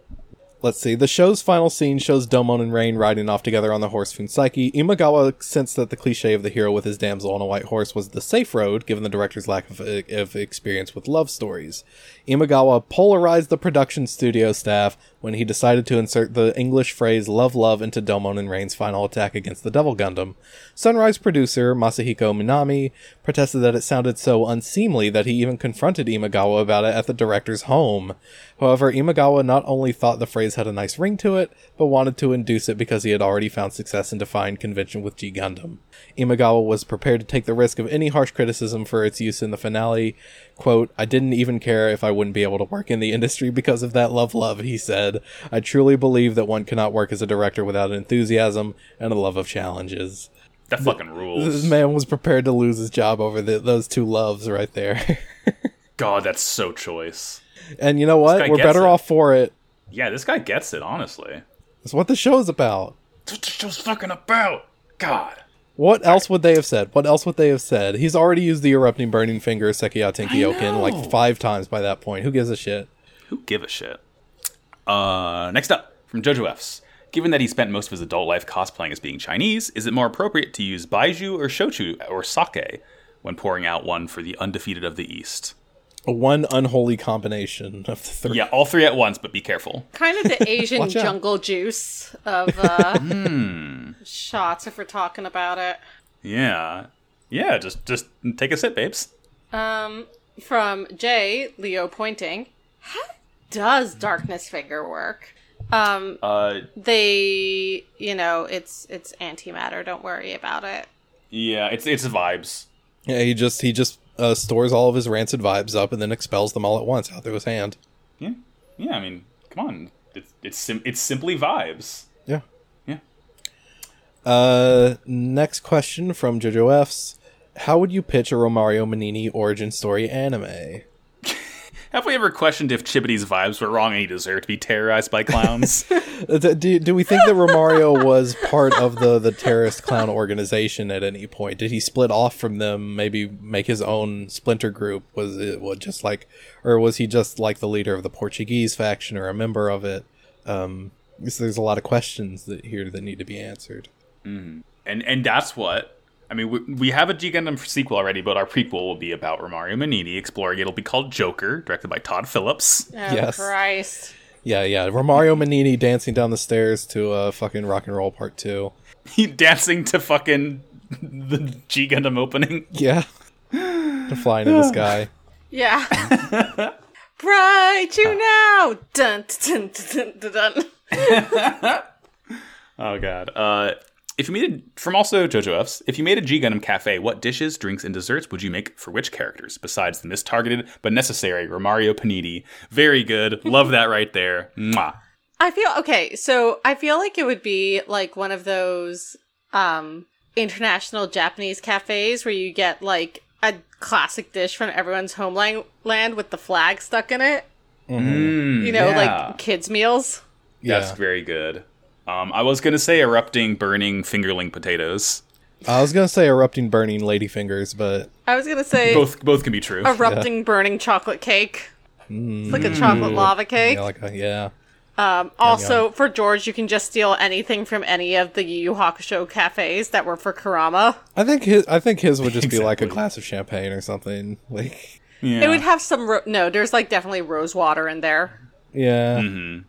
Let's see. The show's final scene shows Domon and Rain riding off together on the horse Funsaiki. Imagawa sensed that the cliche of the hero with his damsel on a white horse was the safe road, given the director's lack of, of experience with love stories. Imagawa polarized the production studio staff when he decided to insert the English phrase love love into Domon and Reign's final attack against the Devil Gundam. Sunrise producer Masahiko Minami protested that it sounded so unseemly that he even confronted Imagawa about it at the director's home. However, Imagawa not only thought the phrase had a nice ring to it, but wanted to induce it because he had already found success in defying convention with G Gundam. Imagawa was prepared to take the risk of any harsh criticism for its use in the finale. Quote, I didn't even care if I wouldn't be able to work in the industry because of that love love, he said. I truly believe that one cannot work as a director without enthusiasm and a love of challenges.
That fucking rules.
This man was prepared to lose his job over the, those two loves right there.
God, that's so choice.
and you know what?
guy
We're
gets
better
it.
off for it.
Yeah, this guy gets it, honestly.
That's what the show's about.
That's what the show's fucking about. God.
What else would they have said? What else would they have said? He's already used the erupting burning finger Sekiya Tenkyoken like five times by that point. Who gives a shit?
Who give a shit? Uh, next up, from Jojo F's. Given that he spent most of his adult life cosplaying as being Chinese, is it more appropriate to use baiju or shochu or sake when pouring out one for the undefeated of the East?
One unholy combination of the three.
Yeah, all three at once, but be careful.
Kind of the Asian
Watch out.
jungle juice of uh, shots, if we're talking about it.
Yeah, yeah. Just just take a sip, babes.
Um, from Jay Leo pointing, how does darkness finger work? Um,
Uh,
they, you know, it's it's antimatter. Don't worry about it.
yeah. It's it's vibes.
Yeah, he just he just uh, stores all of his rancid vibes up and then expels them all at once out through his hand.
Yeah, yeah. I mean, come on. It's it's sim- it's simply vibes.
Yeah.
Yeah.
Uh, next question from JoJo F's: How would you pitch a Romario Manini origin story anime?
Have we ever questioned if Chibity's vibes were wrong and he deserved to be terrorized by clowns?
Uh, th- Do, do we think that Romario was part of the, the terrorist clown organization at any point? Did he split off from them? Maybe make his own splinter group? Was it was just like, or was he just like the leader of the Portuguese faction or a member of it? Um, so there's a lot of questions that here that need to be answered.
and and that's what I mean. We, we have a G Gundam sequel already, but our prequel will be about Romario Manini exploring. It'll be called Joker, directed by Todd Phillips.
Oh,
Yes.
Christ.
Yeah, yeah. Romario Manini dancing down the stairs to uh, fucking rock and roll part two.
He dancing to fucking the G Gundam opening.
Yeah, flying in the sky.
Yeah. Bright
Uh.
you now. Dun dun dun dun dun. dun.
Oh god. Uh, if you made a, from also JoJo F's, if you made a G Gundam cafe, what dishes, drinks, and desserts would you make for which characters besides the mistargeted but necessary Romario Panini? Very good. Love that right there. Mwah.
I feel okay. So I feel like it would be like one of those um international Japanese cafes where you get like a classic dish from everyone's homeland land with the flag stuck in it.
Mm,
Mm-hmm.
You know,
yeah.
like kids meals.
That's
Yeah.
very good. Um, I was gonna say erupting, burning fingerling potatoes.
I was gonna say erupting, burning lady fingers, but
I was gonna say
Both both can be true.
erupting burning chocolate cake. It's like a chocolate lava cake.
Mm. yeah, like uh, yeah.
Um, also, for George, you can just steal anything from any of the Yu Yu Hakusho cafes that were for Karama.
I think his I think his would just be like a
Exactly.
glass of champagne or something. Like
yeah.
It would have some. Ro- no, there's like definitely rose water in there.
yeah.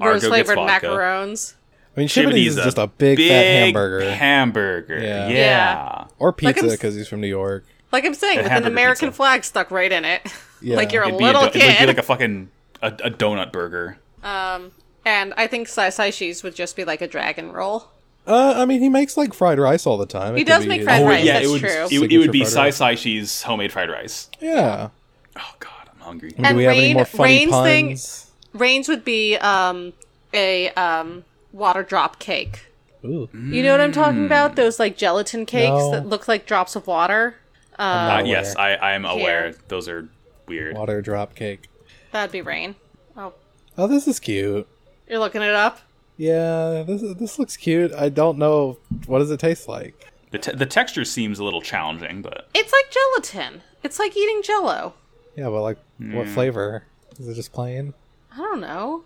Argo
Rose
gets
flavored
vodka.
macarons.
I mean Shibities is just a big, fat hamburger.
Hamburger.
Yeah.
Yeah.
Yeah.
or pizza
I'm s-
because he's from New York.
Like I'm saying, with an
hamburger
American
pizza.
flag stuck right in it.
Yeah.
like you're a
It'd be a
little
do- It'd be
kid.
like a fucking a, a donut burger.
um, and I think Sai Sai Shi's would just be like a dragon roll.
Uh I mean he makes like fried rice all the time. It
He
could
does
be-
make fried
Oh,
rice,
yeah,
that's
it would.
true.
It, would- it would be
Signature fried
Sai
rice.
Sai Shi's homemade fried rice.
Yeah.
Oh god, I'm hungry.
Do
And
we have any
Rain-
more funny
Rain's thing-
puns?
Rains would be um a um water drop cake.
Ooh.
You know what I'm
Mm.
talking about? Those like gelatin cakes
No.
that look like drops of water.
not
Uh,
aware.
yes, I, I am aware.
Yeah.
Those are weird.
Water drop cake.
That'd be rain. Oh,
Oh, this is cute.
you're looking it up.
Yeah, this this looks cute. I don't know what does it taste like.
The, te- the texture seems a little challenging, but
It's like gelatin. It's like eating Jello.
Yeah, but like what flavor? Is it just plain?
I don't know.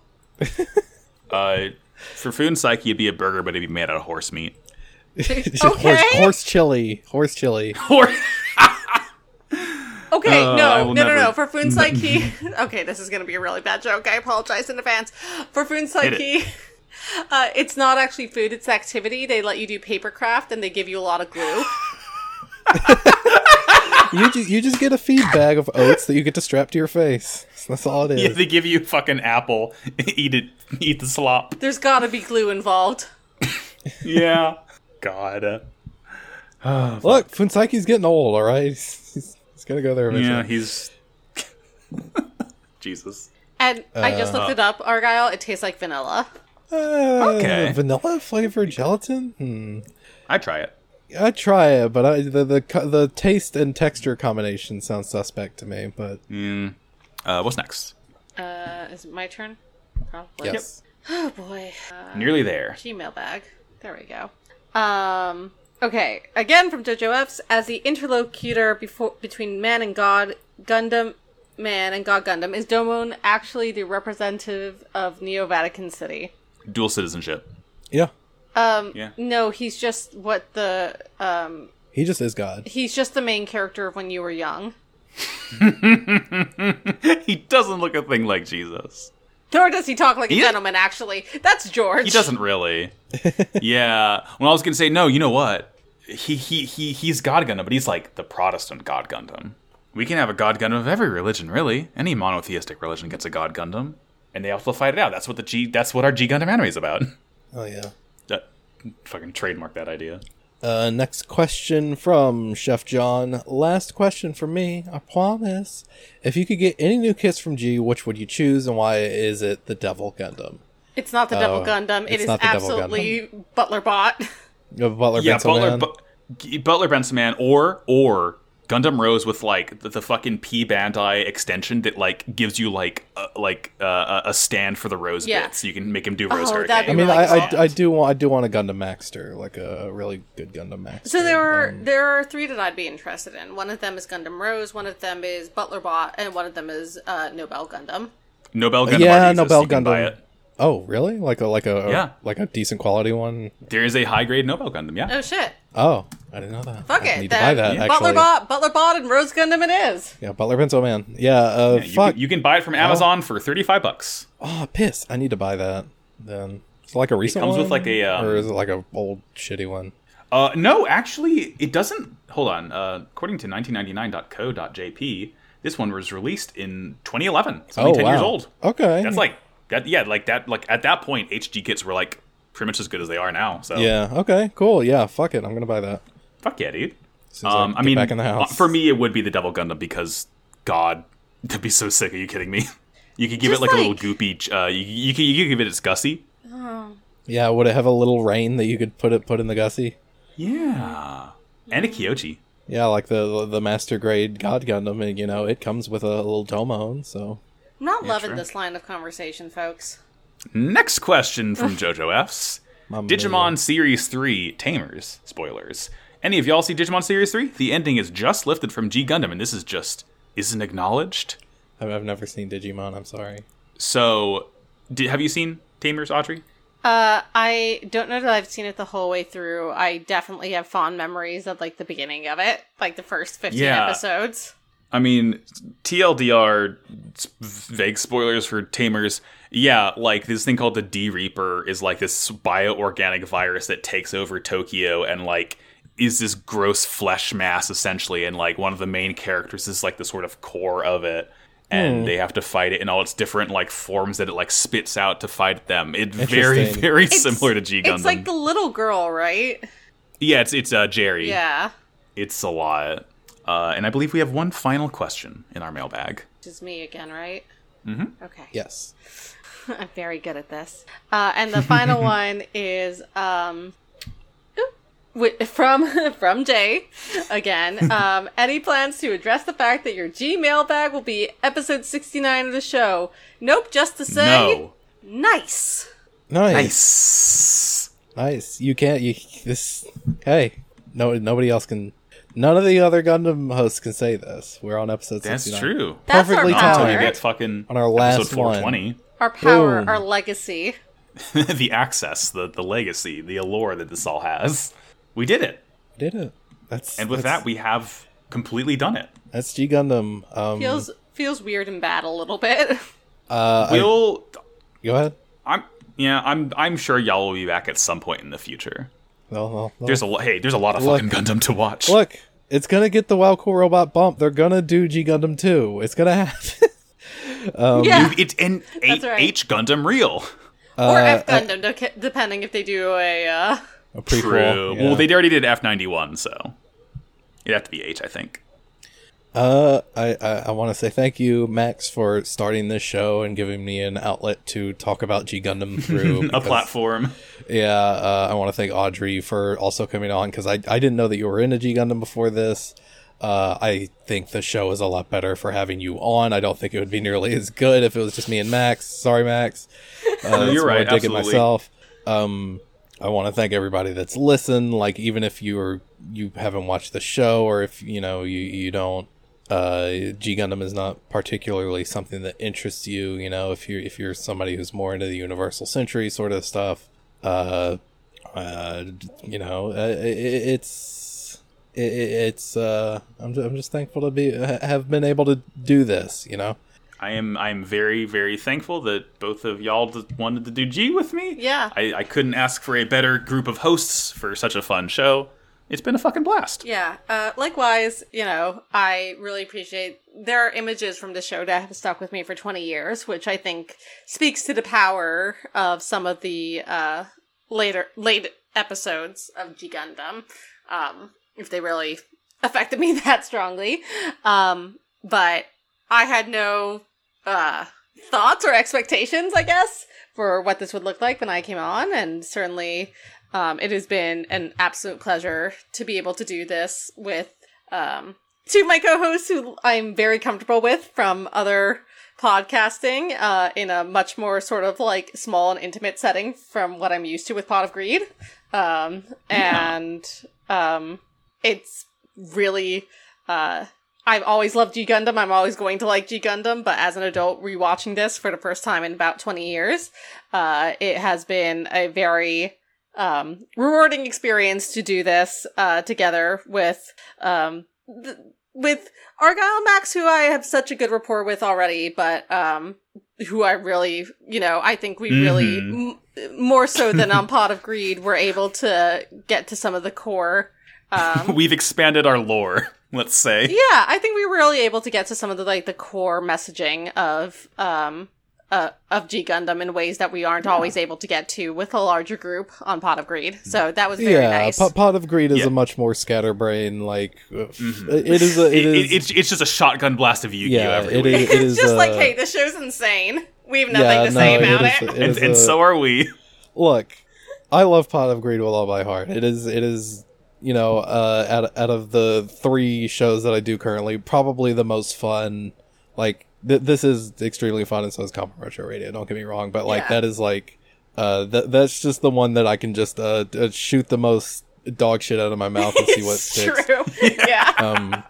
uh, for food and psyche, it'd be a burger, but it'd be made out of horse meat.
Horse, horse chili. Horse chili.
Horse.
Okay,
Oh, I
no,
will
no, no,
never-
no. For Foon's like he. Okay, this is going to be a really bad joke. I apologize in advance. For Foon's like
Hit
he. Uh, it's not actually food; it's activity. They let you do paper craft, and they give you a lot of glue.
You just, you just get a feed bag of oats that you get to strap to your face. That's all it
Yeah,
is.
they give you a fucking apple. eat it. Eat the slop.
There's got to be glue involved.
Yeah. God.
Look, Funsaiki's getting old. All right, he's, he's, he's gonna go there eventually.
Yeah, he's. Jesus.
And I just
Uh.
looked it up, Argyle. It tastes like vanilla.
Uh,
Okay.
vanilla flavored gelatin. Hmm.
I try it.
I try it, but I, the the co- the taste and texture combination sounds suspect to me. But
Mm. Uh, what's next?
Uh, is it my turn? Probably.
yes,
Oh boy.
Nearly there.
Gmail bag. There we go. Um. Okay. Again from JoJo F's as the interlocutor before between man and God, Gundam man and God Gundam is Domon actually the representative of Neo Vatican City?
Dual citizenship.
yeah,
Um.
Yeah.
No, he's just what the um.
he just is God.
He's just the main character of when you were young.
he doesn't look a thing like Jesus.
Nor does he talk like a
He-
gentleman. Actually, that's George.
He doesn't really. yeah. Well, I was gonna say no. You know what? He he he he's God Gundam, but he's like the Protestant God Gundam. We can have a God Gundam of every religion, really. Any monotheistic religion gets a God Gundam, and they also fight it out. That's what the G. That's what our G Gundam anime is about.
Oh yeah.
That- fucking trademark that idea.
Uh, next question from Chef John. Last question from me. I promise. If you could get any new kiss from G, which would you choose, and why is it the Devil Gundam?
It's not the Devil Gundam. It
Oh, it's
is
not the Devil
absolutely Butler Bot.
Uh, Butler
yeah,
Pencil
Butler,
Man?
Bu- Butler Benson Man, or or Gundam Rose with like the, the fucking P Bandai extension that like gives you like a, like uh, a- a stand for the Rose
Yeah.
bit, so you can make him do Rose
Oh, that'd
Hurricane.
be
I mean,
Like
I,
that.
I, I do want I do want a Gundam Maxter, like a really good Gundam Maxter.
So there are there are three that I'd be interested in. One of them is Gundam Rose. One of them is Butler Bot, and one of them is uh, Nobel Gundam.
Nobel Gundam.
yeah,
already
Nobel
exists, you can buy
Gundam.
it.
Oh, really? Like a like a
Yeah.
like a decent quality one.
There is a high grade Nobel Gundam. Yeah.
Oh shit!
Oh, I didn't know that.
Fuck
I
it.
Need to
then.
buy that. Actually,
Butler Bot, Butler Bot, and Rose Gundam. It is.
yeah, Butler Pencil Man. Yeah. Uh,
You
fuck.
can, you can buy it from Amazon for thirty five bucks.
Oh, piss! I need to buy that. Then it's like a recent
comes
one.
with, like, a, um,
or is it like a old shitty one?
Uh, no, actually, it doesn't. Hold on. Uh, according to 1999.co.jp, this one was released in 2011. It's only
Oh,
10
wow.
years old.
Okay.
That's like that. Yeah, like that. Like at that point, HG kits were like pretty much as good as they are now. So
Yeah. Okay. Cool. Yeah. Fuck it. I'm gonna buy that.
fuck yeah, dude.
As soon as
Um, I
get
mean,
back in the house
for me, it would be the Devil Gundam because God, that'd be so sick. Are you kidding me? You could give
Just
it like, a little
like-
goopy. Uh, you you could, you could give it its gussy.
Yeah. Would it have a little rain that you could put it put in the gussy?
Yeah, and a Kyochi.
Yeah, like the the master grade God Gundam, and you know it comes with a little domon. So
I'm not loving
true.
this line of conversation, folks.
Next question from JoJo F's.
Mamma
Digimon
mia.
Series 3 Tamers. Spoilers. Any of y'all see Digimon Series 3? The ending is just lifted from G Gundam, and this is just isn't acknowledged.
I've, I've never seen Digimon. I'm sorry.
So, di- have you seen Tamers, Audrey?
Uh, I don't know that I've seen it the whole way through. I definitely have fond memories of like the beginning of it, like the first fifteen
Yeah.
episodes.
I mean, TLDR, s- vague spoilers for Tamers. Yeah, like this thing called the D Reaper is like this bioorganic virus that takes over Tokyo and like is this gross flesh mass essentially. And like one of the main characters is like the sort of core of it. And they have to fight it in all its different like forms that it like spits out to fight them. It's very,
Interesting.
very
It's-
similar to G Gundam.
It's like the little girl, right?
yeah, it's it's uh, Jerry.
Yeah,
it's a lot. Uh, and I believe we have one final question in our mailbag.
which is me again, right? Mm-hmm. Okay.
Yes.
I'm very good at this. Uh, and the final one is um, oop, wi- from from Jay again. Um, any plans to address the fact that your Gmail bag will be episode 69 of the show? Nope, just to say,
No.
nice.
Nice. nice.
Nice.
You can't. You this. Hey. No. Nobody else can. None of the other Gundam hosts can say this. We're on episode.
That's
69.
true.
That's
Perfectly
our
Not
power,
until you
timed.
get fucking
On our last
episode 420.
our power,
Boom.
our legacy.
the access, the the legacy, the allure that this all has. We did it.
Did it? That's
And with
that's-
that, we have completely done it.
That's G Gundam. Um,
Feels feels weird and bad a little bit.
uh, I-
We'll.
go ahead.
I'm. Yeah, I'm. I'm sure y'all will be back at some point in the future.
No, no, no.
There's a lo- hey. There's a lot of
Look.
fucking Gundam to watch.
Look, it's gonna get the Wow Cool Robot bump. They're gonna do G Gundam 2. It's gonna happen. Um,
yeah,
It's in H,
right.
H Gundam real.
or F
uh,
Gundam, doca- depending if they do a. Uh,
A prequel.
True.
yeah.
Well, they already did F ninety one, so it'd have to be H, I think.
Uh, I I, I want to say thank you, Max, for starting this show and giving me an outlet to talk about G Gundam through
A
because-
platform.
Yeah, uh, I want to thank Audrey for also coming on because I I didn't know that you were into G Gundam before this. Uh, I think the show is a lot better for having you on. I don't think it would be nearly as good if it was just me and Max. Sorry, Max. Uh, it's
you're
more
right,
digging
absolutely.
myself. Um, I want to thank everybody that's listened. Like, even if you're you haven't watched the show, or if you know you you don't, uh, G Gundam is not particularly something that interests you. You know, if you if you're somebody who's more into the Universal Century sort of stuff, uh, uh, you know, uh, i i it's i i it's uh, I'm just, I'm just thankful to be ha- have been able to do this. You know,
I am I am very very thankful that both of y'all d- wanted to do G with me.
Yeah.
I, I couldn't ask for a better group of hosts for such a fun show. It's been a fucking blast.
yeah. Uh, likewise, you know, I really appreciate there are images from the show that have stuck with me for 20 years, which I think speaks to the power of some of the uh, later late episodes of G Gundam. Um, if they really affected me that strongly, um, but I had no uh, thoughts or expectations, I guess, for what this would look like when I came on, and certainly um, it has been an absolute pleasure to be able to do this with um, two of my co-hosts who I'm very comfortable with from other podcasting uh, in a much more sort of like small and intimate setting from what I'm used to with Pot of Greed, um,
Yeah.
and um, it's really. Uh, I've always loved G Gundam. I'm always going to like G Gundam, but as an adult, rewatching this for the first time in about 20 years, uh, it has been a very um, rewarding experience to do this uh, together with um, th- with Argyle and Max, who I have such a good rapport with already, but um, who I really, you know, I think we really m- more so than on Pot of Greed, were able to get to some of the core. Um,
We've expanded our lore, let's say.
yeah i think we were really able to get to some of the like the core messaging of um uh, of g gundam in ways that we aren't always able to get to with a larger group on pot of greed so that was very
yeah.
nice
Po- Pot of Greed is
Yeah. Mm-hmm.
a much more scatterbrain. Like, uh, it is a
It,
it
it,
is
it's, it's just a shotgun blast of Yu Gi Oh!
yeah
every
it
week.
is, it is
it's just like
uh,
hey this show's insane we have nothing to
no,
say about
is-
it,
it
and,
is
and
a-
so are we.
look, I love Pot of Greed with all my heart. It is, it is, you know, uh, out out of the three shows that I do currently, probably the most fun. Like th- this is extremely fun, and so is Combat Retro Radio. Don't get me wrong, but like
Yeah.
that is like, uh, th- that's just the one that I can just uh, d- uh, shoot the most dog shit out of my mouth and see what
it's
sticks
true yeah
um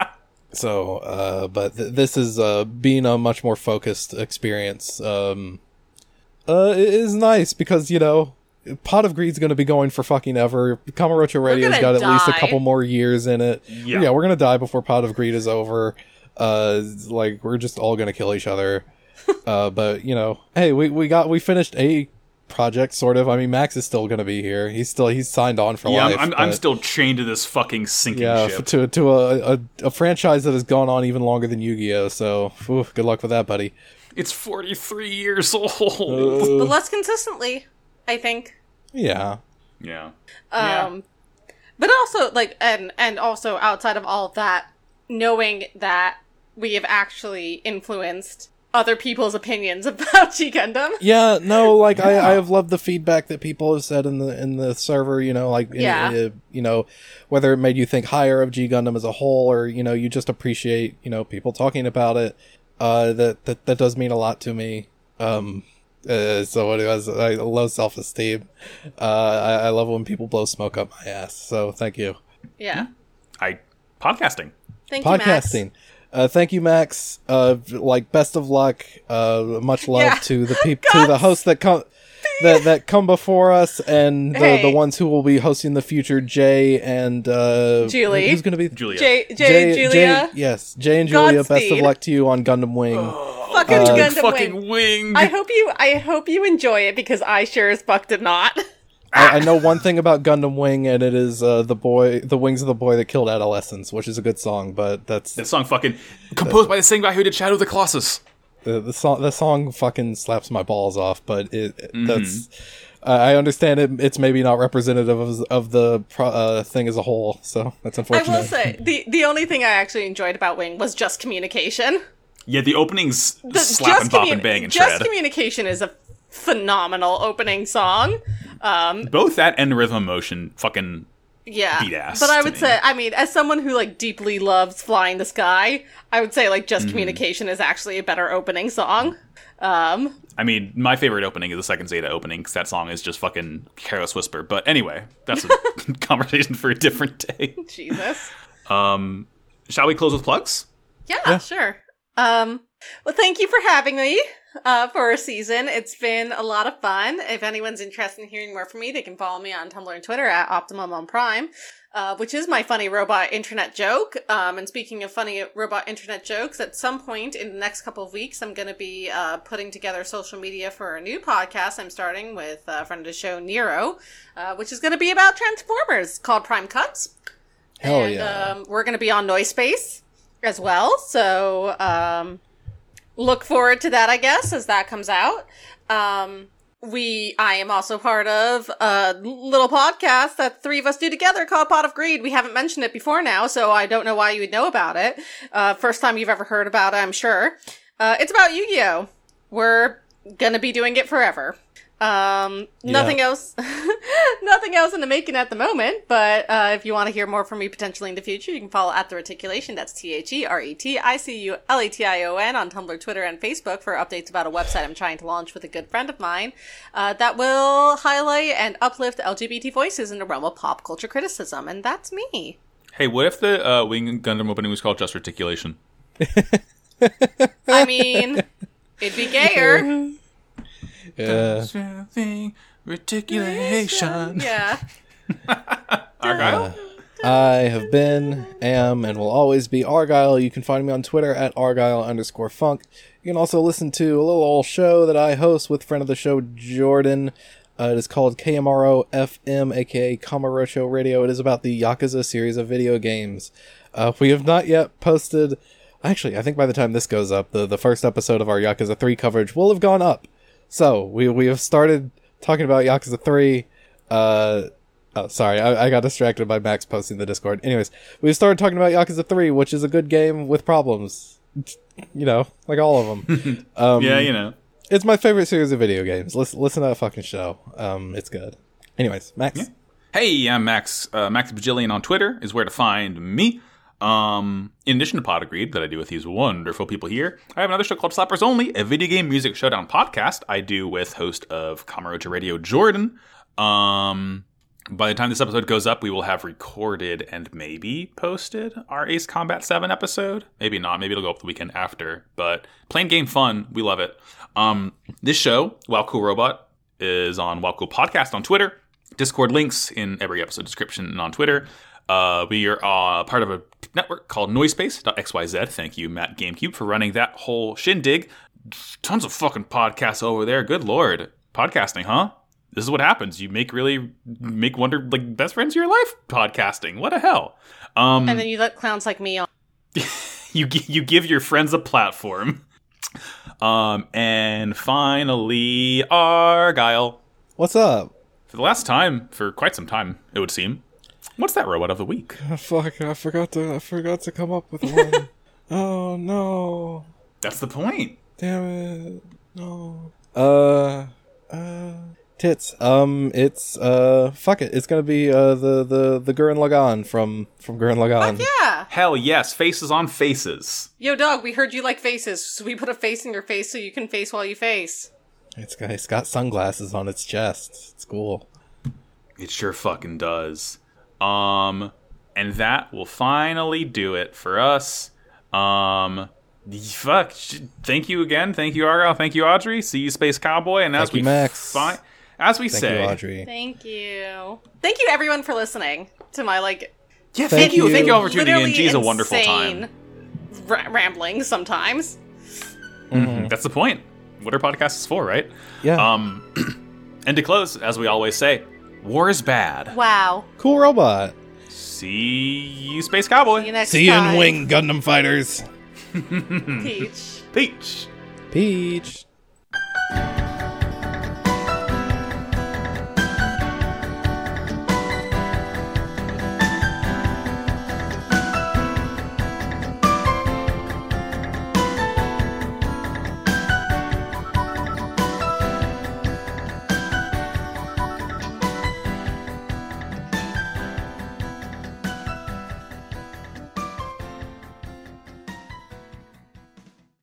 so uh but th- this is uh being a much more focused experience um uh it is nice because you know pot of greed's gonna be going for fucking ever kamarocho radio's
gonna
got at least a
die.
couple more years in it
Yeah.
yeah we're gonna die before pot of greed is over uh like we're just all gonna kill each other uh but you know hey we we got we finished a project sort of i mean max is still gonna be here he's still he's signed on for
Yeah,
life
I'm, I'm, I'm
but-
still chained to this fucking sinking
yeah,
ship.
f- to to a, a a franchise that has gone on even longer than Yu-Gi-Oh. So, oof, good luck with that, buddy.
It's 43 years old.
Uh,
but less consistently i think
Yeah,
yeah.
um but also like and and also outside of all of that knowing that we have actually influenced other people's opinions about G Gundam.
yeah. No, like I, I have loved the feedback that people have said in the in the server. You know, like in-
Yeah.
in- you know, whether it made you think higher of G Gundam as a whole, or you know, you just appreciate you know people talking about it. Uh, that that that does mean a lot to me. Um. Uh, someone who has uh, low self-esteem uh I, I love when people blow smoke up my ass so thank you
Hmm?
Yeah.
I podcasting.
Thank you.
podcasting. Uh, thank you, Max. Uh, like best of luck. Uh, much love
Yeah.
to the people, to the hosts that come. that that come before us and the, the
Hey.
ones who will be hosting the future Jay and uh
Julie.
who's going to be
Julia.
Jay, Jay, Julia,
yes, Jay and Julia. Best of
Godspeed. Oh.
luck to you on Gundam Wing.
fucking
uh,
Gundam
fucking
Wing.
wing.
I hope you, I hope you enjoy it because I sure as fuck did not.
I, I know one thing about Gundam Wing, and it is uh, the boy, the wings of the boy that killed adolescence, which is a good song, but that's
that song fucking composed by the same guy who did Shadow of the Colossus.
the, the song. The song fucking slaps my balls off, but it that's. I I understand it. It's maybe not representative of, of the pro, uh, thing as a whole, so that's
I
unfortunate.
will say the the only thing I actually enjoyed about Wing was just communication.
Yeah, the opening's
The-
slap and pop and
communi-
bang and
just
shred.
communication is a phenomenal opening song. Um,
Both that and rhythm of motion fucking
yeah,
Beat ass
but I
to
would
me.
say, I mean, as someone who like deeply loves flying the sky, I would say like
Mm-hmm.
just communication is actually a better opening song. Um,
I mean, my favorite opening is the second Zeta opening because that song is just fucking careless whisper. But anyway, that's a conversation for a different day.
Jesus.
Um, shall we close with plugs?
Yeah,
Yeah.
sure. Um, well, thank you for having me uh, for a season. It's been a lot of fun. If anyone's interested in hearing more from me, they can follow me on Tumblr and Twitter at Optimum on Prime, uh, which is my funny robot internet joke. Um, and speaking of funny robot internet jokes, at some point in the next couple of weeks, I'm going to be uh, putting together social media for a new podcast I'm starting with a friend of the show, Nero, uh, which is going to be about Transformers called Prime Cuts
Hell
and
yeah!
um, we're going to be on Noise Space as well. So um, look forward to that, I guess, as that comes out. Um, we, I am also part of a little podcast that three of us do together called Pot of Greed. We haven't mentioned it before now, so I don't know why you would know about it. Uh, first time you've ever heard about it, I'm sure. Uh, it's about Yu-Gi-Oh. We're gonna be doing it forever. Um, nothing else, nothing else in the making at the moment. But uh, if you want to hear more from me potentially in the future, you can follow at the reticulation. That's T H E R E T I C U L A T I O N on Tumblr, Twitter, and Facebook for updates about a website I'm trying to launch with a good friend of mine uh, that will highlight and uplift LGBT voices in the realm of pop culture criticism. And that's me.
Hey, what if the uh, Wing Gundam opening was called Just Articulation?
I mean, it'd be gayer.
Yeah.
Reticulation.
Yeah.
Argyle?
I have been, am, and will always be Argyle. You can find me on Twitter at Argyle underscore funk. You can also listen to a little old show that I host with friend of the show Jordan. Uh, it is called KMRO FM, aka Kamurocho Radio. It is about the Yakuza series of video games. Uh, we have not yet posted. Actually, I think by the time this goes up, the, the first episode of our Yakuza 3 coverage will have gone up. So, we, we have started talking about Yakuza 3. Uh, Oh, sorry, I, I got distracted by Max posting the Discord. Anyways, we started talking about Yakuza 3, which is a good game with problems. You know, like all of them.
Um,
yeah, you know.
it's my favorite series of video games. Listen, listen to that fucking show. Um, it's good. Anyways, Max.
Hey, I'm Max. Uh, Max Bajillion on Twitter is where to find me. Um, in addition to Pod Agreed that I do with these wonderful people here, I have another show called Slappers Only, a video game music showdown podcast I do with host of Kamarocha Radio Jordan. Um, by the time this episode goes up, we will have recorded and maybe posted our Ace Combat 7 episode. Maybe not. Maybe it'll go up the weekend after. But plain game fun. We love it. Um, this show, Wow Cool Robot, is on Wow Cool Podcast on Twitter. Discord links in every episode description and on Twitter. Uh, we are uh, part of a network called Noisepace.xyz. Thank you, Matt GameCube, for running that whole shindig. Tons of fucking podcasts over there. Good lord, podcasting, huh? This is what happens. You make really make wonder like best friends of your life podcasting. What a hell. Um,
And then you let clowns like me on.
you gi- you give your friends a platform. Um, and finally, Argyle.
What's up?
For the last time, for quite some time, it would seem. What's that robot of the week?
Ah, fuck, I forgot to I forgot to come up with one. oh no.
That's the point.
Damn it. No. Uh uh tits. Um it's uh fuck it. It's gonna be uh the the the Gurren Lagann from from Gurren Lagann.
Yeah.
Hell yes, faces on faces.
Yo, dog, we heard you like faces, so we put a face in your face so you can face while you face.
It's got, it's got sunglasses on its chest. It's cool.
It sure fucking does. Um, and that will finally do it for us. Um, y- fuck. sh- Thank you again. Thank you, Argyle. Thank you, Audrey. See you, Space Cowboy. And as
Thank you,
we
Max.
fi- As we
Thank
say,
you, Audrey.
Thank you. Thank you, everyone, for listening to my like.
yeah,
Thank
thank, you,
you.
thank you all for tuning in.
literally
Geez, a wonderful
insane
time.
ra- rambling sometimes. Mm-hmm.
Mm-hmm.
Mhm. That's the point. What our podcast is for, right?
Yeah.
Um, and to close, as we always say, war is bad.
Wow.
cool robot.
See you, space cowboy.
See you next
See you in
time.
Wing Gundam Fighters.
Peach.
Peach.
Peach.